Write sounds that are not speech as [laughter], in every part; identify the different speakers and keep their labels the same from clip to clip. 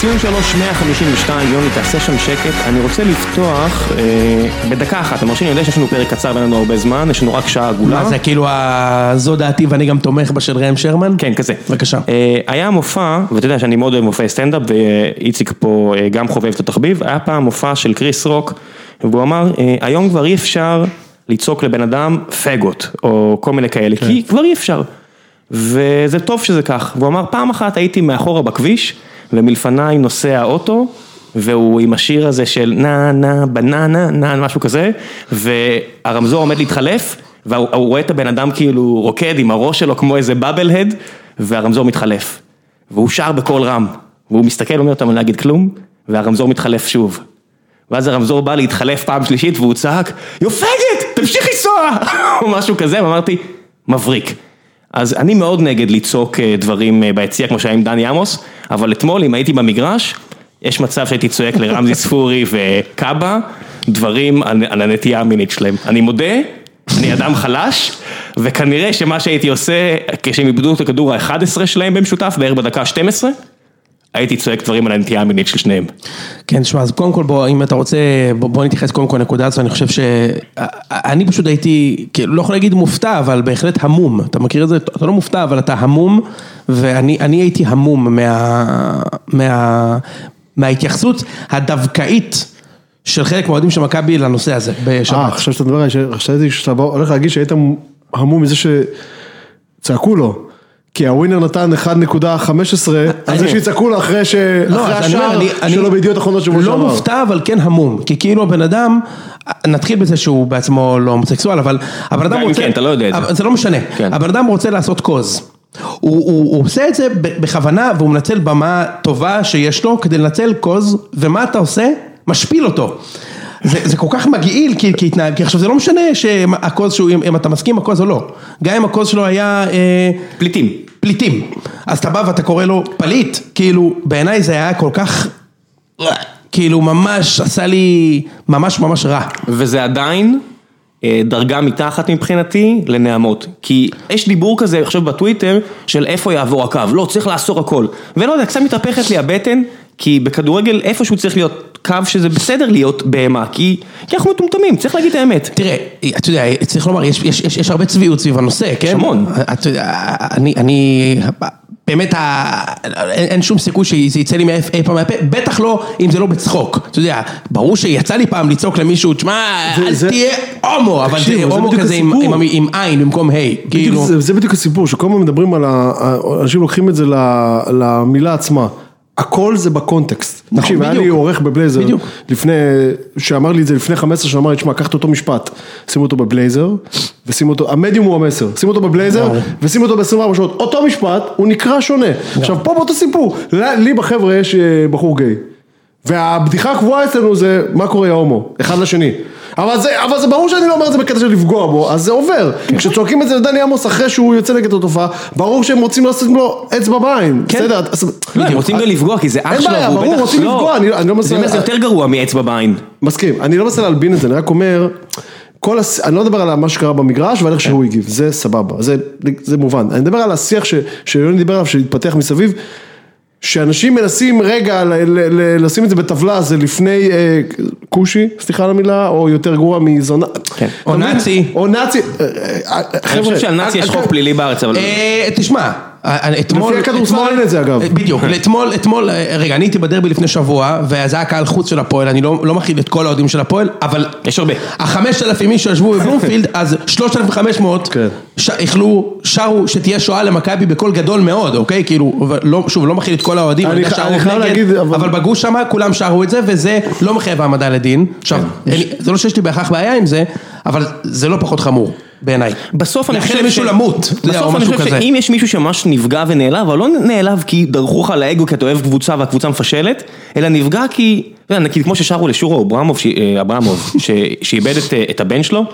Speaker 1: 93-152, יוני, תעשה שם שקט. אני רוצה לפתוח אה, בדקה אחת, אתה מרשה לי, אני יודע שיש לנו פרק קצר ואין לנו הרבה זמן, יש לנו רק שעה עגולה.
Speaker 2: מה זה כאילו, ה- זו דעתי ואני גם תומך בה של ראם שרמן?
Speaker 1: כן, כזה.
Speaker 2: בבקשה.
Speaker 1: אה, היה מופע, ואתה יודע שאני מאוד אוהב מופעי סטנדאפ, ואיציק פה אה, גם חובב את התחביב, היה פעם מופע של קריס רוק, והוא אמר, אה, היום כבר אי אפשר לצעוק לבן אדם פגות, או כל מיני כאלה, כי כבר אי אפשר. וזה טוב שזה כך. והוא אמר, פעם אחת הייתי מאחורה בכביש, ומלפניי נוסע אוטו, והוא עם השיר הזה של נה נה בננה נה משהו כזה, והרמזור עומד להתחלף, והוא הוא רואה את הבן אדם כאילו רוקד עם הראש שלו כמו איזה באבל הד, והרמזור מתחלף. והוא שר בקול רם, והוא מסתכל ואומר אותם לא להגיד כלום, והרמזור מתחלף שוב. ואז הרמזור בא להתחלף פעם שלישית והוא צעק, יו פגט, תמשיך לנסוע, [laughs] או משהו כזה, ואמרתי, מבריק. אז אני מאוד נגד לצעוק אה, דברים אה, ביציע כמו שהיה עם דני עמוס, אבל אתמול אם הייתי במגרש, יש מצב שהייתי צועק לרמזי ספורי וקאבה, דברים על, על הנטייה המינית שלהם. אני מודה, אני אדם חלש, וכנראה שמה שהייתי עושה, כשהם איבדו את הכדור ה-11 שלהם במשותף, בערך בדקה ה-12, הייתי צועק דברים על הנטייה המינית של שניהם.
Speaker 2: כן, שמע, אז קודם כל בוא, אם אתה רוצה, בוא, בוא נתייחס קודם כל לנקודה הזו, אני חושב ש... אני פשוט הייתי, כאילו, לא יכול להגיד מופתע, אבל בהחלט המום. אתה מכיר את זה? אתה לא מופתע, אבל אתה המום, ואני אני הייתי המום מה, מה, מההתייחסות הדווקאית של חלק מהאוהדים של מכבי לנושא הזה
Speaker 3: אה,
Speaker 2: בשבת.
Speaker 3: עכשיו שאתה מדבר, ש- חשבתי שאתה בא- הולך להגיד שהיית המום מזה שצעקו לו. כי הווינר נתן 1.15, אז
Speaker 2: אני- לא,
Speaker 3: זה שיצעקו לו אחרי ש- אחרי
Speaker 2: אז אני אומר,
Speaker 3: השער
Speaker 2: אני- אני-
Speaker 3: שלו בידיעות אחרונות שבוע שעבר.
Speaker 2: לא מופתע, אבל כן המום. כי כאילו הבן אדם, נתחיל בזה שהוא בעצמו לא הומוסקסואל, אבל הבן
Speaker 1: גם
Speaker 2: אדם
Speaker 1: אם
Speaker 2: רוצה...
Speaker 1: כן, אתה לא יודע את זה.
Speaker 2: אבל זה לא משנה.
Speaker 1: כן.
Speaker 2: הבן אדם רוצה לעשות קוז. הוא, הוא, הוא עושה את זה ב- בכוונה, והוא מנצל במה טובה שיש לו כדי לנצל קוז, ומה אתה עושה? משפיל אותו. זה, זה כל כך מגעיל, כי, כי, התנהג, כי עכשיו זה לא משנה שהקוז שהוא, אם, אם אתה מסכים עם הקוז או לא. גם אם הקוז שלו היה... אה,
Speaker 1: פליטים.
Speaker 2: פליטים. אז אתה בא ואתה קורא לו פליט, כאילו, בעיניי זה היה כל כך, כאילו, ממש עשה לי, ממש ממש רע.
Speaker 1: וזה עדיין אה, דרגה מתחת מבחינתי לנעמות. כי יש דיבור כזה עכשיו בטוויטר של איפה יעבור הקו, לא, צריך לאסור הכל. ולא יודע, קצת מתהפכת לי הבטן, כי בכדורגל איפשהו צריך להיות קו שזה בסדר להיות בהמה, כי, כי אנחנו מטומטמים, צריך להגיד את האמת. לא,
Speaker 2: תראה, אתה יודע, צריך לומר, יש, יש, יש, יש הרבה צביעות סביב הנושא, כן?
Speaker 1: המון.
Speaker 2: אתה יודע, אני, אני, באמת, ה- אין, אין שום סיכוי שזה יצא לי מאי- אי פעם מהפה, בטח לא אם זה לא בצחוק. אתה יודע, ברור שיצא לי פעם לצעוק למישהו, תשמע,
Speaker 3: זה-
Speaker 2: אל
Speaker 3: זה-
Speaker 2: תהיה הומו, אבל זה
Speaker 3: תקשיבו, זה
Speaker 2: הומו
Speaker 3: בדיוק
Speaker 2: כזה עם, עם,
Speaker 3: הסיפור.
Speaker 2: עם, עם עין במקום היי,
Speaker 3: בדיוק
Speaker 2: כאילו.
Speaker 3: זה, זה בדיוק הסיפור, שכל הזמן מדברים על ה... אנשים לוקחים את זה ל- למילה עצמה. הכל זה בקונטקסט.
Speaker 2: נכון,
Speaker 3: תקשיב, היה לי
Speaker 2: בדיוק.
Speaker 3: עורך בבלייזר,
Speaker 2: בדיוק.
Speaker 3: לפני, שאמר לי את זה לפני 15 שנה, אמר לי, תשמע, קח את אותו משפט, שים אותו בבלייזר, ושים אותו, המדיום הוא המסר, שים אותו בבלייזר, ושים אותו ב-24 שעות. אותו משפט, הוא נקרא שונה. עכשיו, פה באותו סיפור, ל- לי בחבר'ה יש אה, בחור גיי. והבדיחה הקבועה אצלנו זה מה קורה יא הומו, אחד לשני. אבל זה, אבל זה ברור שאני לא אומר את זה בקטע של לפגוע בו, אז זה עובר.
Speaker 1: כן.
Speaker 3: כשצועקים את זה לדני עמוס אחרי שהוא יוצא נגד התופעה, ברור שהם רוצים לעשות לו אצבע בעין. בסדר, אז-
Speaker 1: לא, הם רוצים גם לפגוע, כי זה אח
Speaker 3: אין
Speaker 1: שלו,
Speaker 3: בעיה,
Speaker 1: והוא
Speaker 3: ברור,
Speaker 1: בטח-
Speaker 3: רוצים
Speaker 1: לא,
Speaker 3: לפגוע, אני- אני
Speaker 1: זה
Speaker 3: לא מנסה-
Speaker 1: באמת יותר גרוע מאצבע בעין.
Speaker 3: מסכים, אני לא מנסה להלבין את זה, אני רק אומר, כל הס... אני לא מדבר על מה שקרה במגרש ועל איך שהוא הגיב, זה סבבה, זה, זה מובן. אני מדבר על השיח ש... שיוני דיבר עליו, שהתפתח מסביב, שאנשים מנסים רגע ל... ל... ל... לשים את זה בטבלה, זה לפני אה, כושי, סליחה על המילה, או יותר גרוע מזונה. כן.
Speaker 2: או נאצי.
Speaker 3: או נאצי, אה, אה, אה, חבר'ה.
Speaker 1: אני חושב שעל נאצי יש
Speaker 3: אה,
Speaker 1: חוק
Speaker 3: אה,
Speaker 1: פלילי בארץ, אבל...
Speaker 2: אה, תשמע, אה, אתמול...
Speaker 3: לפי הכדורסל
Speaker 2: אתמול-
Speaker 3: אין את זה, אגב. כן.
Speaker 2: אה, בדיוק, אתמול, אתמול, אה, רגע, אני הייתי בדרבי לפני שבוע, וזה היה קהל חוץ של הפועל, אני לא לא מכיל את כל האוהדים של הפועל, אבל...
Speaker 1: יש הרבה.
Speaker 2: החמשת אלפים איש שישבו
Speaker 3: [laughs]
Speaker 2: בבלומפילד, אז שלושת אלפים חמש מאות,
Speaker 3: כן.
Speaker 2: איכלו, שרו שתהיה שואה למכבי בקול גדול מאוד, אוקיי? כאילו, אבל לא- שוב, לא מכיל את כל האוהדים,
Speaker 3: אני
Speaker 2: יודע
Speaker 3: ח-
Speaker 2: שהרוב
Speaker 3: אני חייב
Speaker 2: נגד,
Speaker 3: להגיד, אבל-
Speaker 2: אבל בגוש שמה כולם שרו את זה, וזה לא מחייב העמדה לדין. עכשיו,
Speaker 3: כן.
Speaker 2: אין לי- זה לא שיש לי בהכרח בעיה עם זה, אבל זה לא פחות חמור, בעיניי.
Speaker 1: בסוף אני
Speaker 2: לאחל
Speaker 1: חושב
Speaker 2: למישהו למות, אתה יודע, או
Speaker 1: בסוף אני
Speaker 2: משהו
Speaker 1: חושב
Speaker 2: כזה.
Speaker 1: שאם יש מישהו שממש נפגע ונעלב, אבל לא נעלב כי דרכו לך לאגו כי אתה אוהב קבוצה והקבוצה מפשלת, אלא נפגע
Speaker 3: [laughs]
Speaker 1: כי, אתה יודע, נגיד כמו ששרו לשורו אברמוב, ש- אה, אברמוב, ש- שאיבד את, אה, את הבן שלו,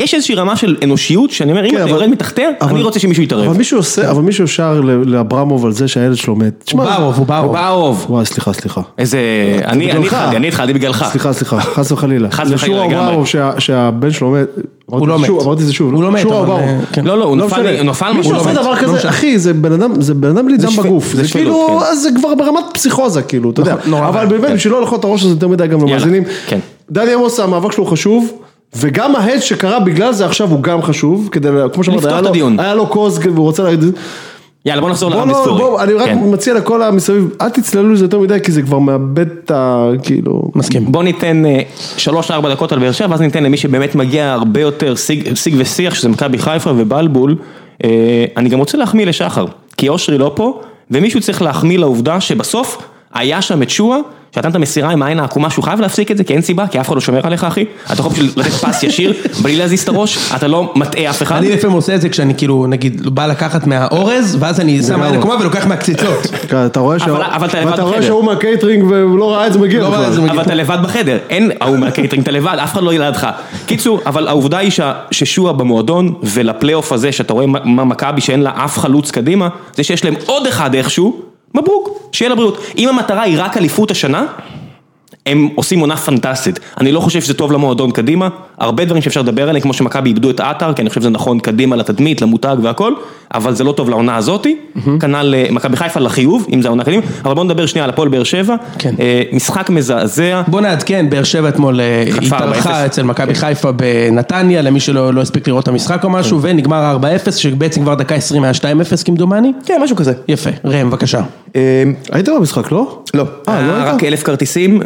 Speaker 1: יש איזושהי רמה של אנושיות, שאני אומר, אם
Speaker 3: כן,
Speaker 1: אתה
Speaker 3: אבל-
Speaker 1: יורד מתחתיה,
Speaker 3: אבל-
Speaker 1: אני רוצה שמישהו
Speaker 3: אבל
Speaker 1: יתערב.
Speaker 3: מישהו עושה, אבל מישהו שר ל- לאברמוב על זה שהילד שלו מת. תשמע,
Speaker 2: בארוב, הוא בארוב.
Speaker 1: בארוב.
Speaker 3: וואי, סליחה, סליחה.
Speaker 1: איזה... אני אני
Speaker 3: בגללך.
Speaker 1: התחלתי, אני התחלתי בגללך.
Speaker 3: סליחה, סליחה, חס וחלילה.
Speaker 1: חס וחלילה,
Speaker 3: זה שורה
Speaker 1: לגמרי.
Speaker 3: אוברוב שה- שהבן שלו מת. אמרתי
Speaker 2: לא
Speaker 3: את זה
Speaker 2: מת.
Speaker 3: שוב, אמרתי את זה שוב.
Speaker 2: הוא לא מת,
Speaker 3: שורה
Speaker 2: אבל,
Speaker 3: אוברוב.
Speaker 2: אה, כן.
Speaker 1: לא, לא, הוא
Speaker 3: לא
Speaker 1: נפל,
Speaker 3: משנה.
Speaker 1: לי- הוא נפל
Speaker 3: מישהו עושה דבר כזה, אחי, זה בן אדם, זה בן אדם בלי דם
Speaker 1: שפל-
Speaker 3: בגוף.
Speaker 1: זה
Speaker 3: זה
Speaker 1: שפלות,
Speaker 3: כאילו,
Speaker 1: כן.
Speaker 3: אז זה כבר ברמת פסיכוזה, כאילו, אתה יודע.
Speaker 2: נכון, נורא
Speaker 3: אבל
Speaker 2: ואיום,
Speaker 3: באמת, בשביל לא לאכול את הראש הזה יותר מדי גם למאזינים.
Speaker 1: כן.
Speaker 3: דני עמוס, המאבק שלו חשוב. וגם ההד שקרה בגלל זה עכשיו הוא גם חשוב, כדי, כמו שאמרת,
Speaker 1: לפתוח
Speaker 3: היה
Speaker 1: את
Speaker 3: לו-
Speaker 1: הדיון.
Speaker 3: היה לו כוס והוא רוצה להגיד,
Speaker 1: יאללה, בוא נחזור
Speaker 3: בוא
Speaker 1: לרמי
Speaker 3: לא,
Speaker 1: סטורי.
Speaker 3: בוא, אני רק
Speaker 1: כן.
Speaker 3: מציע לכל המסביב, אל תצללו לזה יותר מדי, כי זה כבר מאבד את ה... כאילו...
Speaker 2: מסכים.
Speaker 1: בוא ניתן אה, שלוש ארבע דקות על באר שבע, ואז ניתן למי שבאמת מגיע הרבה יותר שיג שיג ושיח, שזה מכבי חיפה ובלבול. אה, אני גם רוצה להחמיא לשחר, כי אושרי לא פה, ומישהו צריך להחמיא לעובדה שבסוף היה שם את שואה, שנתן את המסירה עם העין העקומה שהוא חייב להפסיק את זה, כי אין סיבה, כי אף אחד לא שומר עליך אחי. אתה יכול פשוט לתת פס ישיר, בלי להזיז את הראש, אתה לא מטעה אף אחד.
Speaker 2: אני לפעמים עושה את זה כשאני כאילו, נגיד, בא לקחת מהאורז, ואז אני שם עין לקומה ולוקח מהקציצות.
Speaker 3: כן, אתה רואה
Speaker 1: אבל- אבל אתה לבד
Speaker 3: ואתה רואה
Speaker 1: בחדר.
Speaker 3: שההוא מהקייטרינג והוא לא ראה את זה מגיע
Speaker 2: לא ראה את זה
Speaker 3: בכלל.
Speaker 2: מגיע.
Speaker 1: אבל אתה לבד בחדר, אין ההוא מהקייטרינג, אתה לבד, אף אחד לא לידך. קיצור, אבל העובדה היא שה- ששועה במועדון, ולפלייאוף הזה שאתה רואה מה מה מכבי שאין לה אף חלוץ קדימה, זה שיש להם עוד אחד איכשהו, מברוק, שיהיה לבריאות. אם המטרה היא רק אליפות השנה, הם עושים עונה פנטסטית. אני לא חושב שזה טוב למועדון קדימה, הרבה דברים שאפשר לדבר עליהם, כמו שמכבי איבדו את עטר, כי אני חושב שזה נכון קדימה לתדמית, למותג והכל, אבל זה לא טוב לעונה הזאתי. כנ"ל אה, מכבי חיפה לחיוב, אם זה העונה קדימה, אבל בואו נדבר שנייה על הפועל באר שבע.
Speaker 2: כן.
Speaker 1: אה, משחק מזעזע,
Speaker 2: בוא נעדכן, באר שבע אתמול אה,
Speaker 1: חטפה 4-0.
Speaker 2: התארחה אצל מכבי חיפה בנתניה, למי שלא לא הספיק לראות את המשחק או משהו, ונגמר 4-0, שבעצם כבר דקה 20 היה 2-0 כמדומני.
Speaker 1: כן, משהו כזה.
Speaker 2: יפה, ראם, בבקשה.
Speaker 3: אמ, היית במשחק, לא?
Speaker 1: לא,
Speaker 3: אה, לא
Speaker 1: היה
Speaker 3: היית?
Speaker 1: רק אלף כרטיסים,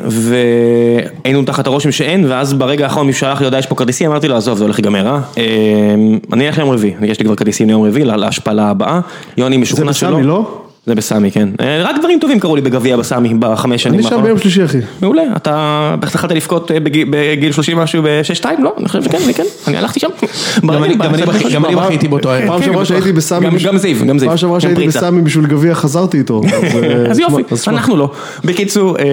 Speaker 1: והיינו תחת הרושם שאין, ואז ברגע האחרון מישהו שלח לי הודעה יש פה כרטיסים, אמרתי לו עזוב זה הולך להיגמר, אה? אה, אני אלך ליום רביעי, יש לי כבר כרטיסים ליום רביעי, לה- להשפלה הבאה, יוני משוכנע שלא.
Speaker 3: בסמי, לא?
Speaker 1: זה בסמי, כן. אה, רק דברים טובים קרו לי בגביע בסמי בחמש שנים
Speaker 3: אני שם ביום שלישי, אחי.
Speaker 1: מעולה, אתה התחלת לבכות אה, בגיל- בגיל 30 משהו ב-6-2? לא, אני חושב שכן, אני כן, אני הלכתי שם.
Speaker 2: גם אני- גם אני בכיתי- גם אני בכיתי באותו ערב.
Speaker 3: פעם
Speaker 1: כן,
Speaker 3: שעברה
Speaker 1: בטוח.
Speaker 3: שהייתי בסמי...
Speaker 1: גם-
Speaker 3: בשביל-
Speaker 1: גם זיו, גם זיו.
Speaker 3: פעם שעברה
Speaker 1: גם
Speaker 3: שהייתי
Speaker 1: פריצה.
Speaker 3: בסמי בשביל גביע חזרתי איתו.
Speaker 1: [laughs]
Speaker 3: אה,
Speaker 1: אז יופי,
Speaker 3: שמע.
Speaker 1: אנחנו לא. בקיצור, אה,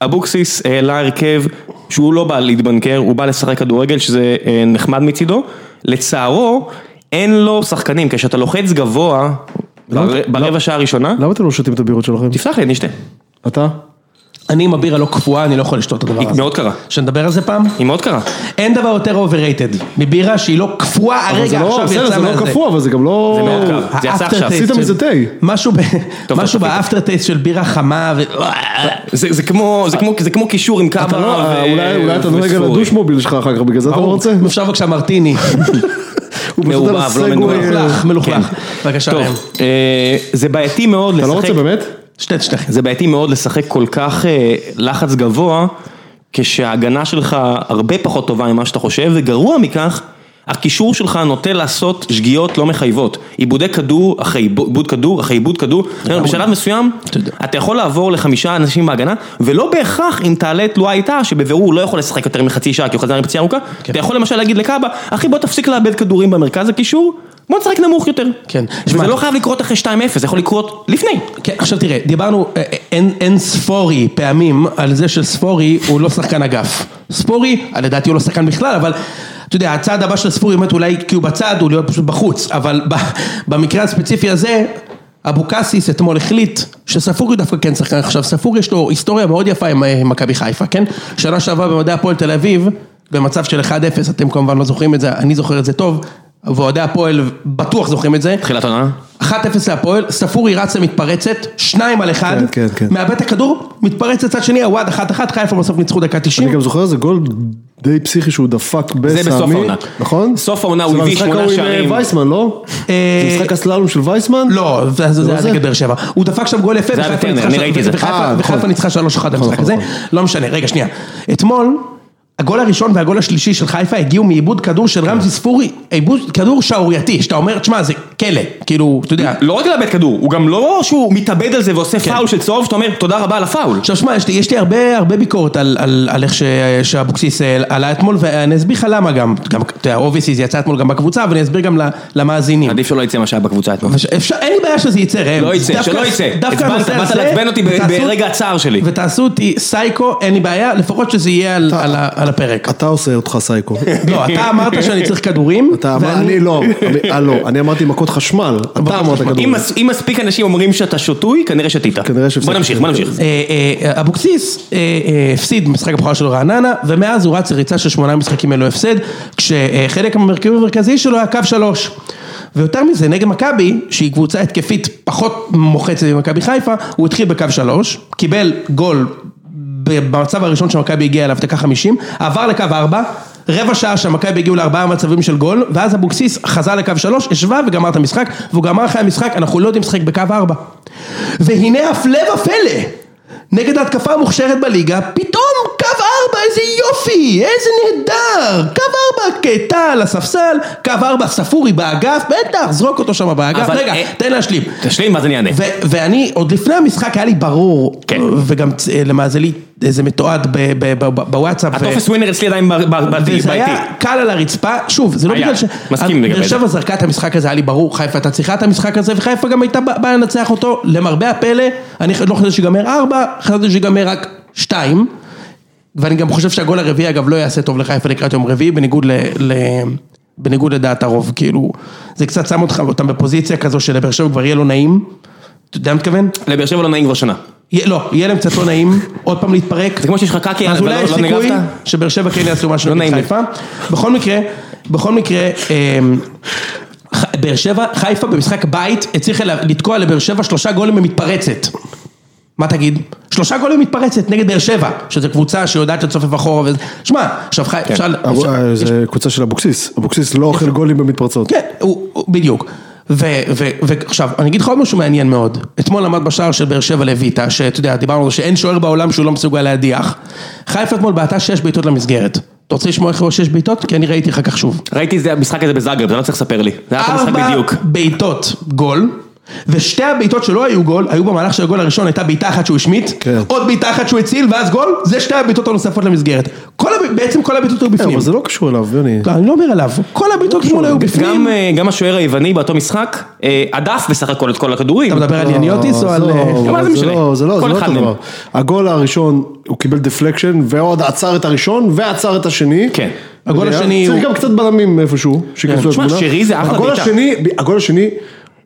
Speaker 1: אבוקסיס העלה הרכב שהוא לא בא להתבנקר, הוא בא לשחק כדורגל, שזה אה, נחמד מצידו. לצערו, אין לו שחקנים, כשאתה לוחץ גבוה
Speaker 3: לא,
Speaker 1: בר- ברבע שעה הראשונה,
Speaker 3: למה אתם לא שותים את הבירות שלכם?
Speaker 1: תפתח לי, אני אשתה.
Speaker 3: אתה?
Speaker 2: אני עם הבירה לא קפואה, אני לא יכול לשתות את הדבר
Speaker 1: היא
Speaker 2: הזה.
Speaker 1: מאוד קרה.
Speaker 2: שנדבר על זה פעם?
Speaker 1: היא מאוד קרה.
Speaker 2: אין דבר יותר overrated מבירה שהיא לא קפואה,
Speaker 3: אבל זה
Speaker 2: הרגע
Speaker 3: לא,
Speaker 2: עכשיו
Speaker 3: בסדר,
Speaker 2: יצאה
Speaker 3: זה
Speaker 2: מהזה.
Speaker 3: לא קפוא, אבל זה גם לא...
Speaker 1: זה מאוד קרה. זה יצא
Speaker 2: האפטר
Speaker 1: עכשיו.
Speaker 2: טייסט
Speaker 3: עשיתם
Speaker 2: של-
Speaker 3: מזה תה.
Speaker 2: משהו ב- משהו
Speaker 1: טוב,
Speaker 2: באפטר טייסט של בירה חמה ו...
Speaker 1: זה זה כמו זה כמו- זה כמו קישור עם
Speaker 3: אתה לא-
Speaker 1: קאבה ו-
Speaker 3: אולי אולי אתה נוהג על
Speaker 1: וספורי.
Speaker 3: הדוש מוביל שלך אחר כך, בגלל זה אתה לא רוצה?
Speaker 2: אם אפשר בבקשה מרטיני, [laughs]
Speaker 3: הוא פשוט
Speaker 1: מעורבב,
Speaker 3: על
Speaker 1: לא
Speaker 3: הסגווי.
Speaker 1: מנוהל. כן.
Speaker 2: מלוכלך, אה, מלוכלך. בבקשה ראם.
Speaker 1: טוב, אה, זה בעייתי מאוד לשחק.
Speaker 3: אתה לא רוצה באמת?
Speaker 2: שתי שטחים.
Speaker 1: זה בעייתי מאוד לשחק כל כך אה, לחץ גבוה, כשההגנה שלך הרבה פחות טובה ממה שאתה חושב, וגרוע מכך, הקישור שלך נוטה לעשות שגיאות לא מחייבות. עיבודי כדור אחרי עיבוד כדור אחרי עיבוד כדור. בשלב מסוים,
Speaker 2: יודע.
Speaker 1: אתה יכול לעבור לחמישה אנשים בהגנה, ולא בהכרח אם תעלה תלועה איתה, שבבירור הוא לא יכול לשחק יותר מחצי שעה, כי הוא חזר עם פציעה ארוכה, אתה יכול למשל להגיד לקאבה, אחי בוא תפסיק לאבד כדורים במרכז הקישור, בוא נשחק נמוך יותר.
Speaker 2: כן.
Speaker 1: וזה
Speaker 2: שמע,
Speaker 1: לא חייב לקרות אחרי 2-0, זה יכול לקרות לפני.
Speaker 2: כן, עכשיו תראה, דיברנו אה, אה, אין, אין ספורי פעמים על זה שספורי הוא לא שחקן אגף. ספורי, אה, לדעתי הוא לא שחקן בכלל, אבל אתה יודע, הצעד הבא של ספורי באמת אולי כי הוא בצד, הוא להיות פשוט בחוץ, אבל ב, במקרה הספציפי הזה, אבוקסיס אתמול החליט שספורי דווקא כן שחקן. עכשיו, ספורי יש לו היסטוריה מאוד יפה עם אה, מכבי חיפה, כן? שנה שעברה במדעי הפועל תל אביב, במצב של 1-0, אתם כמובן לא זוכרים את זה, אני זוכר את זה טוב, ואוהדי הפועל בטוח זוכרים את זה.
Speaker 1: תחילת עונה.
Speaker 2: 1-0 להפועל, ספורי רצה מתפרצת, 2 על 1,
Speaker 3: כן, כן, כן.
Speaker 2: מאבד את הכדור, מתפרץ לצד שני, הוואד 1-1, חיפה בסוף ניצחו דקה 90.
Speaker 3: אני גם זוכר איזה גול די פסיכי שהוא דפק בסמי.
Speaker 1: בסוף העונה.
Speaker 3: נכון?
Speaker 1: סוף העונה הוא הביא שמונה
Speaker 3: זה במשחק ההוא
Speaker 1: שערים.
Speaker 3: עם אה, וייסמן, לא?
Speaker 2: אה,
Speaker 3: זה משחק הסללום של וייסמן?
Speaker 2: לא, זה זה- זה היה
Speaker 3: זה?
Speaker 2: נגד באר שבע. הוא דפק שם גול יפה,
Speaker 1: זה היה
Speaker 2: וחיפה
Speaker 1: בטרנר,
Speaker 2: ניצחה
Speaker 1: אני
Speaker 2: שלוש-
Speaker 1: ראיתי את זה.
Speaker 2: וחיפה-
Speaker 3: אה,
Speaker 2: וחיפה
Speaker 3: נכון.
Speaker 2: ניצחה 3-1 במשחק הזה, לא משנה, רגע שנייה. אתמול, הגול הראשון והגול השלישי של חיפה הגיעו מעיבוד כדור של רמזי ספורי, עיבוד כדור שערורייתי, שאתה אומר, תשמע, זה כלא, כאילו, אתה יודע.
Speaker 1: לא רק לאבד כדור, הוא גם לא שהוא מתאבד על זה ועושה פאול של צהוב, שאתה אומר תודה רבה על הפאול.
Speaker 2: עכשיו שמע, יש לי, יש לי הרבה, הרבה ביקורת על, על, על איך ש, שאבוקסיס אה, עלה אתמול, ואני אסביר לך למה גם, גם, אתה יודע, אובייסי זה יצא אתמול גם בקבוצה, אבל אני אסביר גם ל- למאזינים.
Speaker 1: עדיף שלא יצא מה שהיה בקבוצה אתמול.
Speaker 2: וש- אפשר, אין לי בעיה שזה יצא, ראם.
Speaker 1: לא יצא,
Speaker 2: דווקא-
Speaker 1: שלא יצא.
Speaker 2: דווקא
Speaker 1: עצבנת,
Speaker 2: הנושא
Speaker 1: באת
Speaker 2: הזה,
Speaker 1: לעצבן אותי ב-
Speaker 2: ותעשו-
Speaker 1: ברגע הצער שלי.
Speaker 2: ותעשו אותי סייקו, אין לי בעיה, לפחות שזה יהיה על, על, ה- על על הפרק.
Speaker 3: אתה עושה אותך
Speaker 1: [laughs]
Speaker 3: סייקו.
Speaker 2: לא, אתה אמרת שאני צריך כדורים,
Speaker 3: אתה אמר,
Speaker 2: ואני-
Speaker 3: אני לא, אני- אה, לא, אני אמרתי מכות חשמל, אתה אמרת
Speaker 1: אם
Speaker 3: כדורים.
Speaker 1: מס- אם מספיק אנשים אומרים שאתה שתוי, כנראה שתית.
Speaker 3: כנראה שהפסקתי.
Speaker 1: בוא נמשיך, בוא נמשיך.
Speaker 2: אה, אה, אבוקסיס אה, אה, הפסיד משחק הבכורה של רעננה, ומאז הוא רץ ריצה של שמונה משחקים ללא הפסד, כשחלק המרכיב המרכזי שלו היה קו שלוש. ויותר מזה, נגד מכבי, שהיא קבוצה התקפית פחות מוחצת ממכבי חיפה, הוא התחיל בקו שלוש, קיבל גול ב- במצב הראשון שמכבי הגיעה אליו, דקה חמישים, עבר לקו ארבע, רבע שעה שמכבי הגיעו לארבעה מצבים של גול, ואז אבוקסיס חזר לקו שלוש, השווה וגמר את המשחק, והוא גמר אחרי המשחק, אנחנו לא יודעים לשחק בקו ארבע. והנה הפלא ופלא, נגד ההתקפה המוכשרת בליגה, פתאום קו ארבע, איזה יופי, איזה נהדר, קו ארבע, קטע על הספסל, קו ארבע, ספורי באגף, בטח, זרוק אותו שם באגף,
Speaker 1: אבל,
Speaker 2: רגע,
Speaker 1: אה,
Speaker 2: תן להשלים.
Speaker 1: תשלים ואז אני אענה.
Speaker 2: ו- ואני, עוד לפני המשחק היה לי ברור,
Speaker 1: כן.
Speaker 2: וגם אה, צ- למזלי זה מתועד ב- ב- ב- ב- בוואטסאפ. ו-
Speaker 1: הטופס ווינר אצלי עדיין ב- ב- ב-
Speaker 2: וזה היה
Speaker 1: בעייתי.
Speaker 2: קל על הרצפה, שוב, זה לא
Speaker 1: היה.
Speaker 2: בגלל ש...
Speaker 1: מסכים לגבי
Speaker 2: באר
Speaker 1: זה.
Speaker 2: שבע זרקה את המשחק הזה, היה לי ברור, חיפה הייתה צריכה את המשחק הזה, וחיפה גם הייתה באה לנצח אותו, למרבה הפלא, אני לא חושב שיגמר ארבע, חשבתי שיגמר רק שתיים, ואני גם חושב שהגול הרביעי אגב לא יעשה טוב לחיפה לקראת יום רביעי, בניגוד ל... ל... בניגוד לדעת הרוב, כאילו, זה קצת שם אותך, אותם בפוזיציה כזו שלבאר שבע כבר יהיה לא נעים, אתה יודע מה אני מתכוון?
Speaker 1: לבאר שבע לא נעים כבר שנה.
Speaker 2: יהיה- לא, יהיה להם קצת לא נעים, עוד פעם להתפרק.
Speaker 1: זה כמו שיש לך קקי,
Speaker 2: אז
Speaker 1: אבל
Speaker 2: אולי
Speaker 1: לא-
Speaker 2: יש
Speaker 1: לא
Speaker 2: סיכוי
Speaker 1: נגבת?
Speaker 2: שבאר שבע כן יעשו משהו
Speaker 1: לא
Speaker 2: נגד
Speaker 1: נעים לי.
Speaker 2: חיפה. בכל מקרה, בכל מקרה, אמ, ח- באר שבע, חיפה במשחק בית הצליחה לה- לתקוע לבאר שבע שלושה גולים במתפרצת. מה תגיד? שלושה גולים במתפרצת נגד באר שבע, שזו קבוצה שיודעת לצופף אחורה וזה. שמע, עכשיו חי... אפשר... אפשר-
Speaker 3: אה, זה קבוצה של אבוקסיס, אבוקסיס לא אוכל גולים במתפרצות.
Speaker 2: כן, הוא, הוא, בדיוק. ו- ו- ועכשיו, אני אגיד לך עוד משהו מעניין מאוד. אתמול עמד בשער של באר שבע לויטה, שאתה יודע, דיברנו על זה שאין שוער בעולם שהוא לא מסוגל להדיח. חיפה אתמול בעטה שש בעיטות למסגרת. אתה רוצה לשמוע איך הוא שש בעיטות? כי אני ראיתי אחר כך שוב.
Speaker 1: ראיתי את זה- המשחק הזה בזאגרב, אתה לא צריך לספר לי. זה היה אותו משחק בדיוק.
Speaker 2: בעיטות גול, ושתי הבעיטות שלא היו גול, היו במהלך של הגול הראשון, הייתה בעיטה אחת שהוא השמיט,
Speaker 3: כן.
Speaker 2: עוד בעיטה אחת שהוא הציל, ואז גול, זה שתי הבעיטות הנוספות למסגרת. כל הב... בעצם כל הבעיטות היו
Speaker 3: כן,
Speaker 2: בפנים.
Speaker 3: אבל זה לא קשור אליו, יוני.
Speaker 2: לא, אני לא אומר עליו, כל הבעיטות
Speaker 3: לא
Speaker 2: אתמול היו בפנים.
Speaker 1: גם, אה, גם השוער היווני באותו משחק, אה, הדף בסך הכל את כל הכדורים.
Speaker 2: אתה מדבר על יניוטיס או על...
Speaker 3: עזוב,
Speaker 2: אה,
Speaker 1: מה זה
Speaker 3: זה
Speaker 1: משנה?
Speaker 3: לא, זה לא,
Speaker 1: כל
Speaker 3: זה לא
Speaker 1: אחד
Speaker 3: אותו
Speaker 1: מהם.
Speaker 3: דבר. הגול הראשון, הוא קיבל דפלקשן, ועוד עצר את הראשון, ועצר את השני.
Speaker 1: כן.
Speaker 2: הגול
Speaker 3: אתה יודע,
Speaker 2: השני
Speaker 3: צריך
Speaker 2: הוא-
Speaker 3: גם קצת בלמים איפשהו, שייכנסו
Speaker 1: תשמע,
Speaker 3: לתמונה.
Speaker 1: שרי זה אחלה
Speaker 3: הגול
Speaker 1: בעיטה.
Speaker 3: השני, הגול השני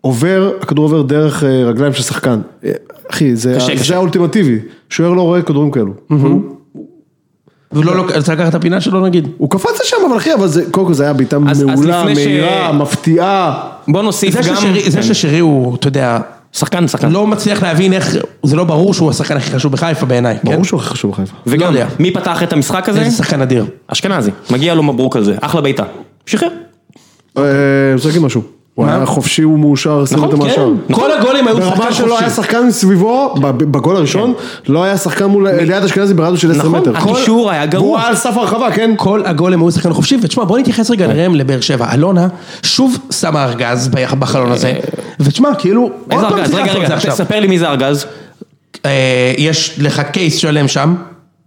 Speaker 3: עובר, הכדור עובר דרך אה, רגליים של שחקן. אה, אחי, זה
Speaker 1: קשה,
Speaker 3: ה-
Speaker 1: קשה.
Speaker 3: זה האולטימטיבי. שוער לא רואה כדורים כאלו.
Speaker 2: והוא לא לוק- צריך לקחת את הפינה שלו נגיד.
Speaker 3: הוא קפץ לשם, אבל אחי, אבל זה, קודם כל זה היה בעיטה
Speaker 1: אז- אז
Speaker 3: מעולה,
Speaker 1: לפני ש-
Speaker 3: מהירה, מפתיעה.
Speaker 1: בוא נוסיף
Speaker 2: זה
Speaker 1: גם...
Speaker 2: ששרי-
Speaker 1: כן.
Speaker 2: זה ששרי הוא, אתה יודע,
Speaker 1: שחקן, שחקן.
Speaker 2: לא מצליח להבין איך, זה לא ברור שהוא השחקן הכי חשוב בחיפה בעיניי. כן?
Speaker 3: ברור שהוא הכי חשוב בחיפה.
Speaker 2: לא
Speaker 1: וגם,
Speaker 2: יודע.
Speaker 1: מי פתח את המשחק הזה?
Speaker 2: איזה שחקן אדיר.
Speaker 1: אשכנזי. מגיע לו מברוק על זה. אחלה בעיטה. שחרר.
Speaker 3: אה, אני רוצה להגיד משהו. הוא
Speaker 2: מה?
Speaker 3: היה חופשי ומאושר, שים
Speaker 1: נכון,
Speaker 3: אותו
Speaker 1: כן.
Speaker 3: מהשאר.
Speaker 2: כל הגולים היו
Speaker 3: ברמה
Speaker 2: שחקן
Speaker 3: שלא היה
Speaker 2: חופשי.
Speaker 3: שחקן סביבו, ב- בגול הראשון, לא היה שחקן מול ליד אשכנזי ברדיוס של 10
Speaker 1: נכון,
Speaker 3: מטר.
Speaker 1: הקישור
Speaker 3: כל-
Speaker 1: היה גרוע.
Speaker 3: והוא היה על סף הרחבה, כן?
Speaker 2: כל הגולים היו שחקן חופשי, ותשמע בוא נתייחס רגע לראם לבאר שבע, אלונה שוב שמה ארגז ב- בחלון הזה, ותשמע כאילו, עוד
Speaker 1: איזה
Speaker 2: פעם
Speaker 1: ארגז?
Speaker 2: צריך
Speaker 1: רגע,
Speaker 2: לעשות את
Speaker 1: רגע,
Speaker 2: זה עכשיו.
Speaker 1: ספר לי מי זה ארגז.
Speaker 2: אה, יש לך קייס שלם שם,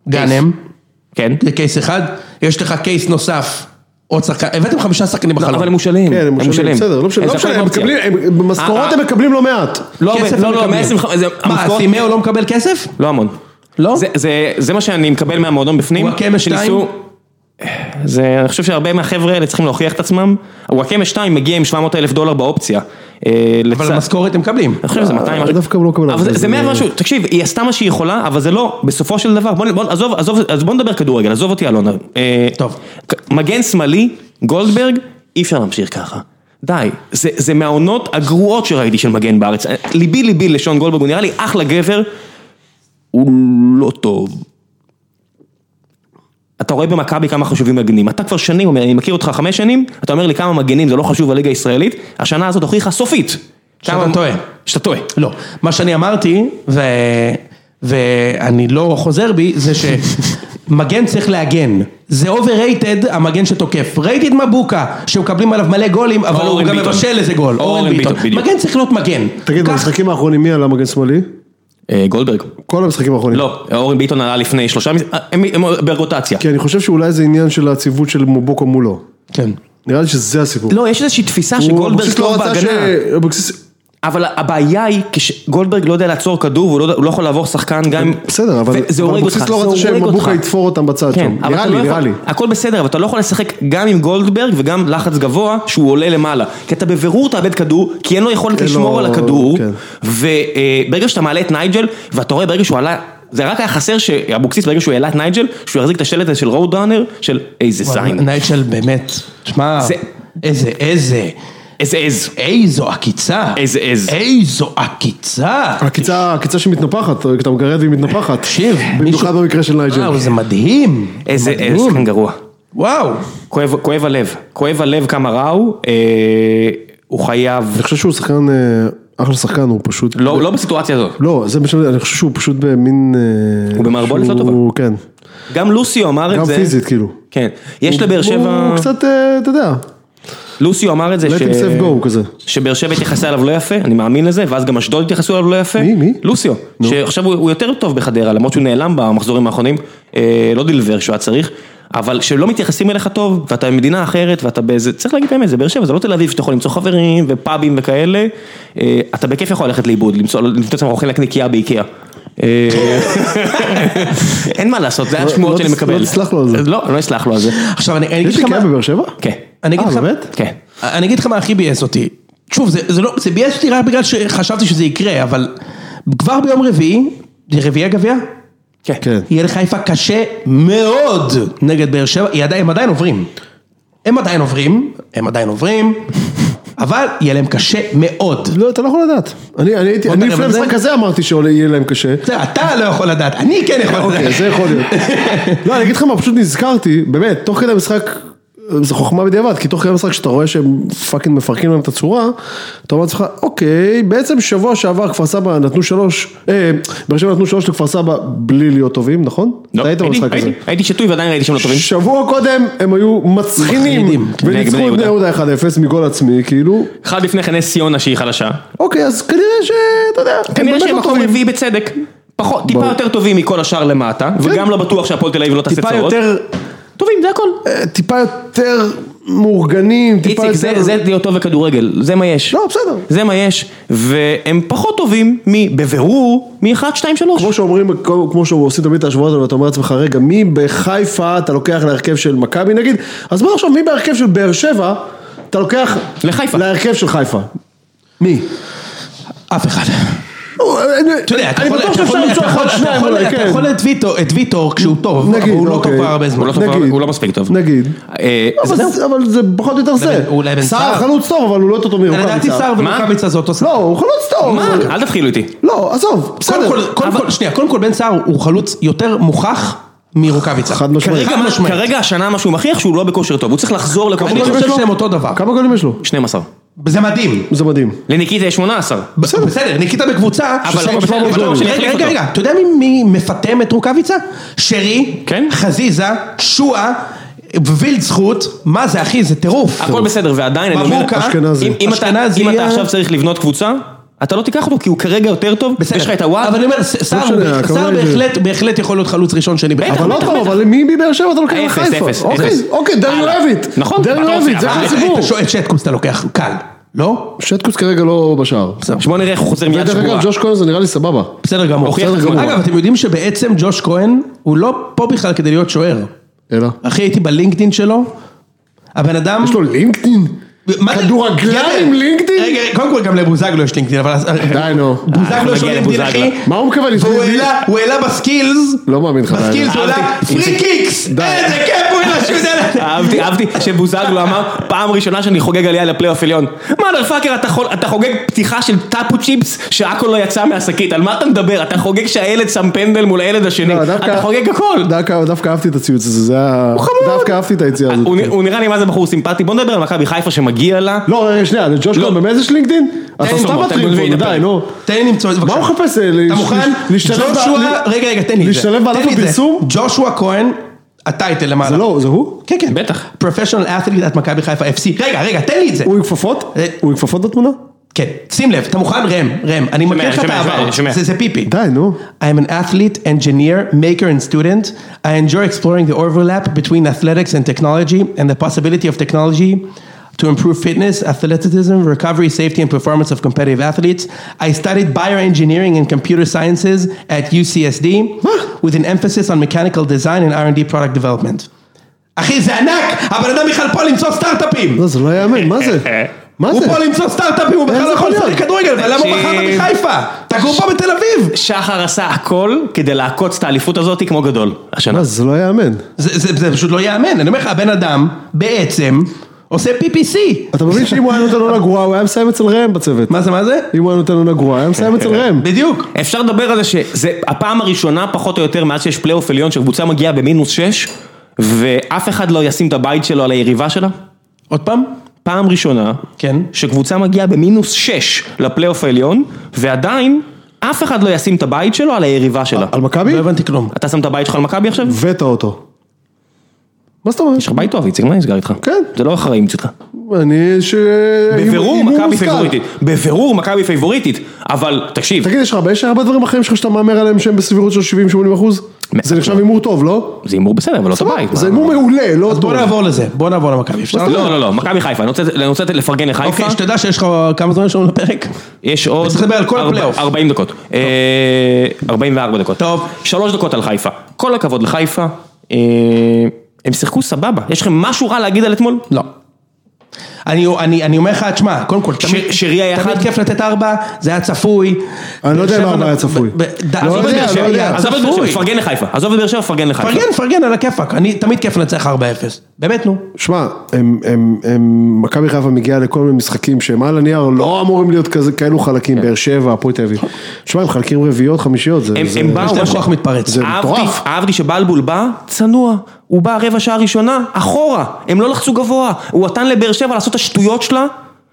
Speaker 2: גאנם,
Speaker 1: כן.
Speaker 2: זה קייס אחד, יש לך קייס נוסף, עוד שחקן, הבאתם חמישה שחקנים בחלון.
Speaker 1: אבל הם מושאלים.
Speaker 3: כן, הם מושלמים, בסדר, לא משנה,
Speaker 1: אז זה
Speaker 3: לא משנה,
Speaker 1: הכל
Speaker 3: הם
Speaker 1: אופציה.
Speaker 3: מקבלים, הם-
Speaker 1: אה,
Speaker 3: במשכורות
Speaker 1: אה.
Speaker 3: הם מקבלים לא מעט.
Speaker 1: לא,
Speaker 2: כסף
Speaker 1: ב- לא,
Speaker 2: הם
Speaker 1: לא,
Speaker 2: מקבלים.
Speaker 1: 125, זה
Speaker 2: מה,
Speaker 1: המשכורת-
Speaker 2: סימאו לא מקבל כסף?
Speaker 1: לא המון.
Speaker 2: לא?
Speaker 1: זה- זה- זה מה שאני מקבל מהמועדון בפנים.
Speaker 2: וואקמה
Speaker 1: שניסו- זה, אני חושב שהרבה מהחבר'ה האלה צריכים להוכיח את עצמם. וואקמה 2 מגיע עם 700 אלף דולר באופציה. אה, לצד-
Speaker 2: אבל משכורת הם מקבלים.
Speaker 1: אני חושב שזה 200 משהו.
Speaker 3: דווקא הוא לא מקבל
Speaker 1: אבל זה-
Speaker 3: הרבה,
Speaker 1: זה 100
Speaker 3: זה-
Speaker 1: משהו, תקשיב, היא עשתה מה שהיא יכולה, אבל זה לא, בסופו של דבר, בוא נ- בוא עזוב, עזוב, אז בוא נדבר כדורגל, עזוב אותי אלונה. אה,
Speaker 2: טוב.
Speaker 1: ק- מגן שמאלי, גולדברג, אי אפשר להמשיך ככה. די, זה, זה מהעונות הגרועות שראיתי של מגן בארץ. אה, ליבי ליבי לשון גולדברג, הוא נראה לי אחלה גבר, הוא לא טוב. אתה רואה במכבי כמה חשובים מגנים, אתה כבר שנים אומר, אני מכיר אותך חמש שנים, אתה אומר לי כמה מגנים זה לא חשוב בליגה הישראלית, השנה הזאת הוכיחה סופית.
Speaker 2: שאתה
Speaker 1: כמה-
Speaker 2: טועה.
Speaker 1: שאתה טועה.
Speaker 2: לא. מה שאני אמרתי, ו... ואני לא חוזר בי, זה
Speaker 1: [laughs]
Speaker 2: שמגן צריך להגן. זה overrated המגן שתוקף. ראיתי את מבוקה, שמקבלים עליו מלא גולים, אבל הוא
Speaker 1: אורן
Speaker 2: גם
Speaker 1: ביטון.
Speaker 2: מבשל איזה
Speaker 1: אורן
Speaker 2: גול. אורן
Speaker 1: ביטון,
Speaker 2: ביטון.
Speaker 1: בדיוק.
Speaker 2: מגן צריך להיות מגן.
Speaker 3: תגיד,
Speaker 2: כך-
Speaker 3: במשחקים האחרונים מי עלה מגן שמאלי?
Speaker 1: אה, גולדברג.
Speaker 3: כל המשחקים האחרונים.
Speaker 1: לא, אורן ביטון עלה לפני שלושה, מש- הם הם ברוטציה.
Speaker 3: כי אני חושב שאולי זה עניין של העציבות של מובוקו מולו.
Speaker 2: כן.
Speaker 3: נראה לי שזה הסיפור.
Speaker 1: לא, יש איזושהי תפיסה
Speaker 3: הוא-
Speaker 1: שגולדברג
Speaker 3: אבוקסיס לא
Speaker 1: טוב
Speaker 3: רצה
Speaker 1: בהגנה.
Speaker 3: ש- אבוקסיס-
Speaker 1: אבל הבעיה היא, כשגולדברג לא יודע לעצור כדור, והוא לא יודע- הוא לא יכול לעבור שחקן גם...
Speaker 3: בסדר, אבל
Speaker 1: וזה
Speaker 3: אבל
Speaker 1: הורג אותך,
Speaker 3: אבוקסיס לא
Speaker 1: זה
Speaker 3: רצה
Speaker 1: הורג אותך.
Speaker 3: שמבוקה יתפור אותם בצד
Speaker 1: כן,
Speaker 3: שם.
Speaker 1: אבל
Speaker 3: נראה
Speaker 1: אתה לא
Speaker 3: לי, נראה
Speaker 1: יכול-
Speaker 3: לי.
Speaker 1: הכל בסדר, אבל אתה לא יכול לשחק גם עם גולדברג וגם לחץ גבוה שהוא עולה למעלה. כי אתה בבירור תאבד כדור, כי אין לו יכולת
Speaker 3: אין
Speaker 1: לשמור
Speaker 3: לו-
Speaker 1: על הכדור,
Speaker 3: לא, כן.
Speaker 1: וברגע שאתה מעלה את נייג'ל, ואתה רואה ברגע שהוא עלה... זה רק היה חסר שאבוקסיס ברגע שהוא העלה את נייג'ל, שהוא יחזיק את השלט הזה של רוד ראנר, של איזה זין,
Speaker 2: נייצ'ל באמת, תשמע,
Speaker 1: זה-
Speaker 2: איזה, איזה,
Speaker 1: איזה עז.
Speaker 2: איזו עקיצה.
Speaker 1: איזה עז.
Speaker 2: אה, איזו
Speaker 3: אה,
Speaker 2: עקיצה. אה,
Speaker 3: הקיצה הקיצה שמתנפחת, כשאתה מגרד והיא מתנפחת.
Speaker 2: תקשיב, מישהו-
Speaker 3: במיוחד במקרה של
Speaker 1: אה,
Speaker 3: נייג'ל.
Speaker 2: וואו, זה מדהים.
Speaker 1: איזה
Speaker 2: מדהים.
Speaker 1: איזה שחקן גרוע.
Speaker 2: וואו.
Speaker 1: כואב, כואב הלב, כואב הלב כמה רע הוא, אה, הוא חייב,
Speaker 3: אני חושב שהוא שחקן, אה, אחלה שחקן, הוא פשוט...
Speaker 1: לא, לא בסיטואציה הזאת.
Speaker 3: לא, זה משנה, אני חושב שהוא פשוט במין... אה,
Speaker 1: הוא במערבולת לא
Speaker 3: שהוא-
Speaker 1: טובה.
Speaker 3: כן,
Speaker 1: גם לוסיו אמר
Speaker 3: גם
Speaker 1: את זה.
Speaker 3: פיזית כאילו.
Speaker 1: כן, יש לבאר שבע,
Speaker 3: הוא קצת, אה, אתה יודע,
Speaker 1: לוסיו אמר את זה,
Speaker 3: let
Speaker 1: ש-
Speaker 3: him save go כזה.
Speaker 1: שבאר שבע התייחסה אליו לא יפה, אני מאמין לזה, ואז גם אשדוד התייחסו אליו לא יפה.
Speaker 3: מי? מי?
Speaker 1: לוסיו, שעכשיו הוא הוא יותר טוב בחדרה, למרות שהוא נעלם במחזורים האחרונים, אה, לא דילבר שהוא היה צריך, אבל שלא מתייחסים אליך טוב, ואתה במדינה אחרת, ואתה באיזה, צריך להגיד את האמת, זה באר שבע, זה לא תל אביב שאתה יכול למצוא חברים ופאבים וכאלה, אה, אתה בכיף יכול ללכת לאיבוד, למצוא למצוא את עצמך אוכל נקניקייה באיקאה. אה, [laughs] אין מה לעשות, זה
Speaker 3: לא
Speaker 1: השמועות שאני
Speaker 3: תס-
Speaker 1: מקבל.
Speaker 3: לא תסלח לו על זה.
Speaker 1: לא, לא אסלח לו על זה.
Speaker 2: עכשיו אני אני אגיד
Speaker 3: יש
Speaker 2: לך
Speaker 3: לי כאב
Speaker 2: מה...
Speaker 3: בבאר שבע?
Speaker 1: כן,
Speaker 2: אני אגיד
Speaker 3: אה,
Speaker 2: לך...
Speaker 3: באמת?
Speaker 1: כן.
Speaker 2: אני אגיד לך מה הכי ביאס אותי. שוב, זה, זה לא, זה ביאס אותי רק בגלל שחשבתי שזה יקרה, אבל כבר ביום רביעי, זה רביעי הגביע?
Speaker 3: כן.
Speaker 2: יהיה לחיפה קשה מאוד נגד באר שבע, היא עדיין, הם עדיין עוברים. הם עדיין עוברים, הם עדיין עוברים, אבל יהיה להם קשה מאוד.
Speaker 3: לא, אתה לא יכול לדעת. אני אני הייתי,
Speaker 1: אוקיי,
Speaker 2: בוא
Speaker 3: אני
Speaker 2: נראה,
Speaker 3: לפני
Speaker 2: אבל זה-
Speaker 3: המשחק הזה אמרתי שיהיה להם קשה.
Speaker 2: זה אתה לא יכול לדעת, אני כן יכול
Speaker 3: אוקיי,
Speaker 2: לדעת.
Speaker 3: זה יכול
Speaker 1: [laughs]
Speaker 3: להיות. לא, אני אגיד לך מה, פשוט נזכרתי, באמת, תוך כדי המשחק, זה חוכמה בדיעבד, כי תוך כדי המשחק שאתה רואה שהם פאקינג מפרקים להם את הצורה, אתה אומר לעצמך, אוקיי, בעצם שבוע שעבר כפר סבא נתנו שלוש, אה, באר שבע נתנו שלוש לכפר סבא בלי להיות טובים, נכון?
Speaker 1: לא,
Speaker 3: אתה היית
Speaker 1: הייתי-
Speaker 3: במשחק הזה.
Speaker 1: הייתי- הייתי שתוי ועדיין ראיתי שם לא טובים.
Speaker 3: שבוע קודם הם היו מצחינים,
Speaker 2: מחרידים, כן.
Speaker 1: נגד
Speaker 3: וניצחו
Speaker 1: בני
Speaker 3: את בני יהודה 1-0 מגול עצמי, כאילו,
Speaker 1: אחד לפני כן נס ציונה שהיא חלשה.
Speaker 3: אוקיי, אז כנראה שאתה יודע, הם
Speaker 1: כנראה
Speaker 3: באמת
Speaker 1: שהם
Speaker 3: לא
Speaker 1: מקום
Speaker 3: טובים.
Speaker 1: רביעי בצדק. פחות, טיפה
Speaker 3: ברור. כן.
Speaker 1: יותר טובים מכל השאר למטה, וגם לא בטוח שהפועל תל אביב לא תעשה
Speaker 3: טיפה
Speaker 1: צרות.
Speaker 3: יותר,
Speaker 1: טובים, זה הכל.
Speaker 3: אה, טיפה יותר מאורגנים, טיפה
Speaker 1: איציק,
Speaker 3: יותר...
Speaker 1: זה- זה להיות טוב בכדורגל, זה מה יש.
Speaker 3: לא, בסדר.
Speaker 1: זה מה יש, והם פחות טובים מ- בבירור, מ-1, 2, 3.
Speaker 3: כמו שאומרים, כמו שעושים תמיד את ההשוואות האלה, ואתה אומר לעצמך, רגע, מי בחיפה אתה לוקח להרכב של מכבי נגיד? אז בוא עכשיו, מי בהרכב של באר שבע אתה לוקח...
Speaker 1: לחיפה.
Speaker 3: להרכב של חיפה. מי?
Speaker 2: אף אחד. אתה יודע, אתה
Speaker 3: אה, אני
Speaker 2: יכול-
Speaker 3: בטוח
Speaker 2: אתה יכול-
Speaker 3: שאפשר למצוא
Speaker 2: אתה יכול-
Speaker 3: אחד,
Speaker 2: אתה
Speaker 3: שניים,
Speaker 2: יכול-
Speaker 3: אולי,
Speaker 2: אתה
Speaker 3: כן.
Speaker 2: יכול את ויטור- את ויטור כשהוא טוב, אבל
Speaker 3: נגיד,
Speaker 2: הוא לא טוב
Speaker 3: אוקיי.
Speaker 2: כבר הרבה זמן.
Speaker 1: הוא לא טוב,
Speaker 3: נגיד.
Speaker 1: הוא לא מספיק טוב.
Speaker 3: נגיד.
Speaker 1: אה,
Speaker 3: לא, אבל
Speaker 1: זהו.
Speaker 3: זה- אבל זה פחות או יותר זה.
Speaker 2: אולי בן
Speaker 3: סער
Speaker 2: סער.
Speaker 3: חלוץ טוב, אבל הוא לא יותר טוב
Speaker 2: לדעתי
Speaker 3: מרוקאביצה.
Speaker 2: סער
Speaker 1: מה?
Speaker 2: ורוקאביצה זה אותו
Speaker 3: לא,
Speaker 2: סער.
Speaker 3: הוא חלוץ טוב.
Speaker 1: מה?
Speaker 3: אבל-
Speaker 1: אל תתחילו איתי.
Speaker 3: לא, עזוב,
Speaker 2: קודם
Speaker 3: בסדר.
Speaker 2: כל, קודם כל, שנייה, קודם כל בן סער הוא חלוץ יותר מוכח מרוקאביצה.
Speaker 3: חד משמעית.
Speaker 1: כרגע
Speaker 2: חד
Speaker 1: מה-
Speaker 2: משמעית.
Speaker 1: כרגע השנה מה שהוא מכריח שהוא לא בכושר טוב, הוא צריך לחזור לכושר
Speaker 2: אני
Speaker 1: טוב.
Speaker 3: גולים יש
Speaker 2: חושב
Speaker 3: לו?
Speaker 2: שהם אותו דבר.
Speaker 3: כמה גולים יש לו?
Speaker 1: 12.
Speaker 2: זה מדהים.
Speaker 3: זה מדהים.
Speaker 1: לניקיטה יש 18.
Speaker 2: בסדר, בסדר, ניקיטה בקבוצה.
Speaker 1: אבל-
Speaker 2: ששם
Speaker 1: אבל-
Speaker 2: שבע
Speaker 1: אבל-
Speaker 2: גולים.
Speaker 1: אבל-
Speaker 2: רגע,
Speaker 1: אבל-
Speaker 2: רגע, רגע, אתה יודע מי- מי מפטם את רוקאביצה? שרי,
Speaker 1: כן?
Speaker 2: חזיזה, שועה, וילד זכות, מה זה אחי, זה טירוף.
Speaker 1: הכל בסדר, ועדיין אני אומר,
Speaker 2: מבוקה,
Speaker 3: אשכנזי.
Speaker 1: אם- אם אתה-
Speaker 2: אשכנזי
Speaker 1: אם אתה
Speaker 2: ה-
Speaker 1: עכשיו צריך לבנות קבוצה, אתה לא תיקח אותו כי הוא כרגע יותר טוב,
Speaker 2: בסדר.
Speaker 1: יש לך את הוואט,
Speaker 2: אבל אני אומר, ס- סער
Speaker 3: משנה,
Speaker 2: הוא-
Speaker 3: הכוונה
Speaker 2: סער
Speaker 3: היא ש-
Speaker 2: בהחלט- בהחלט יכול להיות חלוץ ראשון שני. בטח,
Speaker 3: אבל לא
Speaker 2: בטח,
Speaker 3: טוב,
Speaker 2: בטח.
Speaker 3: אבל מי מי באר שבע אתה לוקח
Speaker 1: אפס,
Speaker 3: לחיפה?
Speaker 1: אפס,
Speaker 3: אוקיי,
Speaker 1: אפס.
Speaker 3: אוקיי, דני
Speaker 1: הלאה.
Speaker 3: רביץ.
Speaker 1: נכון,
Speaker 3: דני
Speaker 1: אתה
Speaker 3: רביץ,
Speaker 1: עושה,
Speaker 3: זה
Speaker 1: אבל-
Speaker 3: חלוץ
Speaker 2: אה, את
Speaker 3: ציבור.
Speaker 2: השו- את שטקוס אתה לוקח, קל, לא?
Speaker 3: שטקוס כרגע לא בשער.
Speaker 1: שבוא נראה איך הוא חוזר מיד
Speaker 3: ודרך
Speaker 1: שבורה.
Speaker 3: אגב, ג'וש כהן זה נראה לי סבבה.
Speaker 2: בסדר גמור.
Speaker 1: הוכיח את
Speaker 2: בסדר
Speaker 1: עצמו.
Speaker 2: אגב, אתם יודעים שבעצם ג'וש כהן הוא לא פה בכלל כדי להיות שוער.
Speaker 3: אלא.
Speaker 2: אחי, הייתי בלינקדאין שלו, הבן אדם...
Speaker 3: יש לו לינקדאין?
Speaker 2: מה זה-
Speaker 3: כדורגלן עם לינקדאין?
Speaker 2: רגע, רגע, קודם כל גם לבוזגלו יש לינקדאין, אבל...
Speaker 3: די, נו.
Speaker 2: בוזגלו יש לו
Speaker 1: נגיע
Speaker 2: לינקדאין,
Speaker 1: לבוזגלו.
Speaker 2: אחי.
Speaker 3: מה הוא מקבל?
Speaker 2: והוא העלה, הוא העלה בסקילס,
Speaker 3: לא מאמין לך, די.
Speaker 2: בסקילס הוא העלה
Speaker 1: אהבתי.
Speaker 2: פרי קיקס,
Speaker 3: די.
Speaker 2: איזה כיף הוא העלה שהוא יודע...
Speaker 1: אהבתי, אהבתי שבוזגלו אמר, פעם ראשונה שאני חוגג עלייה לפלייאוף עליון. מאדר פאקר, אתה חול- אתה חוגג פתיחה של טאפו צ'יפס שהכל לא יצא מהשקית, על מה אתה מדבר? אתה חוגג שהילד שם פנדל מול הילד השני,
Speaker 3: לא, דווקא-
Speaker 1: אתה חוגג הכל.
Speaker 3: דווקא דווקא אהבתי את הציוץ הזה, זה היה...
Speaker 1: חמוד.
Speaker 3: דווקא אהבתי את היציאה הזאת.
Speaker 1: הוא נ- הוא נראה לי מה זה בחור סימפטי, בוא נדבר על מכבי חיפה שמגיע לה.
Speaker 3: לא, רגע, שנייה, לג'וש
Speaker 1: לא.
Speaker 3: כהן באמת יש לינקדאין? אתה סתם
Speaker 1: פרסומות,
Speaker 3: מטריד
Speaker 1: תן
Speaker 3: פה,
Speaker 1: לי
Speaker 3: די,
Speaker 1: לדבר.
Speaker 3: נו.
Speaker 2: תן לי למצוא את זה
Speaker 3: מה
Speaker 2: בבקשה.
Speaker 3: הוא מחפש? אה,
Speaker 2: אתה
Speaker 3: להש-
Speaker 2: מוכן?
Speaker 3: להשתלב ב-
Speaker 2: ג'ושוע,
Speaker 3: ל-
Speaker 2: רגע, רגע, תן לי את זה.
Speaker 3: להשתלב
Speaker 2: תן
Speaker 3: בעלת
Speaker 2: לי את זה.
Speaker 3: הפרסום?
Speaker 2: ג'ושוע כהן, הטייטל למעלה.
Speaker 3: זה לא, זה הוא?
Speaker 2: כן, כן.
Speaker 1: בטח.
Speaker 2: פרופשיונל את'ליט את מכבי חיפה FC. רגע, רגע, תן לי את זה.
Speaker 3: הוא עם כפפות?
Speaker 2: אה.
Speaker 3: הוא עם כפפות בתמונה?
Speaker 2: כן, שים לב, אתה מוכן? ראם, ראם, אני מכיר לך את
Speaker 1: שומע,
Speaker 2: העבר.
Speaker 1: שומע, שומע.
Speaker 2: זה זה פיפי.
Speaker 3: די, נו.
Speaker 2: I am an athlete, engineer, maker and student. I enjoy exploring the overlap between athletics and technology and the possibility of technology to improve fitness, athleticism, recovery, safety, and performance of competitive athletes. I studied bioengineering and computer sciences at UCSD with an emphasis on mechanical design and R&D product development. אחי, זה ענק! הבן אדם בכלל פה למצוא סטארט-אפים!
Speaker 3: לא, זה לא יאמן, מה
Speaker 2: [laughs]
Speaker 3: זה? מה
Speaker 2: הוא
Speaker 3: זה? לא,
Speaker 2: פה למצוא סטארט-אפים, הוא בכלל
Speaker 3: איך
Speaker 2: לא
Speaker 3: זה
Speaker 2: יכול לשחק
Speaker 3: יכול להיות?
Speaker 2: כדורגל, ולמה הוא
Speaker 1: תקשיב.
Speaker 2: בחרת מחיפה? תגור פה בתל אביב!
Speaker 1: שחר עשה הכל כדי לעקוץ את האליפות הזאת כמו גדול. השנה.
Speaker 3: מה זה, זה לא יאמן.
Speaker 2: זה- זה זה פשוט לא ייאמן, אני אומר לך, הבן אדם בעצם עושה PPC.
Speaker 3: אתה מבין שאם הוא היה נותן עונה גרועה, הוא היה מסיים אצל ראם בצוות.
Speaker 2: מה זה, מה זה?
Speaker 3: אם הוא היה נותן עונה גרועה, היה
Speaker 2: [laughs]
Speaker 3: מסיים אצל ראם.
Speaker 2: בדיוק.
Speaker 1: אפשר לדבר על זה שזה הפעם הראשונה פחות או יותר מאז שיש פלייאוף עליון שקבוצה מגיעה במינוס 6 ואף אחד לא ישים את הבית שלו על היריבה שלה?
Speaker 2: עוד פעם?
Speaker 1: פעם ראשונה
Speaker 2: כן.
Speaker 1: שקבוצה מגיעה במינוס 6 לפלייאוף העליון ועדיין אף אחד לא ישים את הבית שלו על היריבה שלה.
Speaker 3: על מכבי?
Speaker 2: לא הבנתי כלום.
Speaker 1: אתה שם את הבית שלך על מכבי עכשיו?
Speaker 3: ואת האוטו. מה זאת אומרת?
Speaker 1: יש לך בית טוב איציק, מה נסגר איתך?
Speaker 3: כן.
Speaker 1: זה לא אחראים שלך.
Speaker 3: אני ש...
Speaker 1: בבירור
Speaker 3: הימור
Speaker 1: מכבי
Speaker 3: מושכל.
Speaker 1: פייבוריטית. בבירור מכבי פייבוריטית. אבל תקשיב,
Speaker 3: תגיד, יש לך הרבה- יש הרבה דברים בחיים שלך שאתה מהמר עליהם שהם בסבירות של 70-80 אחוז?
Speaker 1: מאה
Speaker 3: זה נחשב
Speaker 1: אחוז.
Speaker 3: הימור טוב, לא?
Speaker 1: זה הימור בסדר, אבל לא את הבית.
Speaker 3: זה
Speaker 1: מה?
Speaker 3: הימור מעולה, לא
Speaker 2: אז
Speaker 3: טוב.
Speaker 2: בוא נעבור לזה, בוא נעבור למכבי. אפשר?
Speaker 1: לא, לא, לא, מכבי חיפה, אני רוצה- אני רוצה לפרגן לחיפה.
Speaker 2: אוקיי, שתדע שיש לך כמה זמן יש לנו לפרק?
Speaker 1: יש עוד...
Speaker 2: וצריך לדבר על כל
Speaker 1: ארבע-
Speaker 2: הפלייאוף.
Speaker 1: 40 דקות. אה, 44 דקות.
Speaker 2: טוב.
Speaker 1: שלוש דקות על חיפה. כל הכבוד לחיפה. אה, הם שיחקו סבבה. יש לכם משהו רע להגיד על אתמול?
Speaker 2: לא. אני, אני, אני אומר לך, תשמע, קודם כל, תמיד,
Speaker 1: שרי היה
Speaker 2: תמיד כן.
Speaker 1: אחד?
Speaker 2: כיף לתת ארבע, זה היה צפוי.
Speaker 3: אני לא יודע אם
Speaker 2: שבע-
Speaker 3: ארבע היה צפוי.
Speaker 2: ב- ב-
Speaker 3: לא
Speaker 2: עזוב את
Speaker 3: יודע,
Speaker 2: באר
Speaker 3: לא
Speaker 2: שבע,
Speaker 3: יודע.
Speaker 2: היה
Speaker 1: עזוב את באר שבע,
Speaker 2: צפוי.
Speaker 1: פרגן לחיפה. עזוב את באר שבע, פרגן לחיפה.
Speaker 2: פרגן, פרגן, על הכיפאק, אני תמיד כיף לנצח 4-0, באמת נו.
Speaker 1: לא,
Speaker 3: שמע, הם- הם- הם- מכבי חיפה מגיעה לכל מיני משחקים שהם על הנייר לא אמורים להיות כזה- כאלו חלקים,
Speaker 2: כן.
Speaker 3: באר שבע, הפועל תל אביב. שמע, הם חלקים רביעיות, חמישיות, זה...
Speaker 1: הם-
Speaker 3: זה-
Speaker 1: הם באו-
Speaker 2: יש להם כוח מתפרץ.
Speaker 3: זה-
Speaker 1: אהבתי-
Speaker 3: מטורף.
Speaker 1: אהבתי שבלבול בא צנוע, הוא בא רבע שעה ראשונה, אחורה, הם לא לחצו גבוה, הוא נתן לבאר שבע לעשות את השטויות שלה.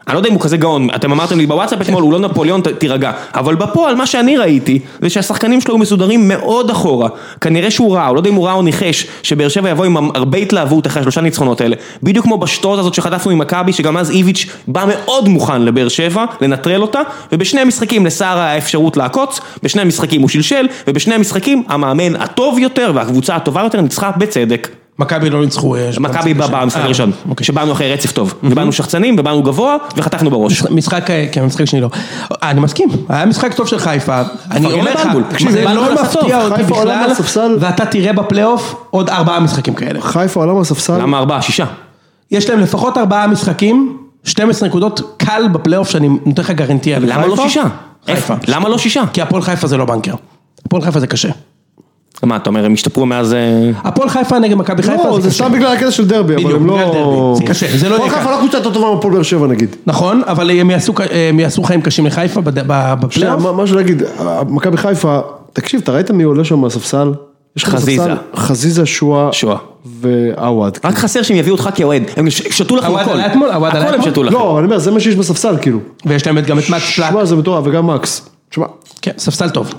Speaker 1: אני לא יודע אם הוא כזה גאון, אתם אמרתם לי בוואטסאפ אתמול, הוא לא נפוליאון, ת- תירגע. אבל בפועל, מה שאני ראיתי, זה שהשחקנים שלו היו מסודרים מאוד אחורה. כנראה שהוא ראה, הוא לא יודע אם הוא ראה או ניחש, שבאר שבע יבוא עם הרבה התלהבות אחרי השלושה ניצחונות האלה. בדיוק כמו בשטות הזאת שחטפנו עם מכבי, שגם אז איביץ' בא מאוד מוכן לבאר שבע, לנטרל אותה, ובשני המשחקים לסער היה אפשרות לעקוץ, בשני המשחקים הוא שלשל, ובשני המשחקים המאמן הטוב יותר והקבוצה הטובה יותר ניצחה בצדק.
Speaker 2: מכבי לא ניצחו. אה,
Speaker 1: מכבי בא
Speaker 2: במשחק
Speaker 1: במשחק
Speaker 2: אה,
Speaker 1: הראשון,
Speaker 2: אוקיי.
Speaker 1: שבאנו אחרי רצף טוב, ובאנו שחצנים, ובאנו גבוה, וחטפנו בראש.
Speaker 2: משחק, אה, כן, המשחק השני לא. אה, אני מסכים, היה משחק טוב של חיפה. אני
Speaker 1: לפרגן
Speaker 2: אומר לך,
Speaker 1: לבלבול. תקשיב,
Speaker 2: זה
Speaker 1: בלבול
Speaker 2: לא
Speaker 1: עשה טוב.
Speaker 2: מפתיע אותי
Speaker 3: חיפה עולה
Speaker 2: בכלל,
Speaker 3: מהספסל.
Speaker 2: ואתה תראה בפלייאוף עוד ארבעה משחקים כאלה.
Speaker 3: חיפה עולה מהספסל,
Speaker 1: למה ארבעה? שישה.
Speaker 2: יש להם לפחות ארבעה משחקים, 12 נקודות קל בפלייאוף שאני נותן לך גרנטיה.
Speaker 1: למה לא
Speaker 2: לחיפה?
Speaker 1: שישה? איפה?
Speaker 2: חיפה.
Speaker 1: למה לא שישה?
Speaker 2: כי הפועל חיפה זה לא בנקר. הפועל חיפה זה קשה.
Speaker 1: מה, אתה אומר, הם השתפרו מאז... אה,
Speaker 2: הפועל חיפה נגד מכבי חיפה
Speaker 3: לא,
Speaker 2: זה
Speaker 3: זה
Speaker 2: קשה.
Speaker 3: סתם בגלל הקטע של דרבי, אבל
Speaker 2: בדיוק,
Speaker 3: הם
Speaker 2: בגלל
Speaker 3: לא...
Speaker 2: דרבי. זה קשה, זה לא
Speaker 3: הפועל
Speaker 2: יהיה
Speaker 3: חיפה
Speaker 2: ככה.
Speaker 3: לא קבוצה יותר טובה מהפועל באר שבע נגיד.
Speaker 2: נכון, אבל הם יעשו ק- הם יעשהו חיים קשים לחיפה בד- ב-
Speaker 3: שנייה,
Speaker 2: בפלייאוף.
Speaker 3: מה- משהו להגיד, מכבי חיפה, תקשיב, אתה ראית מי עולה שם מהספסל? יש לך
Speaker 1: חזיזה.
Speaker 3: ספסל- חזיזה, שואה,
Speaker 1: שואה.
Speaker 3: ועווד.
Speaker 1: רק חסר שהם יביאו אותך כאוהד, הם ש- שתו לכם
Speaker 2: עווד
Speaker 1: הכל.
Speaker 2: עלה אתמול? עווד עלה
Speaker 1: הכל הם
Speaker 2: אתמול?
Speaker 1: שתו לכם.
Speaker 3: לא, אני אומר, זה מה שיש בספסל, כאילו.
Speaker 2: ויש להם את- גם את מקס פלאט.
Speaker 3: שמע, זה מטורף, וגם מקס. תשמע,
Speaker 2: כן, ספסל טוב.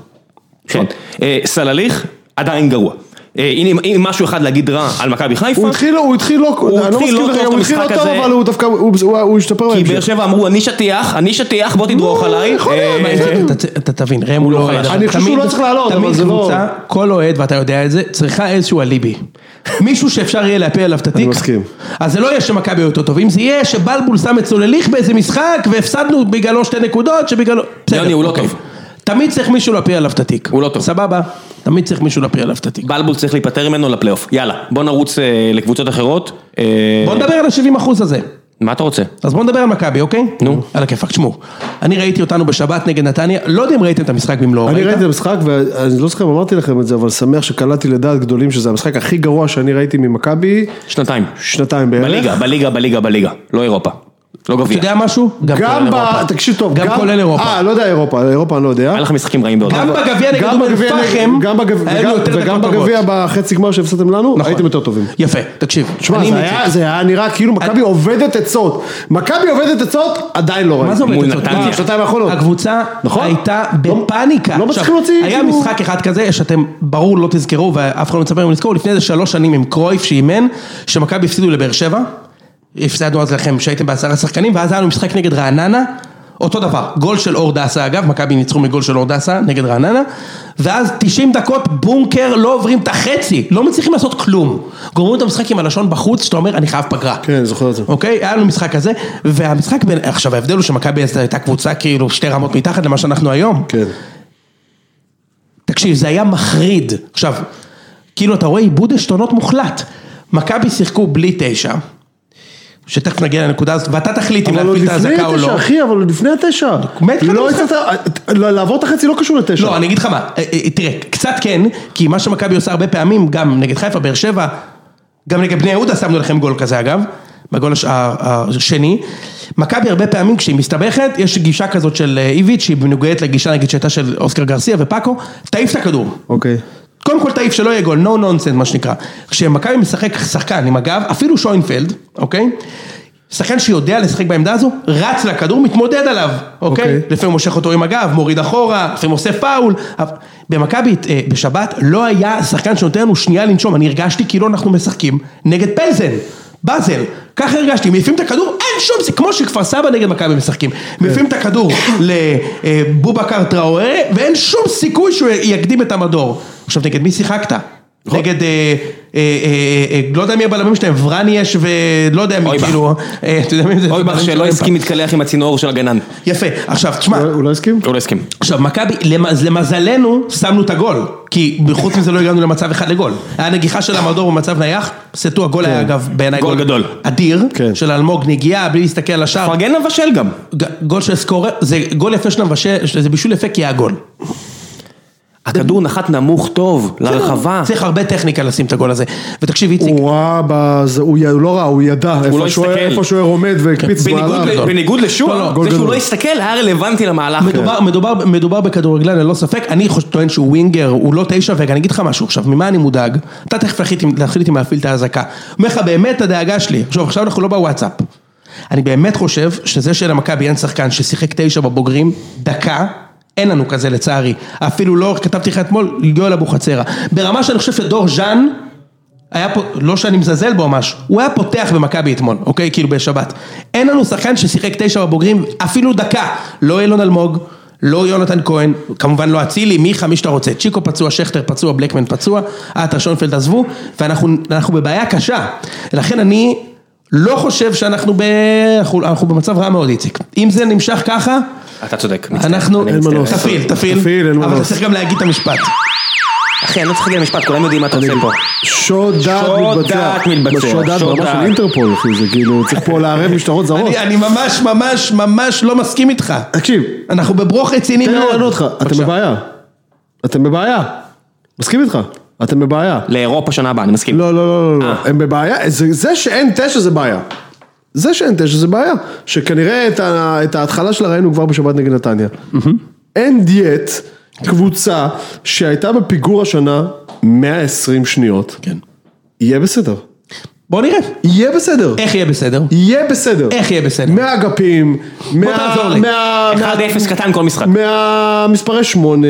Speaker 1: כן. אה, סלליך, עדיין גרוע. אה, הנה אם- אם משהו אחד להגיד רע על מכבי חיפה,
Speaker 3: הוא התחיל, הוא התחיל לא, אני לא
Speaker 1: התחיל
Speaker 3: מסכים
Speaker 1: לא טוב
Speaker 3: לך, הוא התחיל לא
Speaker 1: במשחק
Speaker 3: טוב,
Speaker 1: הזה.
Speaker 3: אבל הוא דווקא, הוא- הוא הוא השתפר
Speaker 1: כי באר
Speaker 3: בהמשך.
Speaker 1: שבע אמרו אני שטיח, אני שטיח, בוא תדרוך עליי.
Speaker 3: יכול להיות,
Speaker 1: אה,
Speaker 3: בסדר.
Speaker 1: אה,
Speaker 2: אתה- אתה- אתה תבין, ראם הוא
Speaker 1: לא
Speaker 2: לא...
Speaker 1: חלש.
Speaker 2: אוהד, אבל
Speaker 3: אני חושב
Speaker 2: תמיד-
Speaker 3: שהוא לא צריך לעלות, אבל זה
Speaker 2: תמיד
Speaker 3: לא-
Speaker 2: קבוצה, כל אוהד, ואתה יודע את זה, צריכה איזשהו אליבי. מישהו שאפשר יהיה להפיל עליו את התיק.
Speaker 3: אני מסכים.
Speaker 2: אז זה לא יהיה שמכבי יותר טוב. אם זה יהיה שבלבול שם את סולליך באיזה משחק, והפסדנו בגללו שתי נקודות, שבגללו... בסדר,
Speaker 1: יוני, הוא לא
Speaker 2: אוקיי.
Speaker 1: טוב.
Speaker 2: תמיד צריך מישהו להפיל עליו את התיק.
Speaker 1: הוא לא טוב.
Speaker 2: סבבה? תמיד צריך מישהו להפיל עליו את התיק.
Speaker 1: בלבול צריך להיפטר ממנו לפלייאוף. יאללה, בוא נרוץ אה, לקבוצות אחרות. אה,
Speaker 2: בוא נדבר על ה-70 אחוז הזה.
Speaker 1: מה אתה רוצה?
Speaker 2: אז בואו נדבר על מכבי, אוקיי? נו. על הכיפאק, תשמעו. אני ראיתי אותנו בשבת נגד נתניה, לא יודע אם ראיתם את המשחק במלואו.
Speaker 3: אני
Speaker 2: ראית?
Speaker 3: ראיתי את המשחק, ואני לא זוכר אם אמרתי לכם את זה, אבל שמח שקלעתי לדעת גדולים שזה המשחק הכי גרוע שאני ראיתי ממכבי,
Speaker 1: שנתיים.
Speaker 3: שנתיים בערך.
Speaker 1: בליגה, בליגה, בליגה, בליגה. לא אירופה. לא
Speaker 2: אתה
Speaker 1: גביע.
Speaker 2: יודע משהו?
Speaker 3: גם
Speaker 2: כולל אירופה.
Speaker 3: ב... תקשיב טוב,
Speaker 2: גם כולל אירופה.
Speaker 3: אה, לא יודע אירופה, אירופה אני לא יודע.
Speaker 1: היה לך משחקים רעים בעוד.
Speaker 2: גם בגביע נגד
Speaker 3: גם
Speaker 2: אום
Speaker 3: בגביע נגד-
Speaker 2: אל-פחם,
Speaker 3: גם בגביע-
Speaker 2: היה לנו
Speaker 3: וגם-
Speaker 2: יותר
Speaker 3: וגם
Speaker 2: דקות
Speaker 3: בגביע
Speaker 2: טובות.
Speaker 3: בחצי גמר שהפסדתם לנו,
Speaker 2: נכון.
Speaker 3: הייתם יותר טובים.
Speaker 2: יפה, תקשיב.
Speaker 3: תשמע,
Speaker 2: אני
Speaker 3: זה
Speaker 2: עם
Speaker 3: היה-
Speaker 2: איציק.
Speaker 3: זה היה נראה כאילו מכבי עובדת עצות. מכבי עובדת עצות, עדיין לא ראיתי.
Speaker 2: מה זה עובד?
Speaker 1: מול
Speaker 2: עצות?
Speaker 1: נתניה.
Speaker 2: מה,
Speaker 3: בשנתיים האחרונות.
Speaker 2: הקבוצה
Speaker 3: נכון.
Speaker 2: הייתה
Speaker 3: לא-
Speaker 2: בפאניקה.
Speaker 3: לא
Speaker 2: עכשיו,
Speaker 3: מצליחים להוציא,
Speaker 2: היה
Speaker 3: כאילו-
Speaker 2: משחק אחד כזה שאתם ברור לא תזכרו ואף אחד לא מצפה ממנו לזכור, לפני איזה שלוש שנים עם קרויף שאימן, שמכבי הפסידו לבאר שבע, הפסדנו אז לכם שהייתם בעשרה שחקנים, ואז היה לנו משחק נגד רעננה. אותו דבר, גול של אור דסה אגב, מכבי ניצחו מגול של אור דסה נגד רעננה, ואז 90 דקות בונקר לא עוברים את החצי, לא מצליחים לעשות כלום. גומרים את המשחק עם הלשון בחוץ, שאתה אומר אני חייב פגרה.
Speaker 3: כן, זוכר את זה.
Speaker 2: אוקיי? היה לנו משחק כזה, והמשחק בין... עכשיו ההבדל הוא שמכבי אז הייתה קבוצה כאילו שתי רמות מתחת למה שאנחנו היום.
Speaker 3: כן.
Speaker 2: תקשיב, זה היה מחריד. עכשיו, כאילו אתה רואה עיבוד עשתונות מוחלט. מכבי שיחקו בלי תשע, שתכף נגיע לנקודה הזאת, ואתה תחליט אם
Speaker 3: אבל עוד
Speaker 2: להפעיל את
Speaker 3: לפני
Speaker 2: האזעקה או
Speaker 3: התשע,
Speaker 2: לא.
Speaker 3: אחי, אבל עוד לפני התשע.
Speaker 2: מת לך
Speaker 3: לא
Speaker 2: במשחק.
Speaker 3: הצלחת, לעבור את החצי לא קשור לתשע.
Speaker 2: לא, אני אגיד לך מה, אה, אה, תראה, קצת כן, כי מה שמכבי עושה הרבה פעמים, גם נגד חיפה, באר שבע, גם נגד בני יהודה שמנו לכם גול כזה אגב, בגול הש- ה- השני, מכבי הרבה פעמים כשהיא מסתבכת, יש גישה כזאת של אה, איביץ' שהיא מנוגדת לגישה נגיד שהייתה של אוסקר גרסיה ופאקו, תעיף את הכדור.
Speaker 3: אוקיי.
Speaker 2: קודם כל תעיף שלא יהיה גול, no nonsense מה שנקרא. כשמכבי משחק שחקן עם הגב, אפילו שוינפלד, אוקיי? שחקן שיודע לשחק בעמדה הזו, רץ לכדור, מתמודד עליו, אוקיי?
Speaker 3: אוקיי.
Speaker 2: לפעמים מושך אותו עם הגב, מוריד אחורה, לפעמים עושה פאול. אבל במכבי אה, בשבת לא היה שחקן שנותן לנו שנייה לנשום, אני הרגשתי כאילו אנחנו משחקים נגד פלזן. באזל, ככה הרגשתי, מעיפים את הכדור, אין שום, זה כמו שכפר סבא נגד מכבי משחקים. מעיפים את הכדור לבובקר טראוורה, ואין שום סיכוי שהוא יקדים את המדור. עכשיו, נגד מי שיחקת?
Speaker 1: נכון.
Speaker 2: נגד, אה, אה, אה, אה, לא יודע מי הבלמים שלהם, ורניאש ולא יודע מי,
Speaker 1: אויבך.
Speaker 2: כאילו, אה, אתה יודע מי זה?
Speaker 1: אוי, בך שלא הסכים להתקלח עם הצינור של הגנן.
Speaker 2: יפה, עכשיו, תשמע,
Speaker 3: אולי- אולי הסכים?
Speaker 1: הוא לא הסכים.
Speaker 2: עכשיו מכבי, למז, למזלנו שמנו את הגול, כי חוץ מזה לא הגענו למצב אחד לגול. היה נגיחה של המדור במצב נייח, סטו הגול היה אגב בעיניי
Speaker 1: כן. גול גדול.
Speaker 2: אדיר,
Speaker 3: כן.
Speaker 2: של אלמוג נגיעה בלי להסתכל על השער,
Speaker 1: פרגן לבשל גם.
Speaker 2: ג- גול של סקורר, זה גול יפה של המבשל, זה בישול יפה כי היה גול.
Speaker 1: הכדור נחת נמוך טוב, לרחבה.
Speaker 2: צריך הרבה טכניקה לשים את הגול הזה. ותקשיב איציק,
Speaker 3: הוא ראה, בז- הוא י- הוא לא ראה, הוא ידע איפה
Speaker 1: לא
Speaker 3: השוער-
Speaker 1: הסתכל.
Speaker 3: איפה השוער עומד והקפיץ
Speaker 2: כן.
Speaker 1: בניגוד
Speaker 3: בעליו.
Speaker 1: ל-
Speaker 2: גדול.
Speaker 1: בניגוד
Speaker 2: לא, לא,
Speaker 1: לשום,
Speaker 3: גול
Speaker 1: זה שהוא
Speaker 3: גדול.
Speaker 1: לא הסתכל היה רלוונטי למהלך.
Speaker 2: מדובר, מדובר, מדובר בכדורגלן ללא ספק, אני חוש- טוען שהוא ווינגר, הוא לא תשע, ואני אגיד לך משהו עכשיו, ממה אני מודאג? אתה תכף תחליט אם- תחליט אם להפעיל את האזעקה. אומר לך באמת הדאגה שלי, עכשיו עכשיו אנחנו לא בוואטסאפ. אני באמת חושב שזה שלמכבי אין שחקן ששיחק תשע בבוגרים, דקה, אין לנו כזה לצערי. אפילו לא, כתבתי לך אתמול, יואל אבוחצירא. ברמה שאני חושב שדור ז'אן, היה פה, לא שאני מזלזל בו או משהו, הוא היה פותח במכבי אתמול, אוקיי? כאילו בשבת. אין לנו שחקן ששיחק תשע בבוגרים אפילו דקה. לא אילון אלמוג, לא יונתן כהן, כמובן לא אצילי, מיכה, מי שאתה רוצה. צ'יקו פצוע, שכטר פצוע, בלקמן פצוע, עטר שונפלד עזבו, ואנחנו אנחנו בבעיה קשה. לכן אני לא חושב שאנחנו ב... אנחנו, אנחנו במצב רע מאוד, איציק. אם זה נמשך ככה,
Speaker 1: כן. אתה צודק. מצטער.
Speaker 2: אנחנו...
Speaker 1: אני מצטער.
Speaker 3: מנוס.
Speaker 2: תפעיל, תפעיל.
Speaker 3: תפעיל, אין
Speaker 2: אבל אתה
Speaker 3: מנוס.
Speaker 2: צריך גם להגיד את המשפט.
Speaker 1: אחי, אני לא צריך להגיד למשפט, כולם יודעים מה אתה עושה פה.
Speaker 3: שוד דעת
Speaker 1: שוד
Speaker 3: מתבצע.
Speaker 1: דעת מתבצע.
Speaker 3: שוד דעת
Speaker 1: שוד
Speaker 3: ברמה
Speaker 1: דעת.
Speaker 3: של אינטרפול, אחי, זה כאילו, צריך פה לערב משטרות זרות.
Speaker 2: אני, אני ממש ממש ממש לא מסכים איתך.
Speaker 3: תקשיב,
Speaker 2: אנחנו בברוך רציני
Speaker 3: תן
Speaker 2: מאוד.
Speaker 3: לי לענות לך, אתם
Speaker 2: בבקשה.
Speaker 3: בבעיה. אתם בבעיה. מסכים איתך, אתם בבעיה.
Speaker 1: לאירופה שנה הבאה, אני מסכים.
Speaker 3: לא, לא, לא, לא, לא,
Speaker 2: אה.
Speaker 3: הם בבעיה, זה, זה שאין תשע זה בעיה. זה שאין תשע זה בעיה, שכנראה את, ה, את ההתחלה שלה ראינו כבר בשבת נגד נתניה. אין דיאט, קבוצה שהייתה בפיגור השנה 120 שניות,
Speaker 2: כן.
Speaker 3: יהיה בסדר.
Speaker 2: בוא נראה.
Speaker 3: יהיה בסדר.
Speaker 2: איך יהיה בסדר?
Speaker 3: יהיה בסדר.
Speaker 2: איך יהיה בסדר?
Speaker 3: מהאגפים,
Speaker 2: תעזור לי.
Speaker 1: 1-0 קטן כל משחק.
Speaker 3: מהמספרי 8,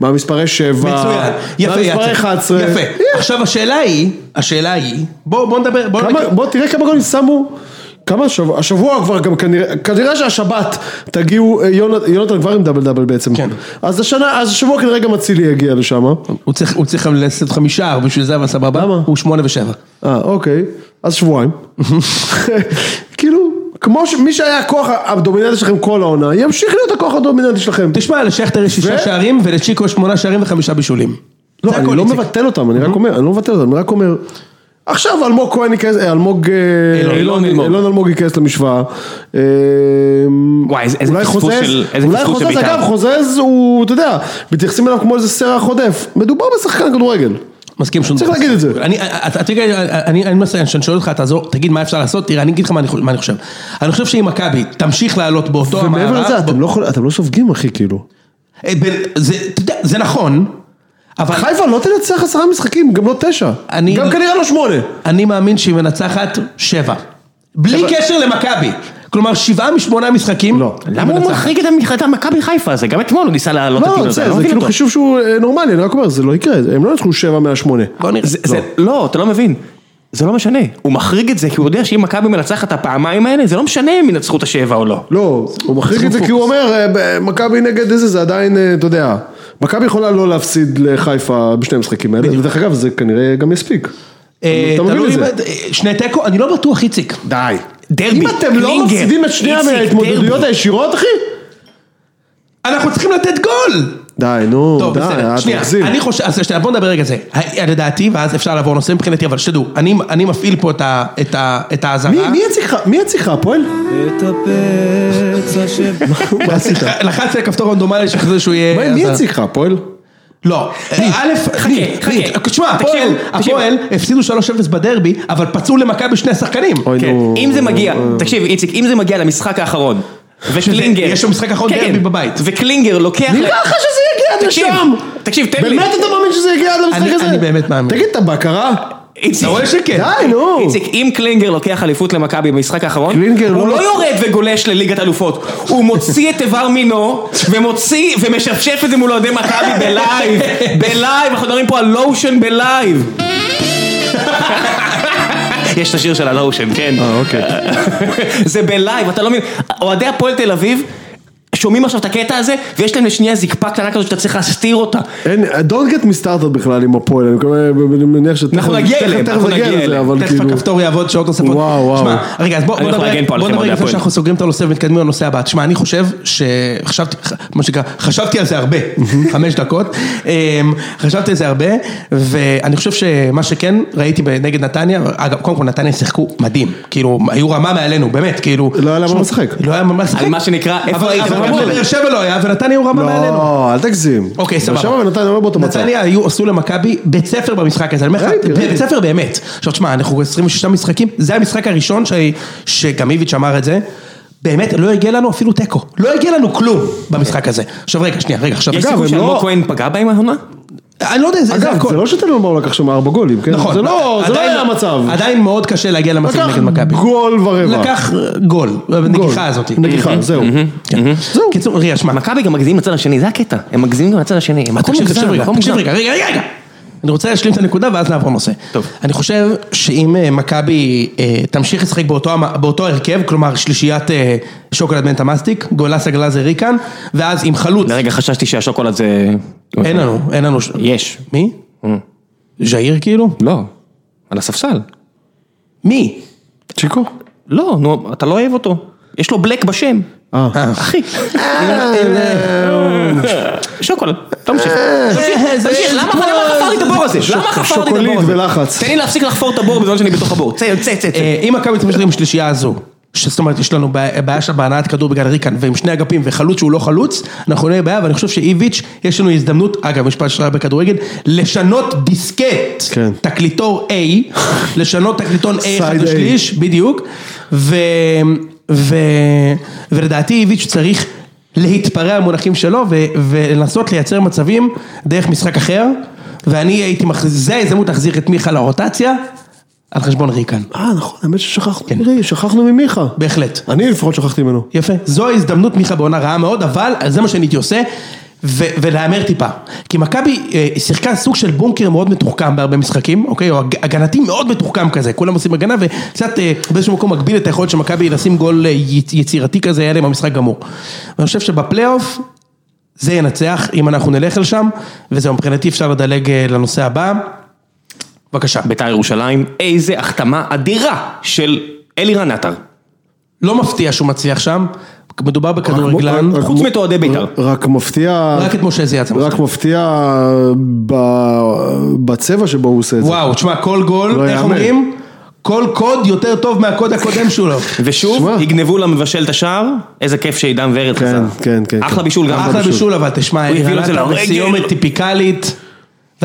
Speaker 3: מהמספרי 7,
Speaker 2: מצוין. יפה,
Speaker 3: מהמספרי
Speaker 2: יפה.
Speaker 3: 11.
Speaker 2: יפה. עכשיו השאלה היא, השאלה היא, בוא בוא נדבר, בוא
Speaker 3: כמה,
Speaker 2: נק-
Speaker 3: בוא תראה כמה גולים שמו. כמה השבוע, השבוע כבר גם כנראה, כנראה שהשבת תגיעו, אה, יונת- יונתן כבר עם דאבל דאבל בעצם.
Speaker 2: כן.
Speaker 3: אז השנה, אז השבוע כנראה גם אצילי יגיע לשם. אה?
Speaker 2: הוא צריך- הוא צריך לעשות חמישה, אבל בשביל זה אבל סבבה.
Speaker 3: למה?
Speaker 2: הוא שמונה ושבע.
Speaker 3: אה, אוקיי. אז שבועיים. כאילו, כמו ש- מי שהיה הכוח הדומיננטי שלכם כל העונה, ימשיך להיות הכוח הדומיננטי שלכם.
Speaker 2: תשמע, לשכטר יש שישה
Speaker 3: ו-
Speaker 2: שערים ולצ'יקו יש שמונה שערים וחמישה בישולים.
Speaker 3: לא,
Speaker 2: זה
Speaker 3: אני
Speaker 2: הכל,
Speaker 3: לא
Speaker 2: איציק.
Speaker 3: מבטל אותם, אני
Speaker 1: Mhm.
Speaker 3: רק אומר, אני לא מבטל אותם, אני רק אומר. עכשיו אלמוג כהן ייכנס, אה, אלמוג, אה,
Speaker 1: אילון אלמוג.
Speaker 3: אילון אלמוג ייכנס למשוואה. אה,
Speaker 1: וואי, איזה- איזה
Speaker 3: אולי
Speaker 1: פספוס
Speaker 3: חוזז-
Speaker 1: של- איזה
Speaker 3: אולי
Speaker 1: פספוס של
Speaker 3: חוזז,
Speaker 1: בית"ר.
Speaker 3: אגב, חוזז הוא, אתה יודע, מתייחסים אליו כמו איזה סרח עודף. מדובר בשחקן כדורגל.
Speaker 2: מסכים שום
Speaker 3: צריך
Speaker 2: דבר.
Speaker 3: להגיד את זה.
Speaker 2: אני, אתה- אתה יודע, אני, אני מנסה, כשאני שואל אותך, תעזור, תגיד מה אפשר לעשות, תראה, אני אגיד לך מה אני חו- מה אני חושב. אני חושב שאם מכבי תמשיך לעלות באותו
Speaker 3: ומעבר לזה,
Speaker 2: המערב,
Speaker 3: אתם לא יכול- אתם לא סופגים, אחי, כאילו.
Speaker 2: אה, בין- זה, אתה יודע, זה נכון, אבל
Speaker 3: חיפה לא תנצח עשרה משחקים, גם לא תשע.
Speaker 2: אני-
Speaker 3: גם כנראה לא שמונה.
Speaker 2: אני מאמין שהיא מנצחת שבע. בלי קשר למכבי. כלומר, שבעה משמונה משחקים.
Speaker 3: לא.
Speaker 2: היא
Speaker 1: למה הוא
Speaker 2: מנצחת.
Speaker 1: מחריג את המח- את המכבי חיפה הזה? גם אתמול הוא ניסה להעלות את
Speaker 3: לא,
Speaker 1: הדיון הזה,
Speaker 3: זה
Speaker 1: אני לא
Speaker 3: זה
Speaker 1: מבין
Speaker 3: כאילו
Speaker 1: אותו.
Speaker 3: חישוב שהוא אה, נורמלי, אני רק אומר, זה לא יקרה, הם לא ינצחו שבע מהשמונה.
Speaker 2: בוא נראה.
Speaker 1: זה- זה- לא, אתה לא מבין. זה לא משנה, הוא מחריג את זה כי הוא יודע שאם מכבי מנצחת את הפעמיים האלה, זה לא משנה אם ינצחו את השבע או לא.
Speaker 3: לא, הוא מחריג את זה כי הוא אומר, אה, ב- מכבי נגד איזה, זה עדיין, אה, אתה יודע, מכבי יכולה לא להפסיד לחיפה בשני המשחקים האלה, ודרך אגב, זה כנראה גם יספיק.
Speaker 2: אה,
Speaker 3: אתה מבין
Speaker 2: תלוי
Speaker 3: את זה?
Speaker 2: ב- אה, שני תיקו, אני לא בטוח, איציק.
Speaker 3: די.
Speaker 1: דרבי,
Speaker 3: אם אתם לא
Speaker 1: קלינגר,
Speaker 3: מפסידים את שני
Speaker 1: איציק,
Speaker 3: ההתמודדויות
Speaker 1: דרבי.
Speaker 3: הישירות, אחי?
Speaker 2: אנחנו צריכים לתת גול!
Speaker 3: די, נו,
Speaker 2: טוב,
Speaker 3: די,
Speaker 2: בסדר,
Speaker 3: אה, אתה
Speaker 2: שנייה,
Speaker 3: מגזים.
Speaker 2: אני חושב, אז שנייה, בוא נדבר רגע על זה. ה- לדעתי, ואז אפשר לעבור נושא מבחינתי, אבל שתדעו, אני- אני מפעיל פה את ה- את ה- את
Speaker 3: מי-
Speaker 2: האזהרה. [laughs]
Speaker 3: מי יציג לך- מי יציג לך, הפועל? [laughs] מה עשית?
Speaker 2: לחצתי על כפתור רנדומלי שאחרי זה שהוא יהיה...
Speaker 3: מה, מי
Speaker 2: אה, אז-
Speaker 3: יציג לך, הפועל?
Speaker 2: לא, א', חכה,
Speaker 1: אה, חכה.
Speaker 2: תשמע,
Speaker 1: תקשיב,
Speaker 2: הפועל,
Speaker 1: תקשיב.
Speaker 2: הפועל הפסידו 3-0 בדרבי, אבל פצעו למכבי שני השחקנים.
Speaker 1: כן, אם זה מגיע, תקשיב איציק, אם זה מגיע למשחק האחרון, וקלינגר,
Speaker 2: יש שם משחק אחרון
Speaker 1: כן,
Speaker 2: דרבי
Speaker 1: כן.
Speaker 2: בבית.
Speaker 1: וקלינגר לוקח,
Speaker 3: נראה
Speaker 1: ל-
Speaker 3: לך שזה יגיע עד
Speaker 1: תקשיב,
Speaker 3: לשם?
Speaker 1: תקשיב, תן לי,
Speaker 3: באמת אתה מאמין שזה יגיע עד
Speaker 2: אני-
Speaker 3: למשחק הזה?
Speaker 2: אני באמת מאמין.
Speaker 3: תגיד, אתה בהכרה?
Speaker 1: איציק,
Speaker 2: אתה רואה שכן.
Speaker 3: די, נו.
Speaker 1: איציק, אם קלינגר לוקח אליפות למכבי במשחק האחרון,
Speaker 3: קלינגר
Speaker 1: הוא
Speaker 3: לא-
Speaker 1: לא יורד וגולש לליגת אלופות, הוא מוציא את איבר מינו, ומוציא, ומשפשף את זה מול אוהדי מכבי בלייב, בלייב, אנחנו מדברים פה על לושן
Speaker 2: [laughs]
Speaker 1: בלייב. יש את השיר של הלושן, כן.
Speaker 3: אה, אוקיי.
Speaker 1: [laughs] זה בלייב, אתה לא מבין. אוהדי הפועל תל אביב שומעים עכשיו את הקטע הזה, ויש להם לשנייה זקפה קטנה כזאת שאתה צריך להסתיר אותה.
Speaker 3: אין, don't get me started בכלל עם הפועל, אני מקווה- אני מניח שתכף
Speaker 1: אנחנו נגיע
Speaker 3: תכף-
Speaker 1: אליהם,
Speaker 3: תכף
Speaker 1: אנחנו
Speaker 3: נגיע
Speaker 1: נגיע
Speaker 3: לזה,
Speaker 1: אליהם.
Speaker 3: אבל
Speaker 2: תכף
Speaker 3: כאילו,
Speaker 2: הכפתור יעבוד שעות נוספות.
Speaker 3: וואו, וואו.
Speaker 2: שמע, רגע, אז בוא
Speaker 1: אני
Speaker 2: בוא
Speaker 1: הולך
Speaker 2: נדבר
Speaker 1: להגן פה
Speaker 2: בוא
Speaker 1: עליכם,
Speaker 2: נדבר
Speaker 1: אוהדי
Speaker 2: לפני
Speaker 1: הפועל.
Speaker 2: שאנחנו סוגרים את הנושא ומתקדמים לנושא הבא. תשמע, אני חושב ש... חשבתי, מה שנקרא, חשבתי על זה הרבה, חמש דקות. אמ, חשבתי על זה הרבה, ואני חושב שמה שכן ראיתי נגד נתניה, אגב, קודם כל נתניה שיחקו מדהים. כאילו, היו רמה מעלינו, באמת, כאילו...
Speaker 3: לא היה להם
Speaker 2: שמע,
Speaker 3: מה לשחק.
Speaker 2: לא היה מה לשחק.
Speaker 1: על מה שנקרא, איפה
Speaker 2: אבל-
Speaker 1: הייתם?
Speaker 2: אבל גם בבאר שבע לא היה, ונתניה היו רמה מעלינו.
Speaker 3: לא, אל תגזים.
Speaker 2: אוקיי, סבבה.
Speaker 3: עכשיו ונתניה לא באותו מצב.
Speaker 2: נתניה היו, עשו למכבי בית ספר במשחק הזה, אני אומר לך,
Speaker 3: ראיתי, ראיתי.
Speaker 2: בית ספר באמת. עכשיו תשמע, אנחנו 26 משחקים, זה המשחק הראשון ש- שגם איביץ' אמר את זה. באמת, לא הגיע לנו אפילו תיקו. לא הגיע לנו כלום במשחק הזה. עכשיו רגע, שנייה, רגע, עכשיו...
Speaker 1: יש
Speaker 3: אגב,
Speaker 1: סיכוי
Speaker 3: הם
Speaker 1: שאלמוג
Speaker 3: לא-
Speaker 1: כהן פגע בהם העונה?
Speaker 2: אני לא יודע, זה זה
Speaker 3: אגב, זה
Speaker 2: הכל.
Speaker 3: לא שטלנבאום לקח שם ארבע גולים, כן?
Speaker 2: נכון.
Speaker 3: זה לא זה לא
Speaker 2: עדיין-
Speaker 3: היה המצב.
Speaker 2: עדיין מאוד קשה להגיע למצב
Speaker 3: לקח
Speaker 2: נגד מכבי.
Speaker 3: גול ורבע.
Speaker 2: לקח אה, גול, בנגיחה הזאת.
Speaker 3: נגיחה, זהו.
Speaker 2: כן. קיצור, רגע, שמע,
Speaker 1: מכבי גם מגזימים לצד השני, זה הקטע. הם מגזימים גם לצד השני. הם הכל
Speaker 2: אה, תקשיב,
Speaker 1: מוגזם,
Speaker 2: תקשיב רגע,
Speaker 1: הכל
Speaker 2: תקשיב
Speaker 1: מוגזם.
Speaker 2: רגע, רגע, רגע, רגע. אני רוצה להשלים את הנקודה ואז נעבור נושא.
Speaker 1: טוב.
Speaker 2: אני חושב שאם אה, מכבי אה, תמשיך לשחק באותו, המ- באותו הרכב, כלומר שלישיית אה, שוקולד בן תמאסטיק, גולסה גלאזה ריקן, ואז עם חלוץ,
Speaker 1: לרגע חששתי שהשוקולד זה...
Speaker 2: אין לנו, אין לנו, ש-
Speaker 1: אה, יש. אה.
Speaker 2: מי? ז'איר כאילו?
Speaker 1: לא. על הספסל.
Speaker 2: מי?
Speaker 3: צ'יקו?
Speaker 1: לא, נו, אתה לא אוהב אותו. יש לו בלק בשם.
Speaker 3: אה.
Speaker 1: אחי. שוקולד. תמשיך.
Speaker 3: אה.
Speaker 2: אה, זה-
Speaker 1: תמשיך, למה אבל למה חפר לי את הבור הזה? למה חפר לי את
Speaker 3: שוקולית
Speaker 1: הבור הזה?
Speaker 3: ולחץ.
Speaker 1: תן לי להפסיק לחפור את הבור בזמן שאני בתוך הבור. צא, צא, צא. צא.
Speaker 2: אה, אם מכבי תמשיך עם השלישייה הזו, שזאת אומרת יש לנו בעיה בעיה שם בהנעת כדור בגלל ריקן ועם שני אגפים וחלוץ שהוא לא חלוץ, אנחנו נהיה בבעיה ואני חושב שאיביץ' יש לנו הזדמנות, אגב משפט שלך בכדורגל, לשנות דיסקט,
Speaker 3: כן.
Speaker 2: תקליטור A, לשנות תקליטון A אחד
Speaker 3: Side A.
Speaker 2: לשליש, בדיוק, ו, ו, ולדעתי איביץ' צריך להתפרע במונחים שלו ו, ולנסות לייצר מצבים דרך משחק אחר. ואני הייתי מחזיר, זה ההזדמנות להחזיר את מיכה לרוטציה על חשבון ריקן.
Speaker 3: אה, נכון, האמת ששכחנו,
Speaker 2: כן.
Speaker 3: תראי, שכחנו ממיכה.
Speaker 2: בהחלט.
Speaker 3: אני לפחות שכחתי ממנו.
Speaker 2: יפה. זו ההזדמנות מיכה בעונה רעה מאוד, אבל זה מה שאני הייתי עושה, ו- ולהמר טיפה. כי מכבי אה, שיחקה סוג של בונקר מאוד מתוחכם בהרבה משחקים, אוקיי? או הג- הגנתי מאוד מתוחכם כזה, כולם עושים הגנה וקצת אה, באיזשהו מקום מגביל את היכולת של מכבי לשים גול אה, י- יצירתי כזה, היה להם המשחק גמור. ואני חושב שבפלייאוף... זה ינצח אם אנחנו נלך לשם, וזהו מבחינתי אפשר לדלג אה, לנושא הבא. בבקשה.
Speaker 1: ביתר ירושלים, איזה החתמה אדירה של אלירן עטר.
Speaker 2: לא מפתיע שהוא מצליח שם, מדובר בכדורגלן,
Speaker 3: רק- רק-
Speaker 1: חוץ מאת אוהדי בית"ר.
Speaker 3: רק מפתיע,
Speaker 2: רק את משה זיאצה.
Speaker 3: רק מפתיע ב- בצבע שבו הוא עושה את זה.
Speaker 2: וואו, תשמע, כל גול,
Speaker 3: לא
Speaker 2: איך
Speaker 3: יאמן.
Speaker 2: אומרים? כל קוד יותר טוב מהקוד הקודם שלו.
Speaker 1: ושוב,
Speaker 3: שמע.
Speaker 1: יגנבו למבשל את השער, איזה כיף שעידן ורד
Speaker 3: כן,
Speaker 1: חזר.
Speaker 3: כן, כן,
Speaker 1: אחלה
Speaker 3: כן.
Speaker 1: בישול [laughs] גם.
Speaker 2: אחלה בישול, אבל תשמע,
Speaker 1: הוא הביא לו את זה
Speaker 2: אתה
Speaker 1: לרגל.
Speaker 2: בסיומת טיפיקלית,
Speaker 3: מדהים.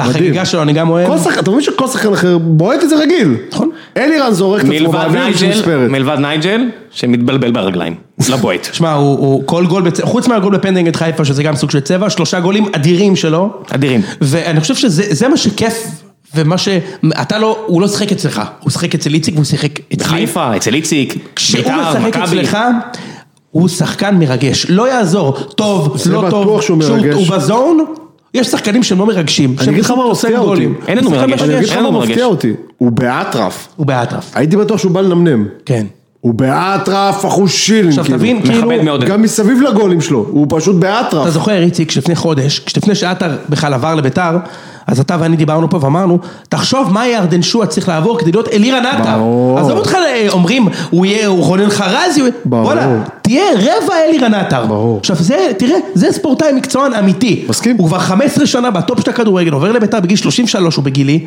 Speaker 2: והחגיגה שלו אני גם אוהב.
Speaker 3: כל שחקן, אתה מבין שכל שחקן אחר בועט את זה רגיל.
Speaker 2: נכון.
Speaker 3: אלירן זורק את עצמו
Speaker 1: מלבד
Speaker 3: באוויר בשביל
Speaker 1: נייג'ל,
Speaker 3: מספרת.
Speaker 1: מלבד נייג'ל, שמתבלבל ברגליים. לבועט.
Speaker 2: תשמע, הוא הוא- כל גול, בצ- חוץ מהגול בפנדל נגד חיפה, שזה גם סוג של צבע, שלושה גולים אדירים שלו.
Speaker 1: אדירים.
Speaker 2: ואני חושב שזה זה מה שכיף, ומה ש... אתה לא, הוא לא שיחק אצלך, הוא שיחק אצל איציק והוא שיחק אצלי.
Speaker 1: חיפה, אצל איציק,
Speaker 2: כשהוא
Speaker 1: ביתר,
Speaker 2: משחק
Speaker 1: מכבי.
Speaker 2: אצלך, הוא שחקן מרגש, לא יעזור, טוב,
Speaker 3: זה
Speaker 2: לא
Speaker 3: בטוח
Speaker 2: טוב,
Speaker 3: שהוא מרגש.
Speaker 2: הוא בזון, יש שחקנים שהם לא מרגשים.
Speaker 3: אני אגיד לך מה מפתיע אותי.
Speaker 1: אין לנו מרגש.
Speaker 3: אני אגיד לך
Speaker 1: אין
Speaker 3: מה
Speaker 1: לנו
Speaker 3: מפתיע
Speaker 1: מרגש.
Speaker 3: אותי. הוא באטרף.
Speaker 2: הוא באטרף.
Speaker 3: הייתי בטוח שהוא בא לנמנם.
Speaker 2: כן.
Speaker 3: הוא באטרף אחוז שילינג.
Speaker 2: עכשיו
Speaker 3: כאילו.
Speaker 2: תבין, כאילו...
Speaker 1: מכבד מאוד.
Speaker 3: גם מסביב לגולים שלו, הוא פשוט
Speaker 2: אתה
Speaker 3: באטרף.
Speaker 2: זוכר, איציק, שלפני חודש, כשלפני שעטר בכלל עבר לביתר, אז אתה ואני דיברנו פה ואמרנו, תחשוב מה ירדן שועה צריך לעבור כדי להיות אלירן עטר.
Speaker 3: ברור.
Speaker 2: עזוב אותך, אה, אומרים, הוא יהיה, הוא רונן חרזי, הוא-
Speaker 3: ברור.
Speaker 2: וואלה, תהיה רבע אלירן עטר.
Speaker 3: ברור.
Speaker 2: עכשיו זה, תראה, זה ספורטאי מקצוען אמיתי.
Speaker 3: מסכים.
Speaker 2: הוא כבר 15 שנה בטופ של הכדורגל, עובר לביתר בגיל 33, הוא בגילי,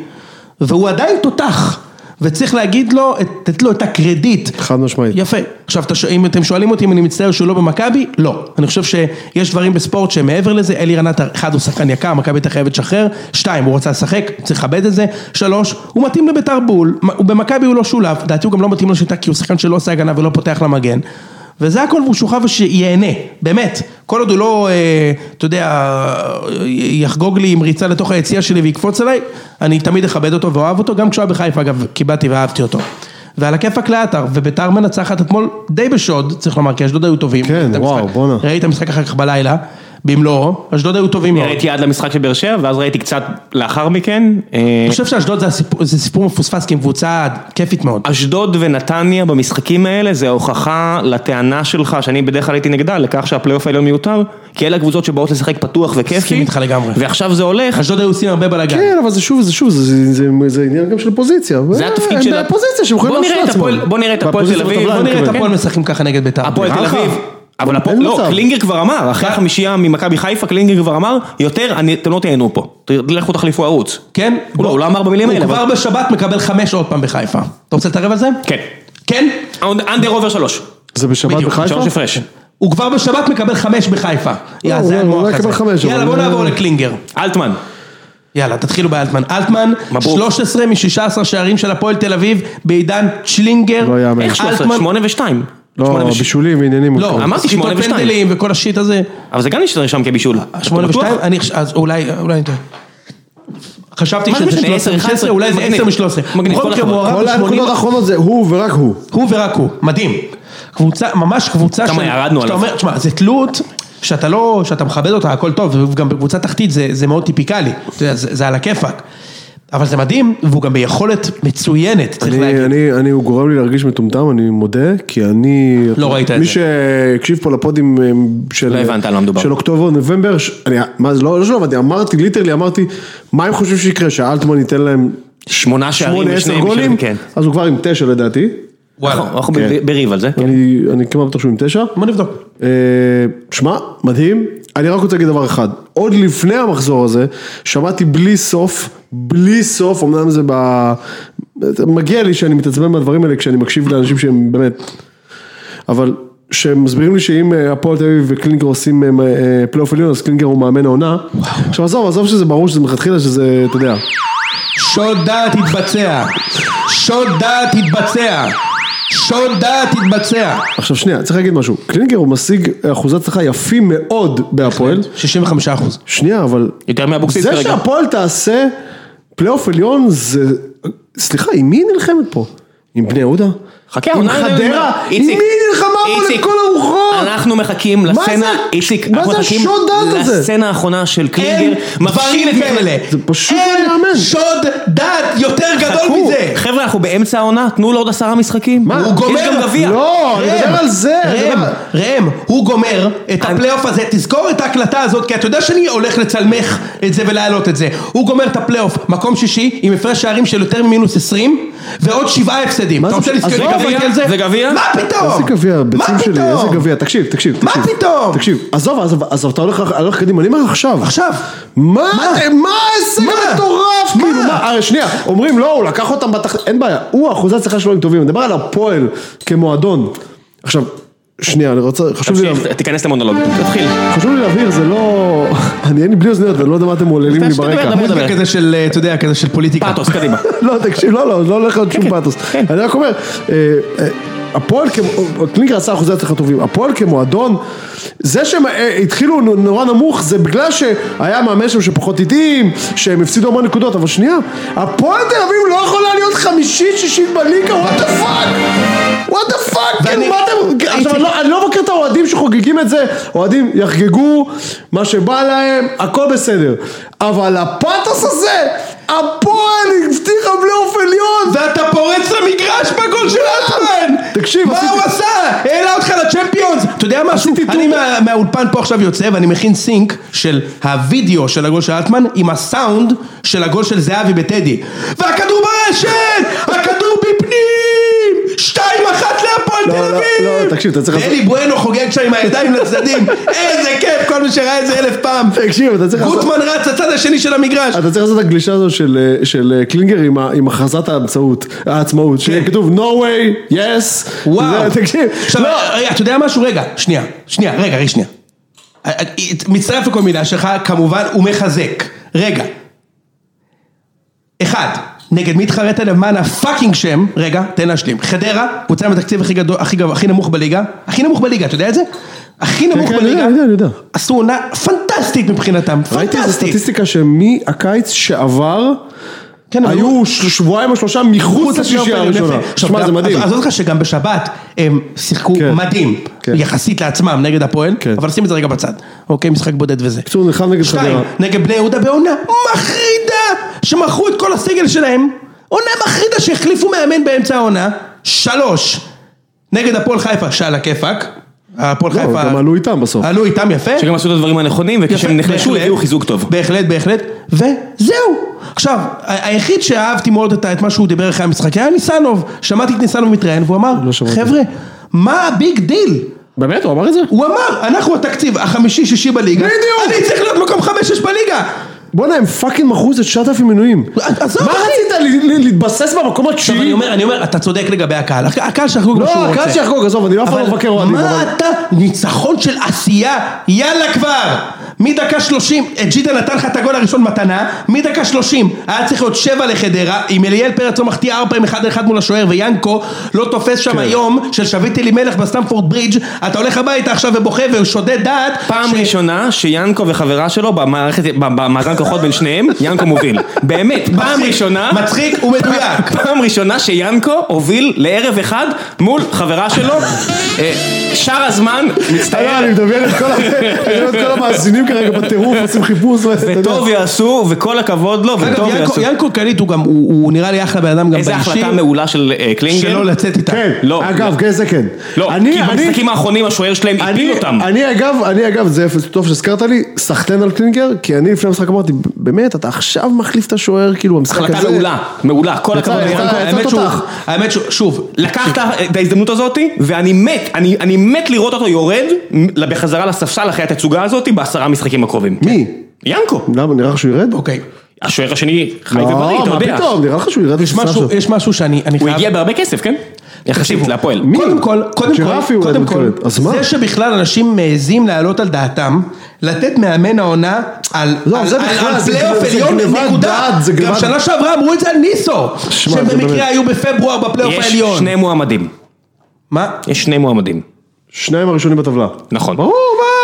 Speaker 2: והוא עדיין תותח. וצריך להגיד לו, את- לתת לו את הקרדיט.
Speaker 3: חד משמעית.
Speaker 2: יפה. עכשיו, אתה ש- אם אתם שואלים אותי אם אני מצטער שהוא לא במכבי, לא. אני חושב שיש דברים בספורט שהם מעבר לזה, אלירן עטר, אחד, הוא שחקן יקר, מכבי הייתה חייבת לשחרר, שתיים, הוא רצה לשחק, צריך לכבד את זה, שלוש, הוא מתאים לביתר בול, מ- הוא במכבי הוא לא שולב, לדעתי הוא גם לא מתאים לשיטה כי הוא שחקן שלא עושה הגנה ולא פותח למגן. וזה הכל והוא שוכב ושיהנה, באמת. כל עוד הוא לא, אה, אתה יודע, אה, יחגוג לי עם ריצה לתוך היציאה שלי ויקפוץ עליי, אני תמיד אכבד אותו ואוהב אותו, גם כשהוא היה בחיפה אגב, קיבלתי ואהבתי אותו. ועל הכיפאק לעטר, וביתר מנצחת אתמול די בשוד, צריך לומר, כי אשדוד היו טובים.
Speaker 3: כן,
Speaker 2: ראיתי את
Speaker 3: וואו,
Speaker 2: המשחק.
Speaker 3: בואנה.
Speaker 2: ראיתי את המשחק אחר כך בלילה, במלואו, אשדוד היו טובים מאוד.
Speaker 1: ראיתי עד למשחק של באר שבע, ואז ראיתי קצת לאחר מכן. אה,
Speaker 2: אני חושב שאשדוד זה הסיפור- זה סיפור מפוספס כקבוצה כיפית מאוד.
Speaker 1: אשדוד ונתניה במשחקים האלה זה ההוכחה לטענה שלך, שאני בדרך כלל הייתי נגדה, לכך שהפלייאוף העליון מיותר, כי אלה הקבוצות שבאות לשחק פתוח וכיפי.
Speaker 2: מסכים איתך לגמרי.
Speaker 1: ועכשיו זה הולך,
Speaker 2: אשדוד היו עושים הרבה בלאגן.
Speaker 3: כן, אבל זה שוב, זה שוב, זה- זה- זה- זה עניין גם של פוזיציה.
Speaker 1: זה התפקיד של...
Speaker 3: של... הפוזיציה שהם יכולים
Speaker 1: בוא נראה
Speaker 3: להרשות
Speaker 1: את הפועל-
Speaker 3: לעצמם.
Speaker 1: בוא נראה את הפועל תל
Speaker 3: והפוזיציה
Speaker 1: אביב,
Speaker 3: בטבלה,
Speaker 2: בוא
Speaker 1: אני
Speaker 2: נראה את
Speaker 1: מקווה.
Speaker 2: הפועל משחקים ככה נגד ביתר.
Speaker 1: הפועל
Speaker 3: נראה
Speaker 1: תל
Speaker 3: לך?
Speaker 1: אביב. אבל הפועל,
Speaker 3: אין
Speaker 1: לא,
Speaker 3: מצב.
Speaker 1: קלינגר כבר אמר,
Speaker 2: אה.
Speaker 1: אחרי החמישייה ממכבי חיפה, קלינגר כבר אמר, יותר, אני- אתם לא תהנו פה, ת- לכו תחליפו ערוץ.
Speaker 2: כן?
Speaker 1: הוא לא, הוא לא אמר במילים האלה,
Speaker 2: הוא
Speaker 1: אבל-
Speaker 2: כבר בשבת מקבל חמש עוד פעם בחיפה. אתה רוצה להתערב על זה?
Speaker 1: כן.
Speaker 2: כן?
Speaker 1: אנדר עובר שלוש.
Speaker 3: זה בשבת
Speaker 2: בדיוק,
Speaker 3: בחיפה?
Speaker 1: שלוש הפרש.
Speaker 2: הוא כבר בשבת מקבל חמש בחיפה. יא,
Speaker 3: הוא
Speaker 2: זה היה
Speaker 3: לא- הוא
Speaker 2: מוח
Speaker 3: לא
Speaker 2: הזה.
Speaker 3: יקבל חמש,
Speaker 2: יאללה,
Speaker 3: אבל-
Speaker 2: בוא נעבור לקלינגר.
Speaker 1: אלטמן.
Speaker 2: יאללה, תתחילו באלטמן. אלטמן,
Speaker 1: מברוק.
Speaker 2: 13 מ-16 שערים של הפועל תל אביב, בעידן צ'לינגר.
Speaker 3: לא יאמן.
Speaker 1: איך שהוא עשה?
Speaker 2: אה, אלטמן-
Speaker 1: שמונה ושתיים. שמונה
Speaker 3: לא,
Speaker 1: וש-
Speaker 3: בישולים, עניינים. הוא
Speaker 2: לא,
Speaker 3: כאילו.
Speaker 1: אמרתי שמונה
Speaker 2: בעיטות
Speaker 1: ושתיים. אה,
Speaker 2: פנדלים וכל השיט הזה.
Speaker 1: אבל זה גם נשאר שם כבישול.
Speaker 2: שמונה
Speaker 1: אתה בטוח?
Speaker 2: ושתיים, אני חש- אז אולי, אולי אני טועה. חשבתי
Speaker 1: מה זה
Speaker 2: שזה
Speaker 1: משנה?
Speaker 2: 13,
Speaker 1: 11,
Speaker 2: 16, אולי זה
Speaker 1: מגניב.
Speaker 2: 10 מ-13.
Speaker 1: מגניב, כל הכבוד.
Speaker 3: כל לא הנקודות האחרונות זה הוא ורק הוא.
Speaker 2: הוא ורק הוא, מדהים. קבוצה, ממש קבוצה
Speaker 1: כמה ירדנו
Speaker 2: שאתה
Speaker 1: עליו.
Speaker 2: אומר, תשמע, זה תלות שאתה לא, שאתה מכבד אותה, הכל טוב, וגם בקבוצה תחתית זה, זה מאוד טיפיקלי, אתה יודע, זה, זה על הכיפאק. אבל זה מדהים, והוא גם ביכולת מצוינת, צריך
Speaker 3: אני-
Speaker 2: להגיד.
Speaker 3: אני, אני, הוא גורם לי להרגיש מטומטם, אני מודה, כי אני...
Speaker 2: לא ראית את
Speaker 3: מי
Speaker 2: זה.
Speaker 3: שהקשיב פה לפודים אמ, של...
Speaker 1: לא הבנת על מה מדובר.
Speaker 3: של אוקטובר, נובמבר, ש... אני, מה זה, לא, לא שלא הבנתי, אמרתי, ליטרלי אמרתי, מה הם חושבים שיקרה, שאלטמן ייתן להם
Speaker 1: שמונה שערים
Speaker 3: 8-10
Speaker 1: ושני
Speaker 3: גולים?
Speaker 1: בישולים. כן.
Speaker 3: אז הוא כבר עם 9 לדעתי,
Speaker 2: וואלה.
Speaker 1: אנחנו אנחנו
Speaker 3: כן.
Speaker 1: ב- בריב על זה.
Speaker 3: אני, אני כמעט בטוח שהוא עם 9.
Speaker 2: נכון, בוא נבדוק.
Speaker 3: אה, שמע, מדהים. אני רק רוצה להגיד דבר אחד. עוד לפני המחזור הזה, שמעתי בלי סוף, בלי סוף, אמנם זה ב... זה מגיע לי שאני מתעצבן מהדברים האלה כשאני מקשיב לאנשים שהם באמת... אבל שמסבירים לי שאם אה, הפועל תל אביב וקלינגר עושים אה, אה, פלייאוף עליון, אז קלינגר הוא מאמן העונה. עכשיו עזוב, עזוב שזה ברור שזה מלכתחילה שזה, אתה יודע.
Speaker 2: שוד דעת יתבצע. שוד דעת יתבצע. שוד דעת יתבצע.
Speaker 3: עכשיו שנייה, צריך להגיד משהו. קלינגר הוא משיג אחוזי הצלחה יפים מאוד בהפועל.
Speaker 2: 65 אחוז.
Speaker 3: שנייה, אבל...
Speaker 1: יותר מאבוקסיס
Speaker 3: זה
Speaker 1: כרגע.
Speaker 3: שהפועל תעשה פלייאוף עליון זה... סליחה, עם מי היא נלחמת פה? עם בני יהודה?
Speaker 1: חכה,
Speaker 3: עם
Speaker 1: העונה-
Speaker 3: חדרה? עם מי
Speaker 1: איציק,
Speaker 3: היא נלחמה פה
Speaker 1: איציק,
Speaker 3: לכל הרוחות?
Speaker 1: אנחנו מחכים
Speaker 3: מה
Speaker 1: לסצנה,
Speaker 3: זה-
Speaker 1: איציק,
Speaker 3: מה
Speaker 1: אנחנו
Speaker 3: זה
Speaker 1: מחכים
Speaker 3: השוד דעת הזה?
Speaker 1: לסצנה האחרונה של
Speaker 2: אין
Speaker 1: קלינגר, מבשיל
Speaker 2: דברים
Speaker 1: את
Speaker 2: כאלה.
Speaker 3: זה פשוט לא
Speaker 2: אין
Speaker 3: ייאמן.
Speaker 2: שוד דעת יותר גדול
Speaker 1: חכו,
Speaker 2: מזה.
Speaker 1: חבר'ה, אנחנו באמצע העונה, תנו לו עוד עשרה משחקים.
Speaker 3: מה?
Speaker 2: הוא גומר.
Speaker 1: יש גם גביע.
Speaker 3: לא, אני
Speaker 2: ראם,
Speaker 3: מדבר על זה. אני
Speaker 2: ראם,
Speaker 3: מדבר-
Speaker 2: ראם, הוא גומר את הפלייאוף הזה, תזכור את ההקלטה הזאת, כי אתה יודע שאני הולך לצלמך את זה ולהעלות את זה. הוא גומר את הפלייאוף, מקום שישי, עם הפרש שערים של יותר ממינוס 20, ועוד שבעה הפסדים.
Speaker 3: מה
Speaker 2: אתה
Speaker 3: זה-
Speaker 2: רוצה
Speaker 3: עזוב,
Speaker 2: לזכור
Speaker 1: גביע,
Speaker 2: על זה?
Speaker 1: זה גביע?
Speaker 2: מה פתאום?
Speaker 3: איזה גביע,
Speaker 2: מה
Speaker 3: הביצים שלי,
Speaker 2: פתאום?
Speaker 3: איזה גביע, תקשיב, תקשיב,
Speaker 2: מה
Speaker 3: תקשיב.
Speaker 2: פתאום?
Speaker 3: תקשיב, עזוב, עזוב, עזוב, אתה הולך- הולך קדימה, אני אומר לך עכשיו.
Speaker 2: עכשיו.
Speaker 3: מה,
Speaker 2: מה?
Speaker 3: מה ההישג
Speaker 2: מה?
Speaker 3: המטורף?
Speaker 2: מה?
Speaker 3: כאילו, מה, אה, שנייה, אומרים לא, הוא לקח אותם בתחת, אין בעיה, הוא אחוזי הצלחה שלו הם טובים, אני מדבר על הפועל כמועדון. עכשיו, שנייה, אני רוצה, חשוב לי,
Speaker 1: תמשיך, תיכנס למונולוג, תתחיל.
Speaker 3: לה- חשוב לי להבהיר, זה לא, [laughs] אני אין לי בלי אוזניות, ואני לא יודע מה אתם מעוללים לי
Speaker 1: שתדבר,
Speaker 3: ברקע. [laughs]
Speaker 1: דבר.
Speaker 2: מוזיקה כזה של, אה, אתה יודע, כזה של פוליטיקה.
Speaker 1: פאתוס, קדימה.
Speaker 3: לא, תקשיב, לא, לא, לא הולך להיות שום פאתוס. אני רק אומר, אה, אה, הפועל כמו, קלינגר עשה אחוזי הצלחה טובים, הפועל כמועדון, זה שהם אה, התחילו נו- נורא נמוך זה בגלל שהיה מאמן שם שפחות התאים, שהם הפסידו המון נקודות, אבל שנייה, הפועל תל אביב לא יכולה להיות חמישית שישית בליגה, וואט דה פאק, וואט דה פאק, כאילו מה אתם, עכשיו אני לא- אני לא מכיר את האוהדים שחוגגים את זה, אוהדים יחגגו מה שבא להם, הכל בסדר, אבל הפאתוס הזה, הפועל הבטיחה בלייאוף עליון,
Speaker 2: ואתה פורץ למגרש בגול של אלטמן!
Speaker 3: תקשיב,
Speaker 2: מה
Speaker 3: עשיתי-
Speaker 2: הוא עשה? העלה אותך לצ'מפיונס! אתה יודע משהו? אני מה- מהאולפן פה עכשיו יוצא ואני מכין סינק של הוידאו של הגול של אלטמן עם הסאונד של הגול של זהבי בטדי. והכדור ברשת! הכדור בפנים! שתיים אחת להפועל
Speaker 3: לא,
Speaker 2: תל
Speaker 3: לא,
Speaker 2: אביב!
Speaker 3: לא, תקשיב, אתה צריך לעשות-
Speaker 2: ואלי בואנו חוגג שם עם הידיים
Speaker 3: [laughs]
Speaker 2: לצדדים! איזה כיף! כל מי שראה את זה אלף פעם!
Speaker 3: תקשיב, אתה צריך לעשות...
Speaker 2: גוטמן רץ לצד השני של המגרש!
Speaker 3: אתה צריך לעשות את הגלישה הזו של, אה, של אה, קלינגר עם, ה- עם הכרזת העצמאות, העצמאות, שיהיה כתוב no way, yes,
Speaker 2: וואו. כן,
Speaker 3: זה- תקשיב,
Speaker 2: עכשיו,
Speaker 3: לא,
Speaker 2: רגע, אתה יודע משהו? רגע, שנייה, שנייה, רגע, רגע, שנייה. אה, אה, מצטרף לכל מילה שלך, כמובן, הוא מחזק. רגע. אחד, נגד מי התחרית למען הפאקינג שם, רגע, תן להשלים. חדרה, קבוצה עם התקציב הכי גדול, הכי גבוה, הכי נמוך בליגה. הכי נמוך בליגה, אתה יודע את זה? הכי נמוך
Speaker 3: כן, אני
Speaker 2: בליגה.
Speaker 3: יודע, אני יודע, אני יודע.
Speaker 2: עשו עונה פנטסטית מבחינתם,
Speaker 3: ראיתי איזה
Speaker 2: פנטסטית.
Speaker 3: סטטיסטיקה שמהקיץ שעבר,
Speaker 2: כן, אבל
Speaker 3: היו ש- שבועיים או שלושה מחוץ
Speaker 2: לפלייאוף
Speaker 3: לשלישייה הראשונה,
Speaker 2: העליון, יפה. עכשיו,
Speaker 3: שמע
Speaker 2: גם-
Speaker 3: זה מדהים,
Speaker 2: אז עזוב אותך שגם בשבת הם שיחקו
Speaker 3: כן.
Speaker 2: מדהים,
Speaker 3: כן.
Speaker 2: יחסית לעצמם נגד הפועל,
Speaker 3: כן.
Speaker 2: אבל שים את זה רגע בצד, אוקיי, משחק בודד וזה.
Speaker 3: בקיצור נלחם נגד
Speaker 2: שתיים,
Speaker 3: חדרה,
Speaker 2: נגד בני יהודה בעונה מחרידה, שמכרו את כל הסגל שלהם, עונה מחרידה שהחליפו מאמן באמצע העונה, שלוש, נגד הפועל חיפה, שעל הכיפאק, הפועל
Speaker 3: לא,
Speaker 2: חיפה,
Speaker 3: גם עלו איתם בסוף,
Speaker 2: עלו איתם יפה,
Speaker 1: שגם עשו את הדברים הנכונים, וכשהם
Speaker 2: יפה,
Speaker 1: נחלשו
Speaker 2: בהחלט.
Speaker 1: הביאו חיזוק טוב.
Speaker 2: בהחלט, בהחלט, וזהו. עכשיו, ה- היחיד שאהבתי מאוד את ה- את מה שהוא דיבר אחרי המשחק היה ניסנוב. שמעתי את ניסנוב מתראיין והוא אמר,
Speaker 3: לא שמעתי.
Speaker 2: חבר'ה, מה הביג דיל?
Speaker 3: באמת הוא אמר את זה?
Speaker 2: הוא אמר, אנחנו התקציב החמישי-שישי בליגה,
Speaker 3: בדיוק.
Speaker 2: אני צריך להיות מקום חמש-שש בליגה.
Speaker 3: בואנה הם פאקינג מכרו איזה 9,000 מנויים,
Speaker 2: עזוב,
Speaker 3: מה
Speaker 2: אחי.
Speaker 3: רצית ל- ל- להתבסס במקום
Speaker 2: עכשיו אני
Speaker 3: התשיעי?
Speaker 2: אומר, אני אומר, אתה צודק לגבי הקהל, הק- הקהל שיחגוג מה
Speaker 3: לא,
Speaker 2: שהוא רוצה.
Speaker 3: הקהל שיחגוג, עזוב, אני לא אף פעם לא מבקר אוהדים,
Speaker 2: מה
Speaker 3: אבל-
Speaker 2: אתה, ניצחון של עשייה, יאללה כבר! מדקה שלושים, ג'יטה נתן לך את הגול הראשון מתנה, מדקה שלושים, היה צריך להיות שבע לחדרה, אם אליאל פרץ לא מחטיא ארבע פעמים אחד לאחד מול השוער, ויאנקו לא תופס שם היום של שביט אלימלך בסטמפורד ברידג', אתה הולך הביתה עכשיו ובוכה ושודד דעת.
Speaker 1: פעם
Speaker 2: ש-
Speaker 1: ראשונה שיאנקו וחברה שלו במערכת, במאזן כוחות בין שניהם, יאנקו מוביל. באמת, פעם
Speaker 2: מצחיק,
Speaker 1: ראשונה,
Speaker 2: מצחיק ומדויק.
Speaker 1: [laughs] פעם ראשונה שיאנקו הוביל לערב אחד מול חברה שלו. אה, שאר הזמן,
Speaker 3: אה, אני
Speaker 1: מצטער,
Speaker 3: מדמיין את כל ה- אני מדמיין את כל המאזינים כרגע בטירוף, עושים חיפוש, ואתה יודע.
Speaker 1: וטוב יעשו, וכל הכבוד לו,
Speaker 2: אגב,
Speaker 1: וטוב
Speaker 2: ינקו-
Speaker 1: יעשו.
Speaker 2: ינקו קליט הוא גם, הוא הוא נראה לי אחלה בן אדם גם באישי.
Speaker 1: איזה החלטה מעולה של אה, קלינגר.
Speaker 2: שלא לצאת איתה.
Speaker 3: כן,
Speaker 1: לא,
Speaker 3: אגב, כן, זה כן.
Speaker 1: לא,
Speaker 3: אני-
Speaker 1: כי
Speaker 3: אני-
Speaker 1: במשחקים האחרונים השוער שלהם הפיל
Speaker 3: אני-
Speaker 1: אותם.
Speaker 3: אני אגב, אני אגב, זה אפס, טוב שהזכרת לי, סחטיין על קלינגר, כי אני לפני המשחק אמרתי, באמת, אתה עכשיו מחליף את השוער, כאילו, במשחק הזה.
Speaker 1: החלטה מעולה, מעולה, כל הכבוד
Speaker 3: יצא-
Speaker 1: ליאנקו.
Speaker 3: יצא
Speaker 1: האמת שהוא-
Speaker 3: תותח.
Speaker 2: האמת ששוב,
Speaker 1: לקחת אה, את ההזדמנות הזאת, ואני מת, אני, אני מת לראות אותו יורד בחזרה לספסל אחרי התצוגה הזאת בעשרה משחקים הקרובים.
Speaker 3: מי?
Speaker 1: ינקו,
Speaker 3: למה, נראה לך שהוא ירד?
Speaker 2: אוקיי.
Speaker 1: השוער השני חי
Speaker 3: לא,
Speaker 1: ובריא, אתה
Speaker 3: מה
Speaker 1: יודע.
Speaker 3: פתאום, נראה לך שהוא ירד
Speaker 2: יש
Speaker 3: לספסל
Speaker 2: משהו,
Speaker 3: שלו.
Speaker 2: יש משהו שאני אני
Speaker 1: הוא
Speaker 2: חייב...
Speaker 1: הגיע בהרבה כסף, כן? יחסית להפועל.
Speaker 3: מי?
Speaker 2: קודם כל, קודם
Speaker 3: ג'רפי
Speaker 2: כל,
Speaker 3: אולי
Speaker 2: קודם כל,
Speaker 3: מתכוון. אז מה?
Speaker 2: זה שבכלל אנשים מעזים להעלות על דעתם, לתת מאמן העונה על
Speaker 3: לא,
Speaker 2: על-
Speaker 3: זה
Speaker 2: על-
Speaker 3: בכלל,
Speaker 2: על
Speaker 3: זה
Speaker 2: פלייאוף
Speaker 3: גנבת- זה
Speaker 2: עליון,
Speaker 3: גנבת
Speaker 2: נקודה.
Speaker 3: דעת, זה
Speaker 2: גם
Speaker 3: גנבת-
Speaker 2: שנה שעברה אמרו את זה על ניסו,
Speaker 3: שמע, זה
Speaker 2: שבמקרה
Speaker 3: באמת-
Speaker 2: היו בפברואר בפלייאוף
Speaker 1: יש
Speaker 2: העליון.
Speaker 1: שני מועמדים,
Speaker 2: מה?
Speaker 1: יש שני מועמדים,
Speaker 3: שניים הראשונים בטבלה.
Speaker 1: נכון.
Speaker 3: ברור,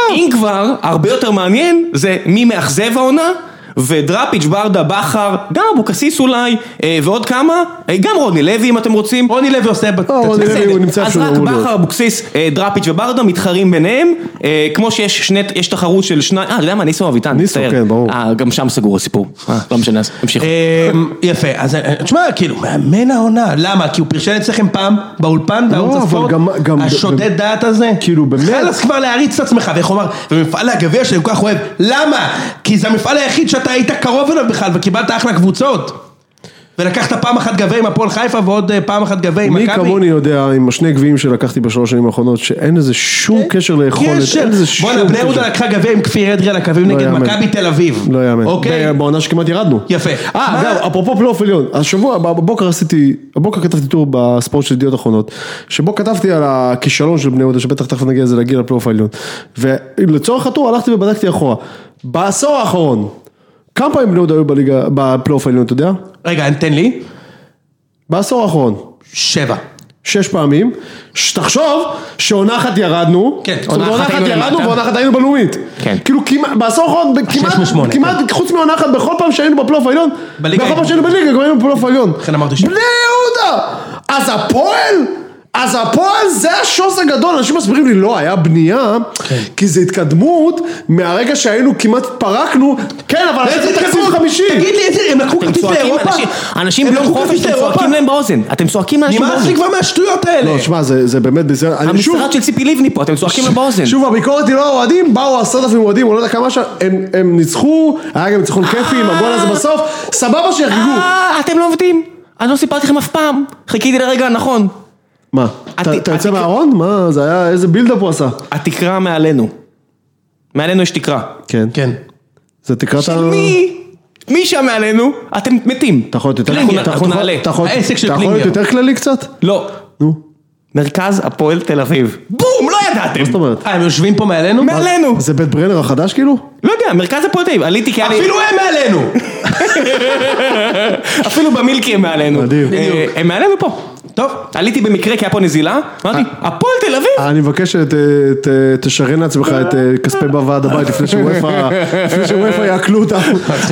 Speaker 3: מה?
Speaker 1: אם כבר, הרבה יותר מעניין זה מי מאכזב העונה. ודראפיץ', ברדה, בכר, גם אבוקסיס אולי, אה, ועוד כמה, אה, גם רוני לוי אם אתם רוצים.
Speaker 2: רוני לוי עושה... בת-
Speaker 3: לא, רוני לוי
Speaker 1: בסדר.
Speaker 3: הוא נמצא לא-
Speaker 1: אז
Speaker 3: איפשהו,
Speaker 1: רק
Speaker 3: אמור להיות.
Speaker 1: בכר, אבוקסיס, אה, דראפיץ' וברדה מתחרים ביניהם, אה, כמו שיש שני, יש תחרות של שניים, אה, אתה יודע מה, ניסו אביטן,
Speaker 3: ניסו,
Speaker 1: מצטער.
Speaker 3: כן, ברור.
Speaker 1: אה, גם שם סגור הסיפור, אה, לא משנה, אז תמשיכו.
Speaker 2: אמ, יפה, אז אה, תשמע, כאילו, מאמן העונה, למה? כי הוא פרשן אצלכם פעם באולפן, בערוץ
Speaker 3: לא, אבל
Speaker 2: הספורט,
Speaker 3: גם- גם-
Speaker 2: השודד
Speaker 3: גם-
Speaker 2: דעת הזה,
Speaker 3: כאילו, באמת?
Speaker 2: חלאס כבר להריץ את עצמך, ואיך הוא אמר, ומפעל הגביע שאני כל כך אוהב, למה? כי זה המפעל היחיד שאתה היית קרוב אליו בכלל, וקיבלת אחלה קבוצות. ולקחת פעם אחת גביע עם הפועל חיפה, ועוד אה, פעם אחת גביע עם
Speaker 3: מי
Speaker 2: מכבי.
Speaker 3: כמוני יודע, עם השני גביעים שלקחתי בשלוש שנים האחרונות, שאין לזה שום קשר ליכולת,
Speaker 2: קשר.
Speaker 3: אין לזה שום
Speaker 2: בואנה, בני יהודה
Speaker 3: קשר.
Speaker 2: לקחה גביע עם כפיר אדרי על הקווים נגד
Speaker 3: לא יאמן.
Speaker 2: מכבי תל אביב.
Speaker 3: לא יאמן.
Speaker 2: אוקיי?
Speaker 3: ב- בעונה שכמעט ירדנו.
Speaker 2: יפה.
Speaker 3: אה,
Speaker 2: מה-
Speaker 3: אגב, אפרופו פלייאוף עליון, השבוע, בבוקר עשיתי, הבוקר כתבתי טור בספורט של ידיעות אחרונות, שבו כתבתי על הכישלון של בני יהודה, שבטח תכף נגיע לזה להגיע לפלייאוף העליון. ולצורך הטור הלכתי ובדקתי אחורה. בעשור האחרון, כמה פעמים בני יהודה היו בליגה, בפלייאוף העליון, אתה יודע?
Speaker 2: רגע, תן לי.
Speaker 3: בעשור האחרון.
Speaker 2: שבע.
Speaker 3: שש פעמים, שתחשוב שעונה אחת ירדנו,
Speaker 2: כן,
Speaker 3: זאת אומרת,
Speaker 2: עונה
Speaker 3: עונה
Speaker 2: אחת
Speaker 3: אחת
Speaker 2: היינו
Speaker 3: ירדנו
Speaker 2: למטה.
Speaker 3: ועונה אחת היינו בלאומית.
Speaker 4: כן.
Speaker 3: כאילו כמעט, בעשור האחרון, כמעט,
Speaker 2: שש משמונה,
Speaker 3: כמעט, חוץ מעונה אחת, בכל פעם שהיינו בפלייאוף העליון,
Speaker 2: בליגה
Speaker 3: בכל פעם
Speaker 2: היינו.
Speaker 3: שהיינו בליגה, גם היינו בפלייאוף העליון.
Speaker 2: לכן אמרתי ש-
Speaker 3: בני יהודה! אז הפועל? אז הפועל זה השוס הגדול, אנשים מסבירים לי, לא, היה בנייה,
Speaker 2: כן.
Speaker 3: כי זה התקדמות מהרגע שהיינו כמעט התפרקנו, כן, אבל עשינו תקציב חמישי.
Speaker 2: תגיד לי, איזה- הם לקחו כרטיס
Speaker 1: צועקים,
Speaker 2: לאירופה?
Speaker 1: אנשים- אנשים
Speaker 2: הם
Speaker 1: ביום
Speaker 3: לא
Speaker 2: לקחו
Speaker 1: חופש,
Speaker 2: כרטיס
Speaker 1: אתם
Speaker 2: לאירופה?
Speaker 1: צועקים להם באוזן. אתם צועקים לאנשים
Speaker 2: נמאס
Speaker 1: באוזן.
Speaker 2: לי כבר מהשטויות האלה.
Speaker 3: לא, שמע, זה זה באמת ביזיון. אני שוב-
Speaker 1: המשרד של ציפי לבני פה, אתם צועקים לה באוזן.
Speaker 3: שוב הביקורת היא לא האוהדים, באו עשרת אלפים אוהדים, או לא יודע כמה ש... הם, הם ניצחו, היה גם ניצחון כיפי עם הגול הזה בסוף, סבבה שיחגגו.
Speaker 1: אה, אתם לא עובדים. אני לא סיפרתי לכם אף פעם. חיכיתי לרגע נכון. הנכון.
Speaker 3: מה?
Speaker 1: את-
Speaker 3: אתה אתה יוצא
Speaker 1: את-
Speaker 3: מהארון? מה? זה היה, איזה בילדאפ הוא עשה.
Speaker 1: התקרה מעלינו. מעלינו יש תקרה.
Speaker 3: כן.
Speaker 2: כן.
Speaker 3: זה תקרת ה...
Speaker 1: של מי? מי שם מעלינו? אתם מתים.
Speaker 3: אתה יכול להיות יותר
Speaker 1: קלינגר,
Speaker 3: אתה
Speaker 1: אנחנו
Speaker 3: יכול-
Speaker 1: נעלה.
Speaker 3: אתה יכול-
Speaker 2: העסק של
Speaker 3: אתה יכול להיות
Speaker 2: קלינגר.
Speaker 3: יותר כללי קצת?
Speaker 1: לא.
Speaker 3: נו.
Speaker 1: מרכז הפועל תל אביב. בום! לא ידעתם.
Speaker 3: זאת אומרת.
Speaker 2: אה, הם יושבים פה מעלינו?
Speaker 1: מעלינו.
Speaker 3: זה בית ברנר החדש כאילו?
Speaker 1: לא יודע, מרכז הפועל תל אביב. עליתי כי היה לי...
Speaker 2: אפילו הם מעלינו!
Speaker 1: אפילו במילקי הם מעלינו.
Speaker 3: מדהים.
Speaker 1: אה,
Speaker 2: בדיוק.
Speaker 1: הם מעלינו פה.
Speaker 2: טוב.
Speaker 1: עליתי במקרה כי היה פה נזילה. אמרתי,
Speaker 3: אה.
Speaker 1: הפועל תל אביב.
Speaker 3: אני מבקש שתשרן לעצמך את אה, כספי ועד הבית לפני שוופא לפני שוופא יעקלו אותם.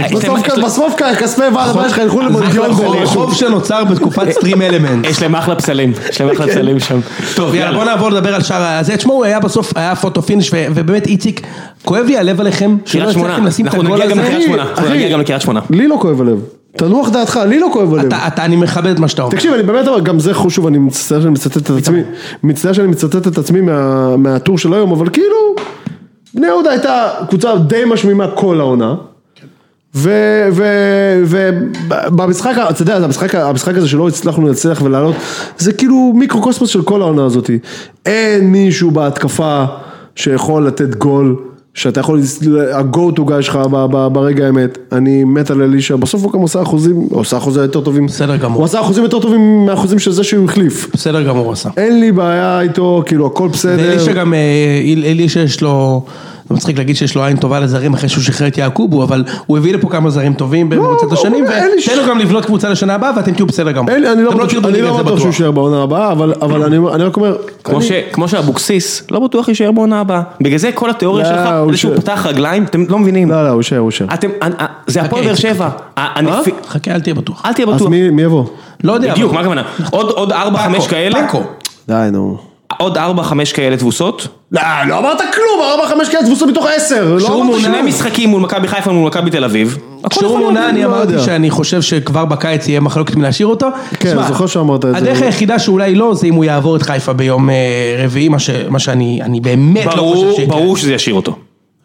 Speaker 3: בסוף
Speaker 1: אתם-
Speaker 3: כ- בסוף כ- כספי ועד הבית שלך ילכו
Speaker 1: נכון,
Speaker 3: למונדיון.
Speaker 2: חוב- חוב שנוצר בתקופת
Speaker 1: [laughs]
Speaker 2: סטרים אלמנט.
Speaker 1: יש להם אחלה פסלים. יש להם
Speaker 3: כן.
Speaker 1: אחלה פסלים שם.
Speaker 2: טוב, יאללה, בוא נעבור לדבר על שאר ה... זה, תשמעו, הוא היה בסוף, היה פוטו פיניש, ו- ובאמת, איציק, כואב לי הלב עליכם, שלא
Speaker 3: לא
Speaker 1: קריית שמונה.
Speaker 2: הצלחתם לשים את
Speaker 1: אנחנו
Speaker 2: הגול
Speaker 1: נגיע גם
Speaker 2: הזה.
Speaker 1: לקריית שמונה. אנחנו
Speaker 3: אחי.
Speaker 1: נגיע גם לקריית שמונה.
Speaker 3: לי לא כואב הלב. תנוח דעתך, לי לא כואב הלב.
Speaker 2: אתה- אתה- אני מכבד את מה שאתה אומר.
Speaker 3: תקשיב, אני באמת, אבל גם זה חשוב, אני מצטער שאני מצטט את עצמי, מצטער שאני מצטט את עצמי מה- מהטור של היום, אבל כאילו, בני יהודה הייתה קבוצה די משמימה כל העונה. ובמשחק, אתה יודע, המשחק, המשחק הזה שלא הצלחנו לנצח ולעלות, זה כאילו מיקרוקוסמוס של כל העונה הזאת. אין מישהו בהתקפה שיכול לתת גול, שאתה יכול, ה-go to guy שלך ב- ב- ברגע האמת. אני מת על אלישע, בסוף הוא גם עושה אחוזים, הוא עושה אחוזים יותר טובים.
Speaker 2: בסדר גמור.
Speaker 3: הוא עשה אחוזים יותר טובים מהאחוזים של זה שהוא החליף.
Speaker 2: בסדר גמור, הוא עשה.
Speaker 3: אין לי בעיה איתו, כאילו הכל בסדר.
Speaker 2: ואלישע גם, אה, איל- אלישע יש לו, זה מצחיק להגיד שיש לו עין טובה לזרים אחרי שהוא שחרר את יעקובו, אבל הוא הביא לפה כמה זרים טובים
Speaker 3: לא,
Speaker 2: במרוצת
Speaker 3: הוא
Speaker 2: השנים,
Speaker 3: אומר, אלישע-
Speaker 2: ותן לו גם לבנות קבוצה לשנה הבאה ואתם תהיו בסדר גמור.
Speaker 3: אין, אני לא
Speaker 2: אתם
Speaker 3: בטוח
Speaker 2: תהיו
Speaker 3: אני
Speaker 2: בליגה,
Speaker 3: לא
Speaker 2: זה
Speaker 3: בטוח שהוא יישאר בעונה הבאה, אבל, אבל אני, אני רק אומר,
Speaker 1: כמו
Speaker 3: אני-
Speaker 1: ש- כמו שאבוקסיס לא בטוח יישאר בעונה הבאה. בגלל זה כל התיאוריה
Speaker 3: לא,
Speaker 1: שלך,
Speaker 3: הוא
Speaker 1: זה שהוא
Speaker 3: ש-
Speaker 1: פתח רגליים, אתם לא מבינים.
Speaker 3: לא, לא, הוא יישאר, הוא יישאר.
Speaker 1: אתם, אה, אה, זה הפועל
Speaker 2: חכה,
Speaker 1: באר שבע. אה, אני פי-
Speaker 2: חכה, אל תהיה בטוח.
Speaker 1: אל תהיה
Speaker 3: אז
Speaker 1: בטוח.
Speaker 3: מי, נכון. מי יבוא?
Speaker 2: לא יודע.
Speaker 1: בדיוק,
Speaker 2: אבל-
Speaker 1: מה הכוונה? עוד- עוד 4-5
Speaker 2: פאקו,
Speaker 1: כאלה?
Speaker 2: פאקו.
Speaker 3: די, נו.
Speaker 1: עוד 4-5 כאלה תבוסות?
Speaker 3: לא, לא אמרת כלום, ארבע, חמש כאלה תבוסות מתוך עשר. לא אמרת
Speaker 1: שני
Speaker 3: כלום.
Speaker 1: משחקים מול מכבי חיפה ומול מכבי תל אביב. הכל
Speaker 2: כשהוא
Speaker 1: יכול
Speaker 2: מונה
Speaker 1: להיות.
Speaker 2: אני
Speaker 3: לא
Speaker 2: אמרתי
Speaker 3: יודע.
Speaker 2: שאני חושב שכבר בקיץ יהיה מחלוקת אם להשאיר אותו.
Speaker 3: כן,
Speaker 2: תשמע,
Speaker 3: זוכר שאמרת את זה.
Speaker 2: הדרך היחידה שאולי לא זה אם הוא יעבור את חיפה ביום אה, רביעי, מה ש- מה שאני אני באמת לא חושב
Speaker 1: ברור,
Speaker 2: שיקרה.
Speaker 1: ברור שזה ישאיר אותו.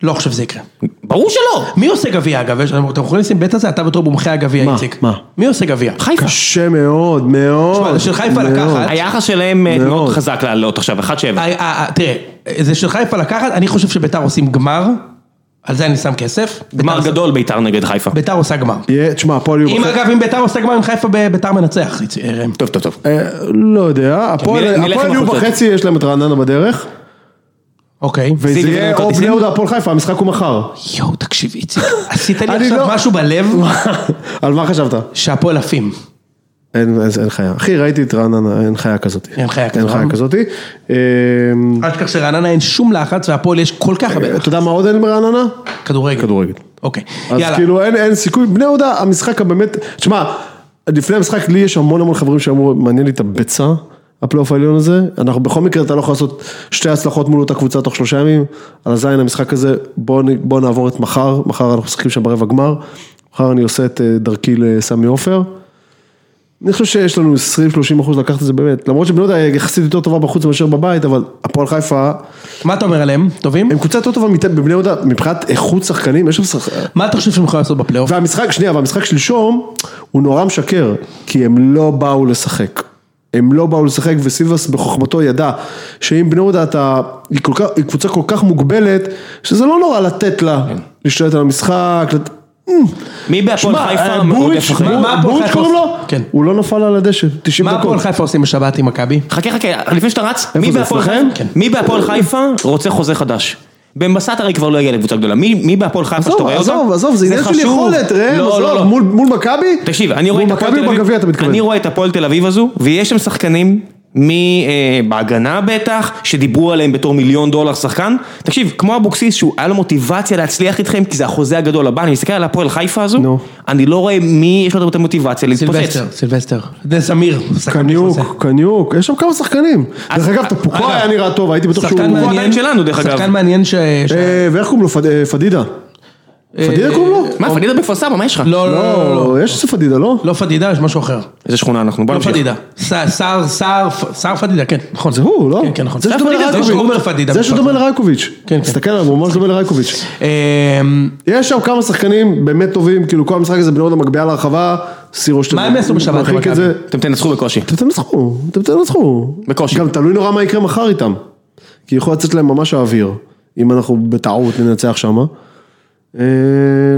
Speaker 2: לא חושב שזה יקרה.
Speaker 1: ברור שלא!
Speaker 2: מי עושה גביע אגב? יש- אתם יכולים לשים בית הזה? אתה בתור מומחה הגביע,
Speaker 3: מה?
Speaker 2: איציק.
Speaker 3: מה?
Speaker 2: מי עושה גביע?
Speaker 1: חיפה.
Speaker 3: קשה מאוד, מאוד.
Speaker 2: תשמע, של חיפה
Speaker 3: מאוד.
Speaker 2: לקחת.
Speaker 1: היחס שלהם אה,
Speaker 3: מאוד.
Speaker 1: מאוד חזק לעלות עכשיו, 1-7.
Speaker 2: אה, אה, אה, תראה, זה של חיפה לקחת, אני חושב שביתר עושים גמר, על זה אני שם כסף. ביתר
Speaker 1: גמר
Speaker 2: עושה-
Speaker 1: גדול בית"ר נגד חיפה.
Speaker 2: ביתר עושה גמר.
Speaker 3: יהיה- תשמע, הפועל יהיו
Speaker 2: אם
Speaker 3: בחצי.
Speaker 2: אגב, אם ביתר עושה גמר עם חיפה, ב- ביתר מנצח, איציק, ראם.
Speaker 1: טוב, טוב, טוב.
Speaker 3: אה, לא יודע, הפועל
Speaker 1: נלך עם
Speaker 3: הפועל יהיו
Speaker 1: החולצות.
Speaker 3: בחצי, יש להם את רעננה בדרך.
Speaker 2: אוקיי.
Speaker 3: וזה
Speaker 1: זיו יביא
Speaker 3: יהיה
Speaker 1: לנו
Speaker 3: או
Speaker 1: כרטיסים?
Speaker 3: בני יהודה, הפועל חיפה, המשחק הוא מחר. [laughs]
Speaker 2: יואו, תקשיב, איציק, עשית לי
Speaker 3: אני
Speaker 2: עכשיו
Speaker 3: לא-
Speaker 2: משהו בלב,
Speaker 3: על מה חשבת?
Speaker 2: שהפועל עפים.
Speaker 3: אין אין- אין חיה. אחי, ראיתי את רעננה, אין חיה כזאת.
Speaker 2: אין חיה כזאת.
Speaker 3: אין חיה כזאת. אה,
Speaker 2: אל תשכח שרעננה אין שום לחץ, והפועל יש כל כך הרבה
Speaker 3: אתה יודע מה עוד אין ברעננה?
Speaker 2: כדורגל.
Speaker 3: כדורגל.
Speaker 2: אוקיי,
Speaker 3: אז
Speaker 2: יאללה.
Speaker 3: כאילו אין, אין סיכוי, בני יהודה, המשחק הבאמת, תשמע, לפני המשחק לי יש המון המון חברים שאמרו, מעניין לי את הביצה, הפלייאוף העליון הזה, אנחנו בכל מקרה אתה לא יכול לעשות שתי הצלחות מול אותה קבוצה תוך שלושה ימים, על הזין המשחק הזה, בואו בוא נעבור את מחר, מחר אנחנו משחקים שם ברבע גמר, מחר אני עושה את אה, דרכי לסמי עופר. אני חושב שיש לנו 20-30 אחוז לקחת את זה באמת, למרות שבני יהודה היא יחסית יותר טובה בחוץ מאשר בבית, אבל הפועל חיפה,
Speaker 2: מה אתה אומר עליהם? טובים?
Speaker 3: הם קבוצה יותר טובה מת- בבני יהודה, מבחינת איכות שחקנים, יש שם שחקנים.
Speaker 2: מה אתה חושב שהם יכולים לעשות בפלייאוף?
Speaker 3: והמשחק, שנייה, והמשחק שלשום, הוא נורא משקר, כי הם לא באו לשחק. הם לא באו לשחק, וסילבס בחוכמתו ידע שאם בני יהודה אתה, היא, כל כך, היא קבוצה כל כך מוגבלת, שזה לא נורא לתת לה
Speaker 1: כן.
Speaker 3: להשתלט על המשחק. לת...
Speaker 1: מי בהפועל
Speaker 3: שמע,
Speaker 1: חיפה
Speaker 3: אה,
Speaker 1: רודף
Speaker 3: בוריץ',
Speaker 1: אחרי?
Speaker 2: מה
Speaker 3: בור-
Speaker 2: הפועל
Speaker 3: בוריץ'
Speaker 2: חיפה
Speaker 3: קוראים
Speaker 2: עושה?
Speaker 3: לו?
Speaker 2: כן.
Speaker 3: הוא לא נפל על הדשא, 90
Speaker 2: מה
Speaker 3: דקות.
Speaker 2: הפועל חיפה עושים בשבת עם מכבי?
Speaker 1: חכה, חכה, לפני שאתה רץ, מי
Speaker 3: זה,
Speaker 1: בהפועל
Speaker 3: אצלכם?
Speaker 1: חיפה-
Speaker 2: כן.
Speaker 1: מי בהפועל חיפה רוצה חוזה חדש? בן בסט הרי כבר לא יגיע לקבוצה גדולה, מי מי בהפועל חיפה שאתה
Speaker 3: עזוב,
Speaker 1: רואה אותה?
Speaker 3: עזוב, עזוב, זה עניין של
Speaker 1: חשוב.
Speaker 3: יכולת, ראם,
Speaker 1: לא, לא,
Speaker 3: עזוב,
Speaker 1: לא.
Speaker 3: מול מול מכבי?
Speaker 1: תקשיב, אני רואה את
Speaker 3: מול
Speaker 1: הפועל
Speaker 3: מכבי
Speaker 1: תל
Speaker 3: בגביע אתה
Speaker 1: אביב,
Speaker 3: מתכוון.
Speaker 1: אני רואה את הפועל תל אביב הזו, ויש שם שחקנים מי אה, בהגנה בטח, שדיברו עליהם בתור מיליון דולר שחקן. תקשיב, כמו אבוקסיס שהוא היה לו מוטיבציה להצליח איתכם, כי זה החוזה הגדול הבא, אני מסתכל על הפועל חיפה הזו,
Speaker 3: נו.
Speaker 1: אני לא רואה מי יש לו את המוטיבציה להתפוצץ.
Speaker 2: סילבסטר, סילבסטר. זה סמיר. שחקן שעושה.
Speaker 3: קניוק, קניוק, יש שם כמה שחקנים. דרך אגב, תפוקו
Speaker 2: אגב,
Speaker 3: היה נראה טוב, הייתי בטוח שהוא...
Speaker 2: שחקן
Speaker 1: הוא
Speaker 2: מעניין.
Speaker 1: עדיין שלנו, דרך אגב.
Speaker 2: שחקן מעניין ש... ש-
Speaker 3: אה, ואיך קוראים לו? פד- אה, פדידה. פדידה קוראים לו?
Speaker 1: מה, פנידה בכפר סבא, מה יש לך?
Speaker 2: אה, לא, לא, לא, לא.
Speaker 3: לא, יש איזה פדידה, לא?
Speaker 2: לא פדידה, יש משהו אחר.
Speaker 1: איזה שכונה אנחנו, בוא
Speaker 2: לא
Speaker 1: נמשיך.
Speaker 2: פדידה. ס- סער, סער, פ- סער פדידה, כן, נכון.
Speaker 3: זה הוא, לא?
Speaker 2: כן, כן, נכון.
Speaker 3: זה שדומה
Speaker 2: פדידה, זה שקוראים לו
Speaker 3: לרייקוביץ'.
Speaker 2: פדידה.
Speaker 3: זה שדומה לרייקוביץ'.
Speaker 2: כן.
Speaker 3: תסתכל עליו, הוא ממש דומה לרייקוביץ'.
Speaker 2: אמ,
Speaker 3: יש שם כמה שחקנים באמת טובים, כאילו כל המשחק הזה בני אדם מגביה להרחבה, סירו שאתה...
Speaker 2: מה הם יעשו בשבת
Speaker 3: מרחיק
Speaker 2: במכבי?
Speaker 3: את זה.
Speaker 1: אתם תנצחו בקושי.
Speaker 3: אתם תנצחו, אתם תנצחו.
Speaker 1: בקושי.
Speaker 3: גם תלוי נורא מה יקרה מחר איתם. כי יכול לצאת להם ממש האוויר, אם אנחנו בטעות ננצח שמה. אה,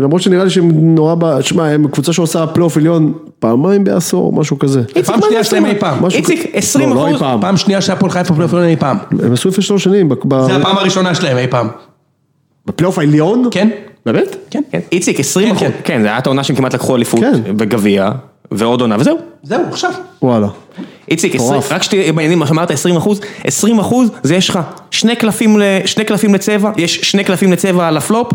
Speaker 3: למרות שנראה לי שהם נורא ב... שמע, הם קבוצה שעושה פלייאוף עליון פעמיים בעשור, משהו כזה.
Speaker 2: פעם שנייה שלהם אי פעם.
Speaker 3: משהו
Speaker 1: איציק,
Speaker 3: כ-
Speaker 1: 20
Speaker 3: לא, לא אי
Speaker 1: אחוז.
Speaker 3: פעם.
Speaker 2: פעם שנייה שהפועל חיפה פלייאוף עליון אי פעם.
Speaker 3: הם עשו לפני שלוש שנים, ב- ב-
Speaker 2: זה הפעם הראשונה שלהם אי פעם.
Speaker 3: בפלייאוף העליון?
Speaker 2: כן?
Speaker 3: באמת?
Speaker 2: כן.
Speaker 1: כן, איציק, 20 אחוז.
Speaker 2: כן,
Speaker 1: כן, זה היה את העונה שהם כמעט לקחו אליפות,
Speaker 3: כן.
Speaker 1: וגביע, ועוד עונה, וזהו.
Speaker 2: זהו, עכשיו.
Speaker 3: וואלה.
Speaker 1: איציק,
Speaker 3: מטורף.
Speaker 1: 20 רק שתהיה בעניינים מה שאמרת, 20 אחוז, 20 אחוז זה יש לך שני קלפים, ל- שני קלפים לצבע, יש שני קלפים לצבע על הפלופ,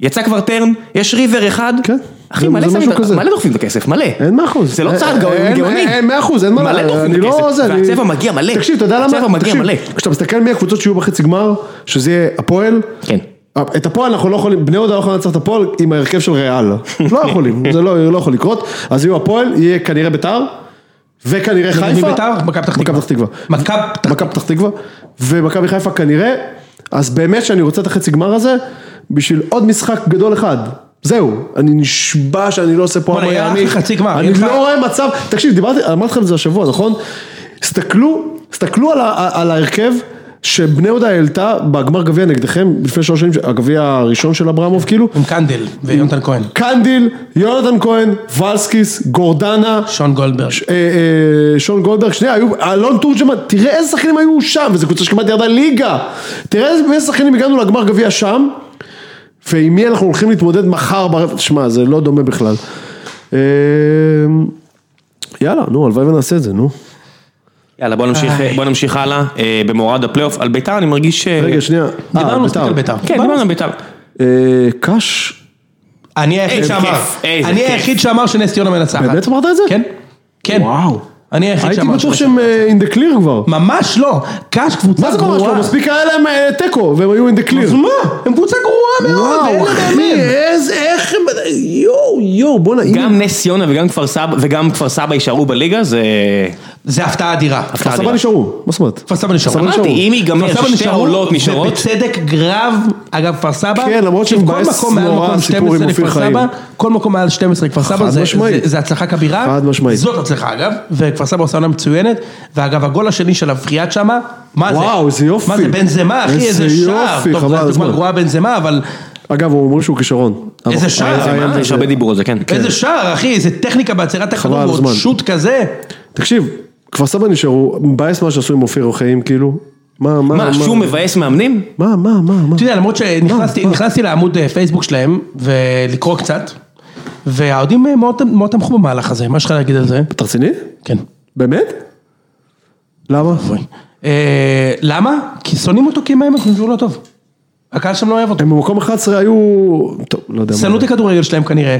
Speaker 1: יצא כבר טרן, יש ריבר אחד,
Speaker 3: כן.
Speaker 1: אחי
Speaker 3: זה-
Speaker 1: מלא
Speaker 3: זה
Speaker 1: שמים,
Speaker 3: משהו כזה.
Speaker 1: מלא דוחפים את הכסף, מלא,
Speaker 3: אין מאה אחוז.
Speaker 1: זה לא
Speaker 3: אה,
Speaker 1: צעד גאו-
Speaker 3: אין-
Speaker 1: גאוני,
Speaker 3: אין- אין מאה אחוז, אין מה
Speaker 1: מלא דוחפים
Speaker 3: אני
Speaker 1: את
Speaker 3: לא...
Speaker 1: הכסף,
Speaker 3: זה, אני-
Speaker 1: והצבע מגיע מלא,
Speaker 3: תקשיב, אתה יודע למה?
Speaker 1: הצבע מגיע
Speaker 3: תקשיב,
Speaker 1: מלא,
Speaker 3: כשאתה מסתכל מי הקבוצות שיהיו בחצי גמר, שזה יהיה הפועל.
Speaker 1: כן.
Speaker 3: את הפועל אנחנו לא יכולים, בני יהודה לא יכולים לנצח את הפועל עם ההרכב של ריאל. לא יכולים, זה לא לא יכול לקרות. אז יהיו הפועל, יהיה כנראה ביתר, וכנראה
Speaker 2: מי
Speaker 3: חיפה.
Speaker 2: ביתר? מכבי פתח תקווה.
Speaker 3: מכבי פתח תקווה.
Speaker 2: מכבי פתח-
Speaker 3: מכבי פתח תקווה, ומכבי חיפה כנראה, אז באמת שאני רוצה את החצי גמר הזה, בשביל עוד משחק גדול אחד. זהו, אני נשבע שאני לא עושה פה
Speaker 2: בוא'נה,
Speaker 3: עם
Speaker 2: יהיה
Speaker 3: הימני.
Speaker 2: אחלה חצי גמר,
Speaker 3: אני
Speaker 2: יהיה לך-
Speaker 3: לא רואה מצב, תקשיב, דיברתי, אמרתי לכם את זה השבוע, נכון? הסתכלו, הסתכלו על ה- על ההרכב. שבני יהודה העלתה בגמר גביע נגדכם לפני שלוש שנים, הגביע הראשון של אברמוב כאילו,
Speaker 2: עם קנדל ויונתן כהן.
Speaker 3: קנדיל, יונתן כהן, ולסקיס, גורדנה,
Speaker 2: שון גולדברג.
Speaker 3: אה, אה, שון גולדברג, שנייה, היו, אלון תורג'מן, תראה איזה שחקנים היו שם, וזו קבוצה שכמעט ירדה ליגה. תראה איזה באיזה שחקנים הגענו לגמר גביע שם, ועם מי אנחנו הולכים להתמודד מחר, בר... שמע, זה לא דומה בכלל. אה, יאללה, נו, הלוואי ונעשה את זה, נו.
Speaker 1: יאללה בוא נמשיך,
Speaker 2: איי.
Speaker 1: בוא נמשיך הלאה, אה, במורד הפלייאוף, על ביתר אני מרגיש, ש-
Speaker 3: רגע, שנייה.
Speaker 2: אה, דיברנו מספיק על בית"ר.
Speaker 1: כן דיברנו על ביתר,
Speaker 3: אה, קאש,
Speaker 2: אני היחיד
Speaker 1: איזה
Speaker 2: שאמר.
Speaker 1: כיף, איזה
Speaker 2: אני
Speaker 1: כיף.
Speaker 2: היחיד שאמר שנס ציונה מנצחת.
Speaker 3: באמת אמרת את זה?
Speaker 2: כן. כן.
Speaker 3: וואו.
Speaker 2: אני היחיד
Speaker 3: הייתי
Speaker 2: שאמר.
Speaker 3: בטוח
Speaker 2: שנס-
Speaker 3: שהם אה, in the clear כבר.
Speaker 2: ממש לא. קאש קבוצה
Speaker 3: מה זה
Speaker 2: גרועה.
Speaker 3: ממש לא? מספיק היה להם אה, תיקו, והם היו in the clear.
Speaker 2: אז מה? הם קבוצה גרועה מאוד.
Speaker 3: וואו,
Speaker 2: ואין להם
Speaker 3: אחי,
Speaker 2: מאמן.
Speaker 3: איזה, איך הם, יואו, יואו, בואנה, הנה
Speaker 1: גם נס ציונה וגם כפר סבא, וגם כפר סבא יישארו בליגה, זה,
Speaker 3: אה,
Speaker 2: זה הפתעה אדירה.
Speaker 3: כפר סבא
Speaker 1: אדירה.
Speaker 3: נשארו, מה זאת אומרת?
Speaker 2: כפר סבא נשארו.
Speaker 3: כפר סבא
Speaker 1: אמרתי,
Speaker 3: נשארו.
Speaker 1: אם ייגמר
Speaker 2: כפר סבא
Speaker 1: ששתי העולות נשארות,
Speaker 2: ובצדק רב, אגב כפר סבא,
Speaker 3: כן, למרות
Speaker 2: שכל
Speaker 3: שמבאס
Speaker 2: מקום מעל
Speaker 3: נורא
Speaker 2: מקום
Speaker 3: הסיפור
Speaker 2: 12
Speaker 3: עם אופיר
Speaker 2: לכפר
Speaker 3: חיים.
Speaker 2: סבא, כל מקום מעל 12 לכפר סבא, זה-
Speaker 3: משמעית.
Speaker 2: זה- זה הצלחה כבירה,
Speaker 3: חד משמעית.
Speaker 2: זאת הצלחה אגב, וכפר סבא עושה עונה מצוינת, ואגב הגול השני של הבחיית שמה, מה זה,
Speaker 3: וואו, איזה יופי.
Speaker 2: מה זה בן זמה אחי,
Speaker 3: איזה
Speaker 2: איזה שער,
Speaker 3: יופי,
Speaker 2: טוב,
Speaker 3: חבל
Speaker 2: זו
Speaker 3: על
Speaker 2: הייתה דוגמה
Speaker 3: הזמן.
Speaker 2: גרועה בן זמה, אבל
Speaker 3: אגב, הוא אומרים שהוא כישרון.
Speaker 2: איזה שער,
Speaker 3: אה,
Speaker 2: זה
Speaker 3: אה,
Speaker 2: מה?
Speaker 3: אה,
Speaker 1: יש הרבה דיבור על זה, כן,
Speaker 2: איזה שער אחי, איזה טכניקה בעצירת הכדור,
Speaker 3: חבל על
Speaker 2: ועוד
Speaker 3: הזמן.
Speaker 2: שוט כזה,
Speaker 3: תקשיב, כפר סבא נשארו, מבאס מה שעשו עם אופיר רוחאים, כאילו. מה, מה,
Speaker 1: מה, שום מבאס מאמנים?
Speaker 3: מה, מה, מה, מה?
Speaker 2: אתה יודע, למרות
Speaker 3: לא,
Speaker 2: שנכנסתי נכנסתי לעמוד אה, פייסבוק שלהם, ולקרוא קצת, והאוהדים אה, מאוד מאוד תמכו במהלך הזה, מה יש לך להגיד על זה?
Speaker 3: אתה רציני?
Speaker 2: כן.
Speaker 3: באמת? למה?
Speaker 2: אה, למה? כי שונאים אותו כי הם חושבים שהוא לא טוב. הקהל שם לא אוהב אותו.
Speaker 3: הם במקום 11 היו... טוב, לא יודע
Speaker 2: שנאו
Speaker 3: מה.
Speaker 2: את הכדורגל שלהם כנראה.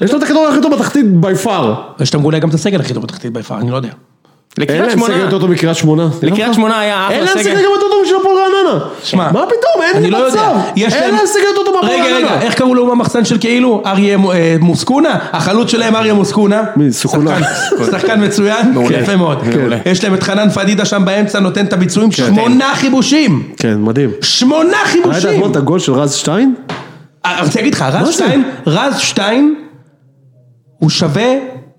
Speaker 3: יש לו את הכדור הכי טוב בתחתית by far.
Speaker 2: יש להם אולי גם את הסגל הכי טוב בתחתית ביפה, אני לא יודע.
Speaker 3: אין
Speaker 1: לקריית
Speaker 3: להם סגל
Speaker 1: שמונה,
Speaker 3: יותר טוב מקריית שמונה. לא,
Speaker 1: לקריית שמונה היה
Speaker 3: אין
Speaker 1: אחלה
Speaker 3: להם סגל
Speaker 1: סגל.
Speaker 3: גם יותר טוב משל הפועל רעננה.
Speaker 2: שמע,
Speaker 3: מה פתאום, אין
Speaker 2: אני
Speaker 3: לי
Speaker 2: לא
Speaker 3: מצב.
Speaker 2: יודע. יש
Speaker 3: אין להם סגל יותר טוב מהפועל
Speaker 2: רגע,
Speaker 3: רעננה.
Speaker 2: רגע, איך קראו לו במחסן של כאילו? אריה מו- אה, מוסקונה? החלוץ שלהם אריה מוסקונה.
Speaker 3: מי, סוכונה. כן.
Speaker 2: שחקן- שחקן מצוין, יפה מאוד. כן.
Speaker 3: מעולה.
Speaker 2: יש להם את חנן פדידה שם באמצע, נותן את הביצועים, שמונה חיבושים!
Speaker 3: כן, מדהים.
Speaker 2: שמונה
Speaker 3: ראית
Speaker 2: חיבושים!
Speaker 3: אתמול את הגול של רז שטיין?
Speaker 2: אה, אני רוצה להגיד לך,
Speaker 3: זה?
Speaker 2: רז שטיין, רז שטיין, הוא שווה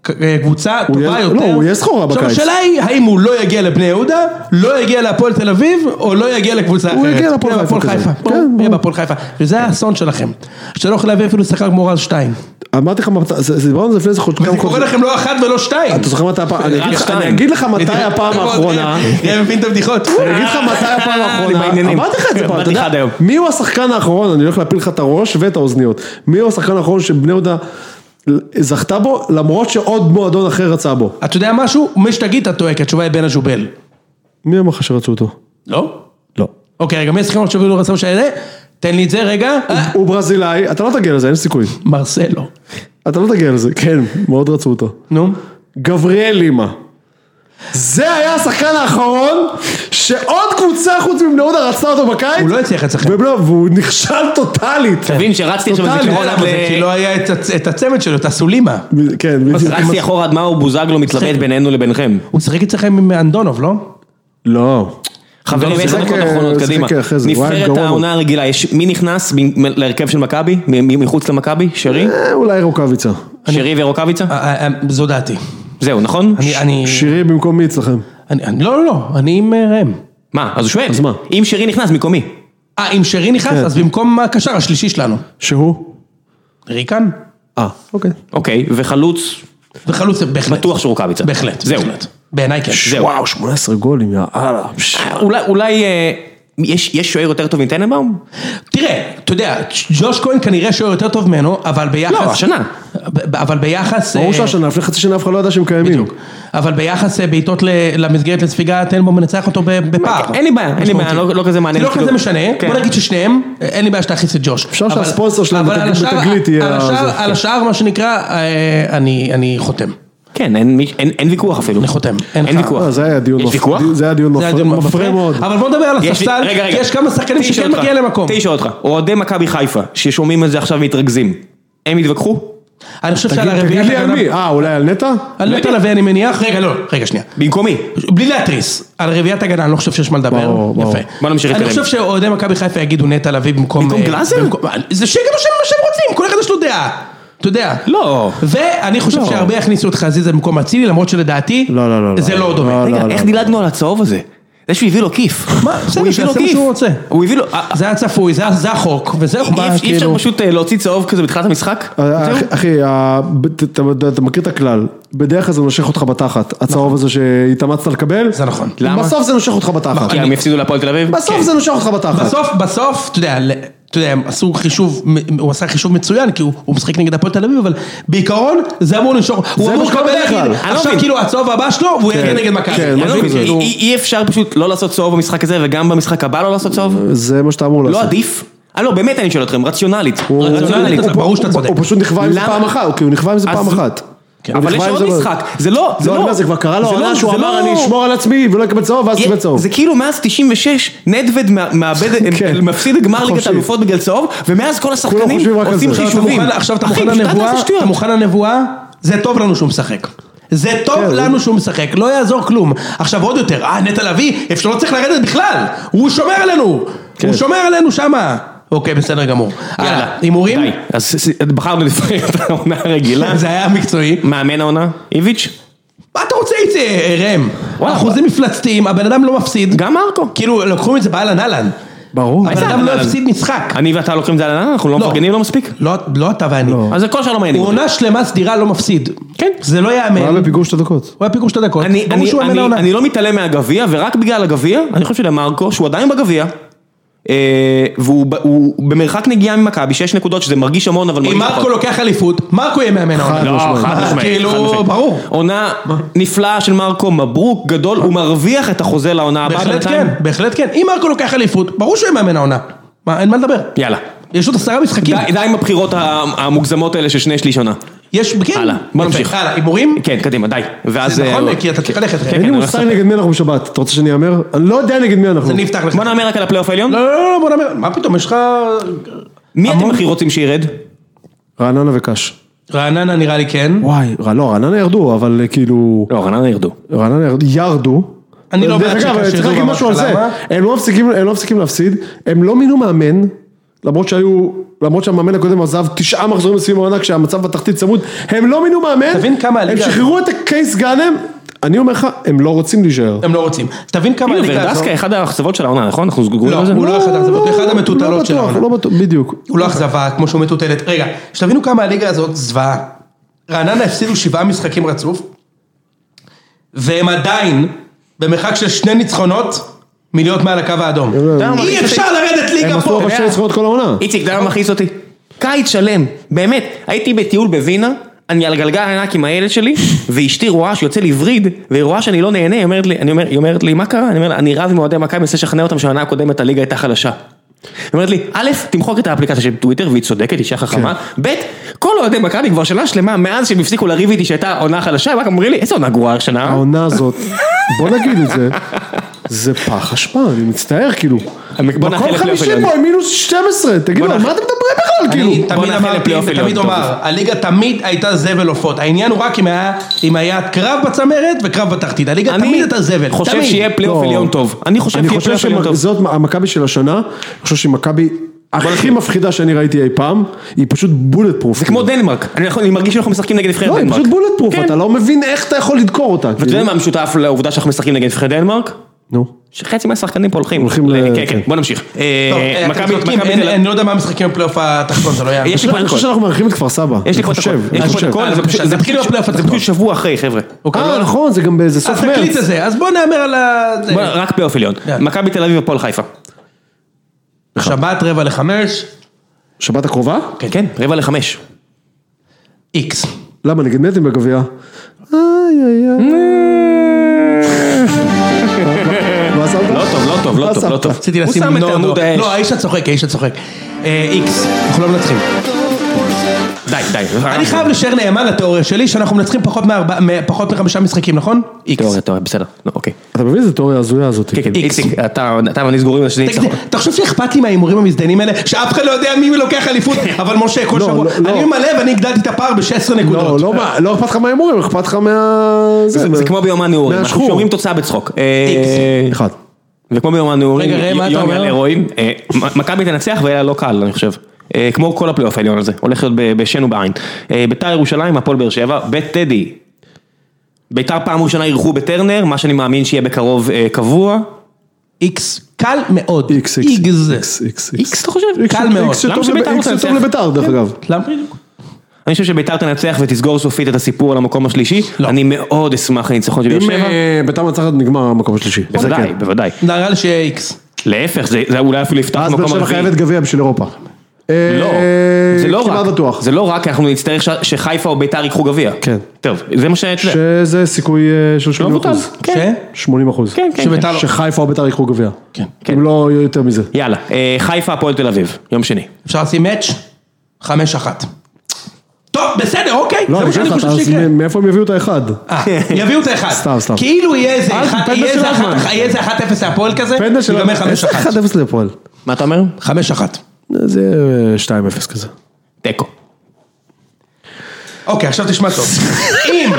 Speaker 2: ק- אה, קבוצה טובה
Speaker 3: יהיה-
Speaker 2: יותר.
Speaker 3: לא, הוא יהיה סחורה
Speaker 2: עכשיו
Speaker 3: בקיץ.
Speaker 2: השאלה היא, האם הוא לא יגיע לבני יהודה, לא יגיע להפועל תל אביב, או לא יגיע לקבוצה אחרת.
Speaker 3: הוא יגיע להפועל
Speaker 2: יהיה
Speaker 3: חיפה כזה.
Speaker 2: ברור,
Speaker 3: כן,
Speaker 2: יהיה
Speaker 3: ברור.
Speaker 2: בהפועל חיפה. וזה האסון שלכם. שאתה לא יכול להביא אפילו שחקן כמו רז שטיין.
Speaker 3: אמרתי לך, מתי- זה- זה- דיברנו על זה לפני איזה חודש.
Speaker 2: זה קורה לכם לא אחת ולא שתיים.
Speaker 3: אתה זוכר מתי הפעם, אני אגיד לך-
Speaker 1: שתיים.
Speaker 3: אני אגיד לך מתי הפעם האחרונה,
Speaker 2: אני אה, מבין את הבדיחות.
Speaker 3: אני אגיד לך מתי הפעם האחרונה,
Speaker 1: בעניינים.
Speaker 3: אמרתי לך את זה פעם, אתה
Speaker 1: אמרתי לך עד
Speaker 3: יודע,
Speaker 1: היום.
Speaker 3: מי הוא השחקן האחרון, אני הולך להפיל לך את הראש ואת האוזניות, מי הוא השחקן האחרון שבני יהודה זכתה בו, למרות שעוד מועדון אחר רצה בו.
Speaker 2: אתה יודע משהו? מי שתגיד אתה טועה, כי התשובה היא בן הג'ובל.
Speaker 3: מי אמר לך שרצו אותו?
Speaker 2: לא?
Speaker 3: לא.
Speaker 2: אוקיי, רגע, מי השחקן שהובילו לרצון של אלה? תן לי את זה רגע. אה,
Speaker 3: הוא ברזילאי, אתה לא תגיע לזה, אין סיכוי.
Speaker 2: מרסלו.
Speaker 3: אתה לא תגיע לזה, כן, מאוד רצו אותו.
Speaker 2: נו.
Speaker 3: גבריאל לימה. זה היה השחקן האחרון שעוד קבוצה חוץ מבני-עודה רצתה אותו בקיץ.
Speaker 2: הוא לא הצליח אצלכם.
Speaker 3: ובלו, והוא נכשל טוטאלית.
Speaker 1: תבין שרצתי עכשיו
Speaker 3: טוטאלי,
Speaker 1: בזיכרון
Speaker 2: אתה
Speaker 1: עד
Speaker 2: יודע למה זה? כי
Speaker 1: ל...
Speaker 2: לא היה את הצ- את הצמד שלו, את הסולימה.
Speaker 3: כן, בדיוק.
Speaker 1: רצתי אחורה עד מאור בוזגלו מתלבט בינינו לבינכם.
Speaker 2: הוא שיחק אצלכם עם אנדונוב, לא?
Speaker 3: לא.
Speaker 1: חברים,
Speaker 3: הוא
Speaker 1: עשר
Speaker 3: שיחק,
Speaker 1: דקות
Speaker 3: אה,
Speaker 1: אחרונות,
Speaker 3: הוא שיחק
Speaker 1: קדימה.
Speaker 3: אחרי זה, הוא היה
Speaker 1: נבחרת
Speaker 3: גרוע מאוד.
Speaker 1: העונה הרגילה, יש- מי נכנס ב- מ- להרכב של מכבי? מ- מ- מחוץ למכבי? שרי?
Speaker 3: אה, אולי רוקאביצה.
Speaker 1: שרי ורוקאביצה?
Speaker 2: אה, אה, אה, זו דעתי.
Speaker 1: זהו, נכון?
Speaker 2: אני- אני...
Speaker 3: שירי במקום מי אצלכם?
Speaker 2: אני- אני- לא, לא, לא, אני עם אה, ראם.
Speaker 1: מה, אז הוא שואל.
Speaker 3: אז מה?
Speaker 1: אם שרי נכנס, מקומי.
Speaker 2: אה, אם שרי נכנס, אז במקום הקשר השלישי שלנו.
Speaker 3: שהוא?
Speaker 2: ריקן?
Speaker 3: אה, אוקיי.
Speaker 1: אוקיי, וחלוץ,
Speaker 2: וחלוץ, בהחלט.
Speaker 1: בטוח שרוקאביצה.
Speaker 2: בהחלט.
Speaker 1: זהו.
Speaker 2: בהחלט. בעיניי כן.
Speaker 1: זהו.
Speaker 3: וואו, 18 גולים, יא אללה. פש.
Speaker 1: אולי, אולי, אה, יש יש שוער יותר טוב מטננבאום?
Speaker 2: תראה, אתה יודע, ג'וש כהן כנראה שוער יותר טוב ממנו, אבל ביחס...
Speaker 1: לא, השנה.
Speaker 2: ב- ב- אבל ביחס...
Speaker 3: ברור
Speaker 2: אה,
Speaker 3: שהשנה, לפני חצי שנה אף אחד לא ידע שהם קיימים.
Speaker 2: בדיוק. אבל ביחס אה, בעיטות ל- למסגרת לספיגה, תן בו מנצח אותו ב- בפער.
Speaker 1: כן, אין לי בעיה, אין לי בעיה,
Speaker 2: משמעותי.
Speaker 1: לא לא כזה מעניין.
Speaker 2: לא
Speaker 1: כאילו.
Speaker 2: כזה משנה,
Speaker 1: כן.
Speaker 2: בוא נגיד ששניהם, אה, אין לי בעיה שתכניס את ג'וש.
Speaker 3: אפשר
Speaker 2: אבל-
Speaker 3: שהספונסר שלהם
Speaker 2: אבל
Speaker 3: בתג-
Speaker 2: על השאר-
Speaker 3: בתגלית יהיה
Speaker 2: על השאר-
Speaker 3: הזה.
Speaker 2: על השאר, מה שנקרא, אה, אני אני חותם.
Speaker 1: כן, אין מי- אין אין ויכוח אפילו.
Speaker 2: אני חותם.
Speaker 1: אין
Speaker 2: לך-
Speaker 1: ויכוח.
Speaker 3: אה, זה היה דיון
Speaker 1: יש
Speaker 3: מפ-
Speaker 1: ויכוח?
Speaker 3: זה היה דיון
Speaker 2: זה היה דיון
Speaker 3: מפ- מפרה מאוד.
Speaker 2: אבל בוא נדבר על
Speaker 1: יש לי-
Speaker 2: הספסל,
Speaker 1: רגע, רגע.
Speaker 2: כי יש כמה שחקנים
Speaker 1: תשאל
Speaker 2: שכן
Speaker 1: אותך.
Speaker 2: מגיע למקום.
Speaker 1: תשאל אותך, אוהדי מכבי חיפה ששומעים את זה עכשיו מתרכזים, הם יתווכחו?
Speaker 2: אני חושב שעל
Speaker 3: תגיד
Speaker 2: הרביעייה...
Speaker 3: תגיד לי על מי, אה, אולי על נטע?
Speaker 2: על נטע לביא אני מניח, רגע לא, רגע שנייה.
Speaker 1: במקומי.
Speaker 3: לא,
Speaker 2: בלי להתריס, על רביעיית הגנה אני לא חושב שיש מה לדבר,
Speaker 3: ברור, ברור.
Speaker 2: יפה.
Speaker 1: בוא נמשיך
Speaker 2: אני
Speaker 1: להתקדם.
Speaker 2: חושב שאוהדי מכבי חיפה יגידו נטע לביא במקום...
Speaker 1: במקום
Speaker 2: אה,
Speaker 1: גלאזר?
Speaker 2: במקום- זה שיגידו שהם מה שהם רוצים, כל אחד יש לו דעה. אתה יודע.
Speaker 1: לא.
Speaker 2: ואני חושב שהרבה יכניסו את חזיזה במקום אצילי, למרות שלדעתי,
Speaker 3: לא, לא, לא,
Speaker 2: זה
Speaker 3: לא.
Speaker 2: לא דומה.
Speaker 3: לא,
Speaker 1: רגע,
Speaker 3: לא,
Speaker 1: איך
Speaker 3: לא.
Speaker 1: דילגנו על הצהוב הזה? זה שהוא הביא לו כיף.
Speaker 2: מה, בסדר,
Speaker 1: הוא הביא לו
Speaker 2: שיעשה מה
Speaker 1: כיף.
Speaker 2: שהוא רוצה.
Speaker 1: הוא הביא לו... אה,
Speaker 2: זה היה צפוי, זה זה החוק, וזה
Speaker 1: אי
Speaker 2: מה,
Speaker 1: אפ- אי אפשר
Speaker 2: כאילו-
Speaker 1: פשוט אה, להוציא צהוב כזה בתחילת המשחק?
Speaker 3: אה, אחי, אחי, ה- ב- ת- ת- אתה מכיר את הכלל, בדרך כלל זה נושך אותך בתחת, הצהוב הזה שהתאמצת לקבל,
Speaker 2: זה נכון.
Speaker 1: נכון. למה? לא,
Speaker 3: בסוף זה נושך אותך בתחת,
Speaker 1: כי כן. הם יפסידו להפועל תל אביב?
Speaker 3: בסוף זה נושך אותך בתחת,
Speaker 2: בסוף, בסוף, אתה יודע, ל- אתה יודע, הם עשו חישוב, מ- הוא עשה חישוב מצוין, כי הוא הוא משחק נגד הפועל תל אביב, אבל בעיקרון, זה אמור לנשור, הוא
Speaker 3: זה
Speaker 2: אמור
Speaker 3: מה שקורה
Speaker 2: לקבל,
Speaker 3: בדרך כלל.
Speaker 2: נגיד,
Speaker 3: אני
Speaker 1: לא
Speaker 2: עכשיו
Speaker 1: מבין.
Speaker 2: כאילו הצהוב הבא שלו, והוא יגיע נגד מכבי.
Speaker 3: כן,
Speaker 2: אני
Speaker 1: אני
Speaker 2: לא
Speaker 1: לא מבין,
Speaker 2: מבין, כאילו-
Speaker 1: אי- אי אי אפשר פשוט לא לעשות צהוב במשחק הזה וגם במשחק הבא לא לעשות צהוב?
Speaker 3: אה, זה מה שאתה אמור
Speaker 1: לא
Speaker 3: לעשות,
Speaker 1: עדיף? אה לא, באמת אני שואל אתכם, רציונלית.
Speaker 2: רציונלית,
Speaker 1: רציונלית.
Speaker 2: זה ברור שאתה צודק.
Speaker 3: הוא פשוט נכווה עם זה
Speaker 1: למה?
Speaker 3: פעם אחת, כי הוא נכווה עם זה
Speaker 1: אז- כן.
Speaker 3: פעם אחת, הוא
Speaker 1: אבל יש
Speaker 3: נכווה עם
Speaker 1: עוד
Speaker 3: זה-
Speaker 1: משחק, זה לא, זה
Speaker 3: לא, אני
Speaker 1: לא,
Speaker 3: אומר, זה כבר קרה לו
Speaker 1: זה
Speaker 3: עונה
Speaker 1: לא-
Speaker 3: שהוא
Speaker 1: זה
Speaker 3: אמר
Speaker 1: לא-
Speaker 3: אני אשמור על עצמי ולא אקבל צהוב ואז
Speaker 1: יה-
Speaker 3: קיבל צהוב.
Speaker 1: זה כאילו מאז 96 נדווד מה- מאבד,
Speaker 3: כן.
Speaker 1: מפסיד את גמר ליגת
Speaker 3: חופשי.
Speaker 1: האלופות בגלל צהוב, ומאז כל השחקנים
Speaker 3: חושבים רק על
Speaker 1: עושים
Speaker 3: זה.
Speaker 2: עכשיו אתה
Speaker 1: חישובים.
Speaker 2: מוכן- עכשיו אתה
Speaker 1: אחי,
Speaker 2: מוכן
Speaker 1: פשוט אל
Speaker 2: לנבואה,
Speaker 1: תעשה שטויות.
Speaker 2: אתה מוכן לנבואה, זה טוב לנו שהוא משחק. זה טוב
Speaker 3: כן,
Speaker 2: לנו שהוא משחק, לא יעזור כלום. עכשיו עוד יותר, אה, נטע לביא, איפה שלא צריך לרדת בכלל, הוא שומר עלינו, הוא שומר עלינו שמה. אוקיי, בסדר גמור. יאללה, הימורים? כן,
Speaker 1: די. אז ס- ס- בחרנו לפני את העונה הרגילה.
Speaker 2: זה היה מקצועי.
Speaker 1: מאמן העונה, איביץ',
Speaker 2: מה אתה רוצה איציק, אה, ראם?
Speaker 1: וואלה.
Speaker 2: אחוזים מפלצתיים, הבן אדם לא מפסיד.
Speaker 1: גם מרקו.
Speaker 2: כאילו, לקחו את זה באהלן אהלן.
Speaker 3: ברור.
Speaker 2: הבן
Speaker 1: איזה
Speaker 2: אדם לא
Speaker 1: אהלן?
Speaker 2: הפסיד משחק.
Speaker 1: אני ואתה לוקחים את זה על הענן, אנחנו לא
Speaker 2: לא.
Speaker 1: מפרגנים לו מספיק.
Speaker 2: לא לא אתה ואני.
Speaker 1: אז זה כל שלא מעניין.
Speaker 2: הוא עונה שלמה סדירה לא מפסיד.
Speaker 1: כן.
Speaker 2: זה לא
Speaker 3: הוא היה
Speaker 2: ייאמן.
Speaker 3: בפיגור שתי דקות.
Speaker 2: הוא היה פיגור שתי דקות.
Speaker 1: אני,
Speaker 2: ברור
Speaker 1: אני,
Speaker 2: שהוא מאמן
Speaker 1: אני,
Speaker 2: העונה.
Speaker 1: אני לא מתעלם מהגביע, ורק בגלל הגביע, אני חושב שלמרקו, שהוא עדיין בגביע, אה, והוא ב- הוא במרחק נגיעה ממכבי, 6 נקודות, שזה מרגיש המון, אבל
Speaker 2: אם
Speaker 1: מרגיש
Speaker 2: מרקו לוקח אליפות, מרקו יהיה מאמן העונה.
Speaker 1: לא,
Speaker 3: משמעית.
Speaker 1: חד משמעית. חד
Speaker 2: כאילו,
Speaker 1: משמעית.
Speaker 2: ברור.
Speaker 1: עונה נפלאה של מרקו, מברוק גדול, הוא מרוויח את החוזה לעונה הבאה.
Speaker 2: בהחלט
Speaker 1: בינתיים.
Speaker 2: כן, בהחלט כן. אם מרקו לוקח אליפות, ברור שהוא יהיה מאמן העונה. מה, אין מה לדבר.
Speaker 1: יאללה.
Speaker 2: יש עוד עשרה משחקים.
Speaker 1: די- די עם הבחירות ה- המוגזמות האלה של שני שליש עונה.
Speaker 2: יש, כן.
Speaker 1: הלאה, בוא
Speaker 2: יפה.
Speaker 1: נמשיך.
Speaker 2: הלאה, הימורים?
Speaker 1: כן, קדימה, די. ואז...
Speaker 2: זה
Speaker 1: אה,
Speaker 2: נכון,
Speaker 1: אה,
Speaker 2: כי אתה צריך ללכת.
Speaker 1: כן,
Speaker 3: אין לי
Speaker 1: אני
Speaker 3: מושג
Speaker 1: לא
Speaker 3: נגד מי אנחנו בשבת, אתה רוצה שאני אאמר? אני לא יודע נגד מי אנחנו.
Speaker 2: אני אפתח לך.
Speaker 1: בוא נאמר רק על הפלייאוף העליון.
Speaker 2: לא, לא, לא, לא, בוא נאמר, מה פתאום, יש לך...
Speaker 1: מי אתם הכי רוצים שירד?
Speaker 3: רעננה וקאש.
Speaker 2: רעננה נראה לי כן.
Speaker 3: וואי, רע- לא, רעננה ירדו, אבל אה, כאילו...
Speaker 1: לא, רעננה ירדו.
Speaker 3: רעננה ירד- ירדו.
Speaker 2: אני לא
Speaker 3: דרך
Speaker 2: בעד
Speaker 3: אגב,
Speaker 2: שקאש
Speaker 3: צריך
Speaker 2: ירדו
Speaker 3: להגיד משהו על זה.
Speaker 2: בהתחלה,
Speaker 3: הם לא מפסיקים- הם לא מפסיקים להפסיד, הם לא מינו מאמן, למרות שהיו... למרות שהמאמן הקודם עזב תשעה מחזורים לסיום העונה כשהמצב בתחתית צמוד, הם לא מינו מאמן,
Speaker 2: תבין כמה
Speaker 3: הם
Speaker 2: הליגה-
Speaker 3: שחררו את הקייס גאנם, אני אומר לך, הם לא רוצים להישאר.
Speaker 2: הם לא רוצים. תבין כמה
Speaker 1: הנה,
Speaker 2: הליגה הזו...
Speaker 1: ורדסקה אחד האכזבות של העונה, נכון? אנחנו גרועים
Speaker 2: לא,
Speaker 1: בזה?
Speaker 2: הוא לא
Speaker 3: לא,
Speaker 2: אחת האכזבות, הוא
Speaker 3: לא,
Speaker 2: אחד
Speaker 3: לא,
Speaker 2: המטוטלות
Speaker 3: לא
Speaker 2: של
Speaker 3: בטוח,
Speaker 2: העונה.
Speaker 3: לא בטוח, בדיוק.
Speaker 2: הוא לא אכזבה, כמו שהוא מטוטלת. רגע, שתבינו כמה הליגה הזאת זוועה. רעננה הפסידו שבעה משחקים רצוף, והם עדיין במרחק של שני ניצחונות מלהיות מעל הקו האדום.
Speaker 3: יודע
Speaker 1: מה,
Speaker 2: אי
Speaker 1: איציק?
Speaker 2: אפשר לרדת
Speaker 3: לא- הם
Speaker 2: ליגה
Speaker 3: עשו
Speaker 2: פה.
Speaker 3: אבל שתי
Speaker 1: יודע.
Speaker 3: נצחונות כל העונה.
Speaker 1: איציק, אתה יודע מה מכעיס אותי? קיץ שלם, באמת, הייתי בטיול בווינה, אני על גלגל ענק עם הילד שלי, ואשתי רואה שיוצא לי וריד, והיא רואה שאני לא נהנה, היא אומרת לי, אני אומר, היא אומרת לי, מה קרה? אני אומר לה, אני רב עם אוהדי מכבי, מנסה לשכנע אותם שהעונה הקודמת הליגה הייתה חלשה. היא אומרת לי, א', תמחוק את האפליקציה של טוויטר, והיא צודקת,
Speaker 3: כן.
Speaker 1: אישה חכמה, ב', כל אוהדי מכבי כבר שנה שלמה, מאז שהם הפסיקו לריב איתי שהייתה עונה חלשה, הם רק אומרים לי, איזה עונה גרועה השנה?
Speaker 3: העונה הזאת, בוא נגיד את זה, זה פח אשפה, אני מצטער כאילו.
Speaker 1: בוא נאחל
Speaker 3: מקום
Speaker 1: לפלייאוף
Speaker 3: חמישי
Speaker 1: עליון.
Speaker 3: פה עם מינוס 12, תגידו, על מה אתם מדברים בכלל
Speaker 2: אני
Speaker 3: כאילו?
Speaker 2: תמיד
Speaker 1: נאחל
Speaker 2: אמרתי,
Speaker 1: לפלייאוף עליון,
Speaker 2: תמיד
Speaker 1: טוב.
Speaker 2: אומר, הליגה תמיד הייתה זבל עופות, העניין הוא רק אם היה- אם היה קרב בצמרת וקרב בתחתית, הליגה תמיד הייתה זבל,
Speaker 1: חושב
Speaker 2: תמיד.
Speaker 1: שיהיה פלייאוף
Speaker 3: לא.
Speaker 1: עליון טוב. אני חושב
Speaker 3: אני
Speaker 1: שיהיה
Speaker 3: חושב
Speaker 1: פלייאוף עליון טוב.
Speaker 3: שזאת המכבי של השנה, אני חושב שהיא מכבי הכי
Speaker 1: נתחיל.
Speaker 3: מפחידה שאני ראיתי אי פעם, היא פשוט בולט פרוף.
Speaker 1: זה כמו דנמרק, אני יכול- אני מרגיש שאנחנו משחקים נגד נבחרת
Speaker 3: לא, היא
Speaker 1: דנמרק.
Speaker 3: פשוט בולט פרוף,
Speaker 1: כן.
Speaker 3: אתה לא מבין איך אתה יכול לדקור אותה.
Speaker 1: ואתה
Speaker 3: כאילו.
Speaker 1: יודע מה משותף לעובדה שאנחנו משחקים נגד נבחרת דנמרק?
Speaker 3: נו.
Speaker 1: שחצי מהשחקנים פה הולכים.
Speaker 3: הולכים ל-
Speaker 1: כן, כן,
Speaker 3: כן.
Speaker 1: בוא נמשיך. אה,
Speaker 2: טוב, אה, אתם
Speaker 1: מכבי-
Speaker 2: צודקים,
Speaker 1: מכבי
Speaker 2: אין-
Speaker 1: תל- אה,
Speaker 2: אני לא יודע מה המשחקים בפלייאוף התחתון, זה לא יאמן.
Speaker 1: יש לי פה
Speaker 3: אני
Speaker 1: את
Speaker 3: חושב
Speaker 1: הכל.
Speaker 3: שאנחנו מארחים את כפר סבא.
Speaker 1: יש לי פה
Speaker 3: אני
Speaker 1: את הכל.
Speaker 3: חושב,
Speaker 1: יש
Speaker 3: אני
Speaker 1: לי פה את
Speaker 3: חושב.
Speaker 1: הכל.
Speaker 2: אה,
Speaker 1: זה
Speaker 2: זה
Speaker 1: פשוט-
Speaker 2: פשוט-
Speaker 1: זה פשוט
Speaker 2: הפלייאוף
Speaker 1: זה
Speaker 2: התחתון.
Speaker 1: פשוט שבוע אחרי, חבר'ה.
Speaker 2: אוקיי,
Speaker 3: אה,
Speaker 2: לא-
Speaker 3: נכון, זה גם באיזה סוף
Speaker 2: התקליט
Speaker 3: מרץ.
Speaker 2: הזה, אז בוא נהמר על ה... זה.
Speaker 1: בוא, אה, רק פלייאוף עליון.
Speaker 2: יאללה.
Speaker 1: מכבי תל אביב הפועל חיפה. נכון.
Speaker 2: שבת רבע לחמש,
Speaker 3: שבת הקרובה?
Speaker 1: כן, רבע לחמש.
Speaker 2: איקס.
Speaker 3: למה, נגד מי אתם בגביע? איי איי
Speaker 1: [laughs]
Speaker 3: איי. מה שמת?
Speaker 1: לא טוב, לא טוב, לא
Speaker 3: מה
Speaker 1: טוב, לא
Speaker 3: שמת?
Speaker 1: טוב.
Speaker 2: רציתי
Speaker 1: הוא
Speaker 2: לשים
Speaker 1: שם את אה,
Speaker 2: נודו.
Speaker 1: עמוד האש.
Speaker 2: לא, האיש הצוחק, האיש הצוחק. אה, איקס, אנחנו לא מנצחים.
Speaker 1: נכון. די, די. אה,
Speaker 2: אני חייב להישאר נאמן לתיאוריה שלי, שאנחנו מנצחים פחות מארבע- מ- פחות מחמישה משחקים, נכון? איקס.
Speaker 1: תיאוריה, תיאוריה, בסדר. לא, אוקיי.
Speaker 3: אתה מבין איזה תיאוריה הזויה הזאת?
Speaker 1: כן, כן,
Speaker 2: איקס.
Speaker 1: איציק, אתה אתה ואני סגורים על שני
Speaker 2: תגיד,
Speaker 1: ניצחון.
Speaker 2: אתה חושב שאכפת לי מההימורים המזדיינים האלה, שאף אחד לא יודע מי
Speaker 1: [laughs]
Speaker 2: לוקח אליפות, אבל משה, כל
Speaker 3: לא,
Speaker 2: שבוע,
Speaker 3: לא, לא.
Speaker 2: אני ממלא ואני הגדלתי את הפער ב-16
Speaker 3: לא,
Speaker 2: נקודות.
Speaker 3: לא מה- לא אכפת לך מההימורים, אכפת לך מה...
Speaker 1: זה זה כמו ביומן נעורים, אנחנו
Speaker 3: מהשחור.
Speaker 1: שומרים תוצאה בצחוק. אה,
Speaker 3: אחד.
Speaker 1: וכמו ביום הנעורים,
Speaker 2: רגע, ראם, מה אתה
Speaker 1: יום
Speaker 2: אומר?
Speaker 1: יעלה רואים, אה, מ- מכבי תנצח ויהיה לה לא קל, אני חושב. אה, כמו כל הפלייאוף העליון הזה, הולך להיות ב- בשן ובעין. אה, ביתר ירושלים, הפועל באר שבע, בית טדי. ביתר פעם ראשונה אירחו בטרנר, מה שאני מאמין שיהיה בקרוב אה, קבוע.
Speaker 2: איקס, קל מאוד.
Speaker 3: איקס, איקס,
Speaker 2: איקס.
Speaker 3: איקס, איקס.
Speaker 1: איקס אתה חושב?
Speaker 2: קל מאוד.
Speaker 3: איקס זה
Speaker 1: למה
Speaker 3: טוב
Speaker 1: שביתר
Speaker 3: לב- איקס
Speaker 1: רוצה
Speaker 3: זה
Speaker 1: לנצח?
Speaker 3: טוב
Speaker 1: כן.
Speaker 3: לביתר, דרך אגב.
Speaker 2: למה בדיוק?
Speaker 1: אני חושב שביתר תנצח ותסגור סופית את הסיפור על המקום השלישי.
Speaker 2: לא.
Speaker 1: אני מאוד אשמח לניצחון של באר
Speaker 3: אם
Speaker 1: שבע.
Speaker 3: אה, ביתר מנצחת נגמר המקום השלישי.
Speaker 1: בוודאי,
Speaker 2: כן.
Speaker 1: בוודאי.
Speaker 2: נראה לי שיהיה איקס.
Speaker 1: להפך, זה זה אולי אפילו יפתח
Speaker 3: אז
Speaker 1: מקום
Speaker 3: באר
Speaker 1: הרביעי.
Speaker 3: שבע חייבת גביע בשביל אירופה.
Speaker 1: לא,
Speaker 3: אה,
Speaker 1: זה לא רק,
Speaker 3: כמעט בטוח.
Speaker 1: זה לא רק, כי אנחנו נצטרך ש- שחיפה או ביתר ייקחו גביע.
Speaker 3: כן.
Speaker 1: טוב, זה מה ש... אתה יודע,
Speaker 3: שזה סיכוי אה, של
Speaker 1: לא
Speaker 3: 80
Speaker 1: מבוטל.
Speaker 3: אחוז.
Speaker 1: כן,
Speaker 2: ש?
Speaker 3: 80 אחוז.
Speaker 1: כן, כן.
Speaker 2: שביתר לא.
Speaker 3: שחיפה או ביתר ייקחו גביע.
Speaker 2: כן.
Speaker 3: אם לא יותר מזה.
Speaker 1: כן. יאללה, אה, חיפה הפועל תל אביב, יום שני.
Speaker 2: אפשר לשים מאץ'? חמש אחת. טוב, בסדר, אוקיי.
Speaker 3: לא,
Speaker 2: זה מה
Speaker 3: אני אגיד
Speaker 2: שאני
Speaker 3: לך,
Speaker 2: חושב
Speaker 3: אז
Speaker 2: שיקרה.
Speaker 3: מ- מאיפה הם יביאו את האחד?
Speaker 2: אה, יביאו את האחד.
Speaker 3: סתם, סתם.
Speaker 2: כאילו יהיה איזה
Speaker 3: אז
Speaker 2: אחד-
Speaker 3: פנדל
Speaker 2: יהיה
Speaker 3: של
Speaker 2: איזה
Speaker 3: אחמד.
Speaker 2: אחת- יהיה איזה 1-0 להפועל כזה,
Speaker 3: פנדל של...
Speaker 2: ייגמר 5-1.
Speaker 3: 1-0 להפועל.
Speaker 1: מה אתה אומר?
Speaker 2: 5-1.
Speaker 3: זה אה, 2-0 כזה.
Speaker 1: תיקו.
Speaker 2: אוקיי, עכשיו תשמע
Speaker 3: [laughs]
Speaker 2: טוב. אם,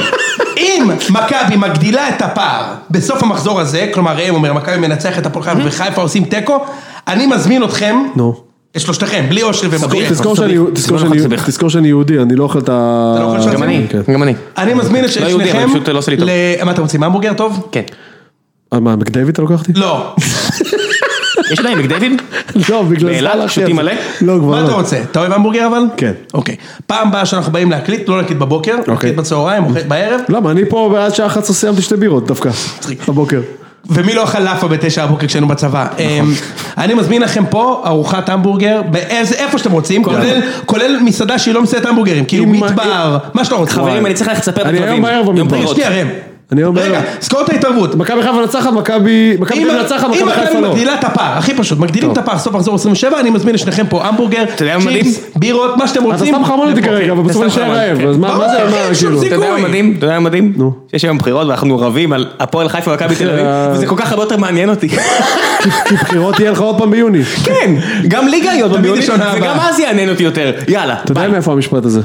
Speaker 2: אם מכבי מגדילה את הפער בסוף המחזור הזה, כלומר ראם אומר, מכבי מנצח את הפועל חיפה וחיפה עושים תיקו, אני מזמין אתכם,
Speaker 3: Mhm. נו.
Speaker 2: את שלושתכם, בלי אושרי ומקורי.
Speaker 3: אוקיי, תזכור שאני-
Speaker 1: סביב.
Speaker 3: תזכור
Speaker 1: זה לא
Speaker 3: שאני-
Speaker 1: נכון, סביב.
Speaker 3: תזכור שאני יהודי, אני לא אוכל את ה...
Speaker 2: אתה לא אוכל
Speaker 1: גם
Speaker 2: זה
Speaker 1: אני,
Speaker 3: כן.
Speaker 1: גם אני.
Speaker 2: אני מזמין את
Speaker 1: לא יהודי, אבל
Speaker 2: שניכם,
Speaker 1: פשוט לא עושה לי טוב.
Speaker 2: ל- מה אתם רוצים, המבורגר טוב?
Speaker 1: כן.
Speaker 3: אה, מה, מקדייוויד אתה לוקחתי?
Speaker 2: לא.
Speaker 1: יש עדיין מקדייוויד?
Speaker 3: לא, בגלל
Speaker 1: באילת
Speaker 3: הלכתי
Speaker 1: שותים
Speaker 3: על זה.
Speaker 1: מלא?
Speaker 3: לא, כבר
Speaker 2: מה
Speaker 3: לא.
Speaker 2: אתה רוצה? אתה אוהב המבורגר אבל?
Speaker 3: כן. אוקיי.
Speaker 2: אוקיי. פעם הבאה שאנחנו באים להקליט, לא נקליט בבוקר, נקליט בצהריים, אוכל בערב,
Speaker 3: למה, אני פה עד שעה 11 סיימתי שתי בירות דווקא, בבוקר.
Speaker 2: ומי לא אכל לאפה בתשע הבוקר כשהיינו בצבא.
Speaker 3: נכון.
Speaker 2: אמ, אני מזמין לכם פה ארוחת המבורגר, באיזה- איפה שאתם רוצים,
Speaker 3: כן.
Speaker 2: כולל- כולל מסעדה שהיא לא מסעדת המבורגרים, כאילו
Speaker 3: אם-
Speaker 2: מדבר, מה שאתה רוצה.
Speaker 1: [laughs] חברים, אני צריך ללכת לספר
Speaker 3: אני
Speaker 1: בכלבים.
Speaker 3: היום בערב
Speaker 1: יום
Speaker 3: במדבר.
Speaker 1: בחירות.
Speaker 2: שנייה, ראם.
Speaker 3: אני אומר,
Speaker 2: רגע, זכור את ההתערבות.
Speaker 3: מכבי חיפה מנצחת, מכבי... מכבי
Speaker 2: אם
Speaker 3: תל אביב מנצחת,
Speaker 2: אם
Speaker 3: מכבי
Speaker 2: מכבי
Speaker 3: חיפה לא.
Speaker 2: מגדילה את הפער, הכי פשוט, מגדילים את הפער, סוף מחזור 27, אני מזמין לשניכם פה המבורגר,
Speaker 1: יודע מה מדהים?
Speaker 2: צ'יפס, בירות, מה שאתם
Speaker 3: אתה
Speaker 2: רוצים.
Speaker 3: סתם חרמון אותי כרגע, אבל בסוף
Speaker 1: אתה
Speaker 3: אני
Speaker 1: סתם
Speaker 3: אשאר
Speaker 1: חרמון,
Speaker 3: רעב,
Speaker 1: כן.
Speaker 3: אז מה
Speaker 2: ברור,
Speaker 3: מה זה,
Speaker 2: אין
Speaker 3: מה,
Speaker 2: שום
Speaker 3: כאילו...
Speaker 2: סיכוי.
Speaker 1: אתה יודע מה מדהים? אתה יודע מה מדהים?
Speaker 3: נו.
Speaker 1: שיש היום בחירות ואנחנו רבים על הפועל חיפה ומכבי תל
Speaker 3: [laughs]
Speaker 1: אביב, וזה כל כך הרבה יותר מעניין אותי.
Speaker 3: כי בחירות יהיה לך עוד פעם ביוני.
Speaker 1: כן, [laughs] גם ליגה יהיו
Speaker 2: תמיד יש עונה הבאה.
Speaker 1: וגם אז יעניין אותי יותר. יאללה,
Speaker 3: אתה
Speaker 1: ביי.
Speaker 3: יודע מאיפה המשפט הזה?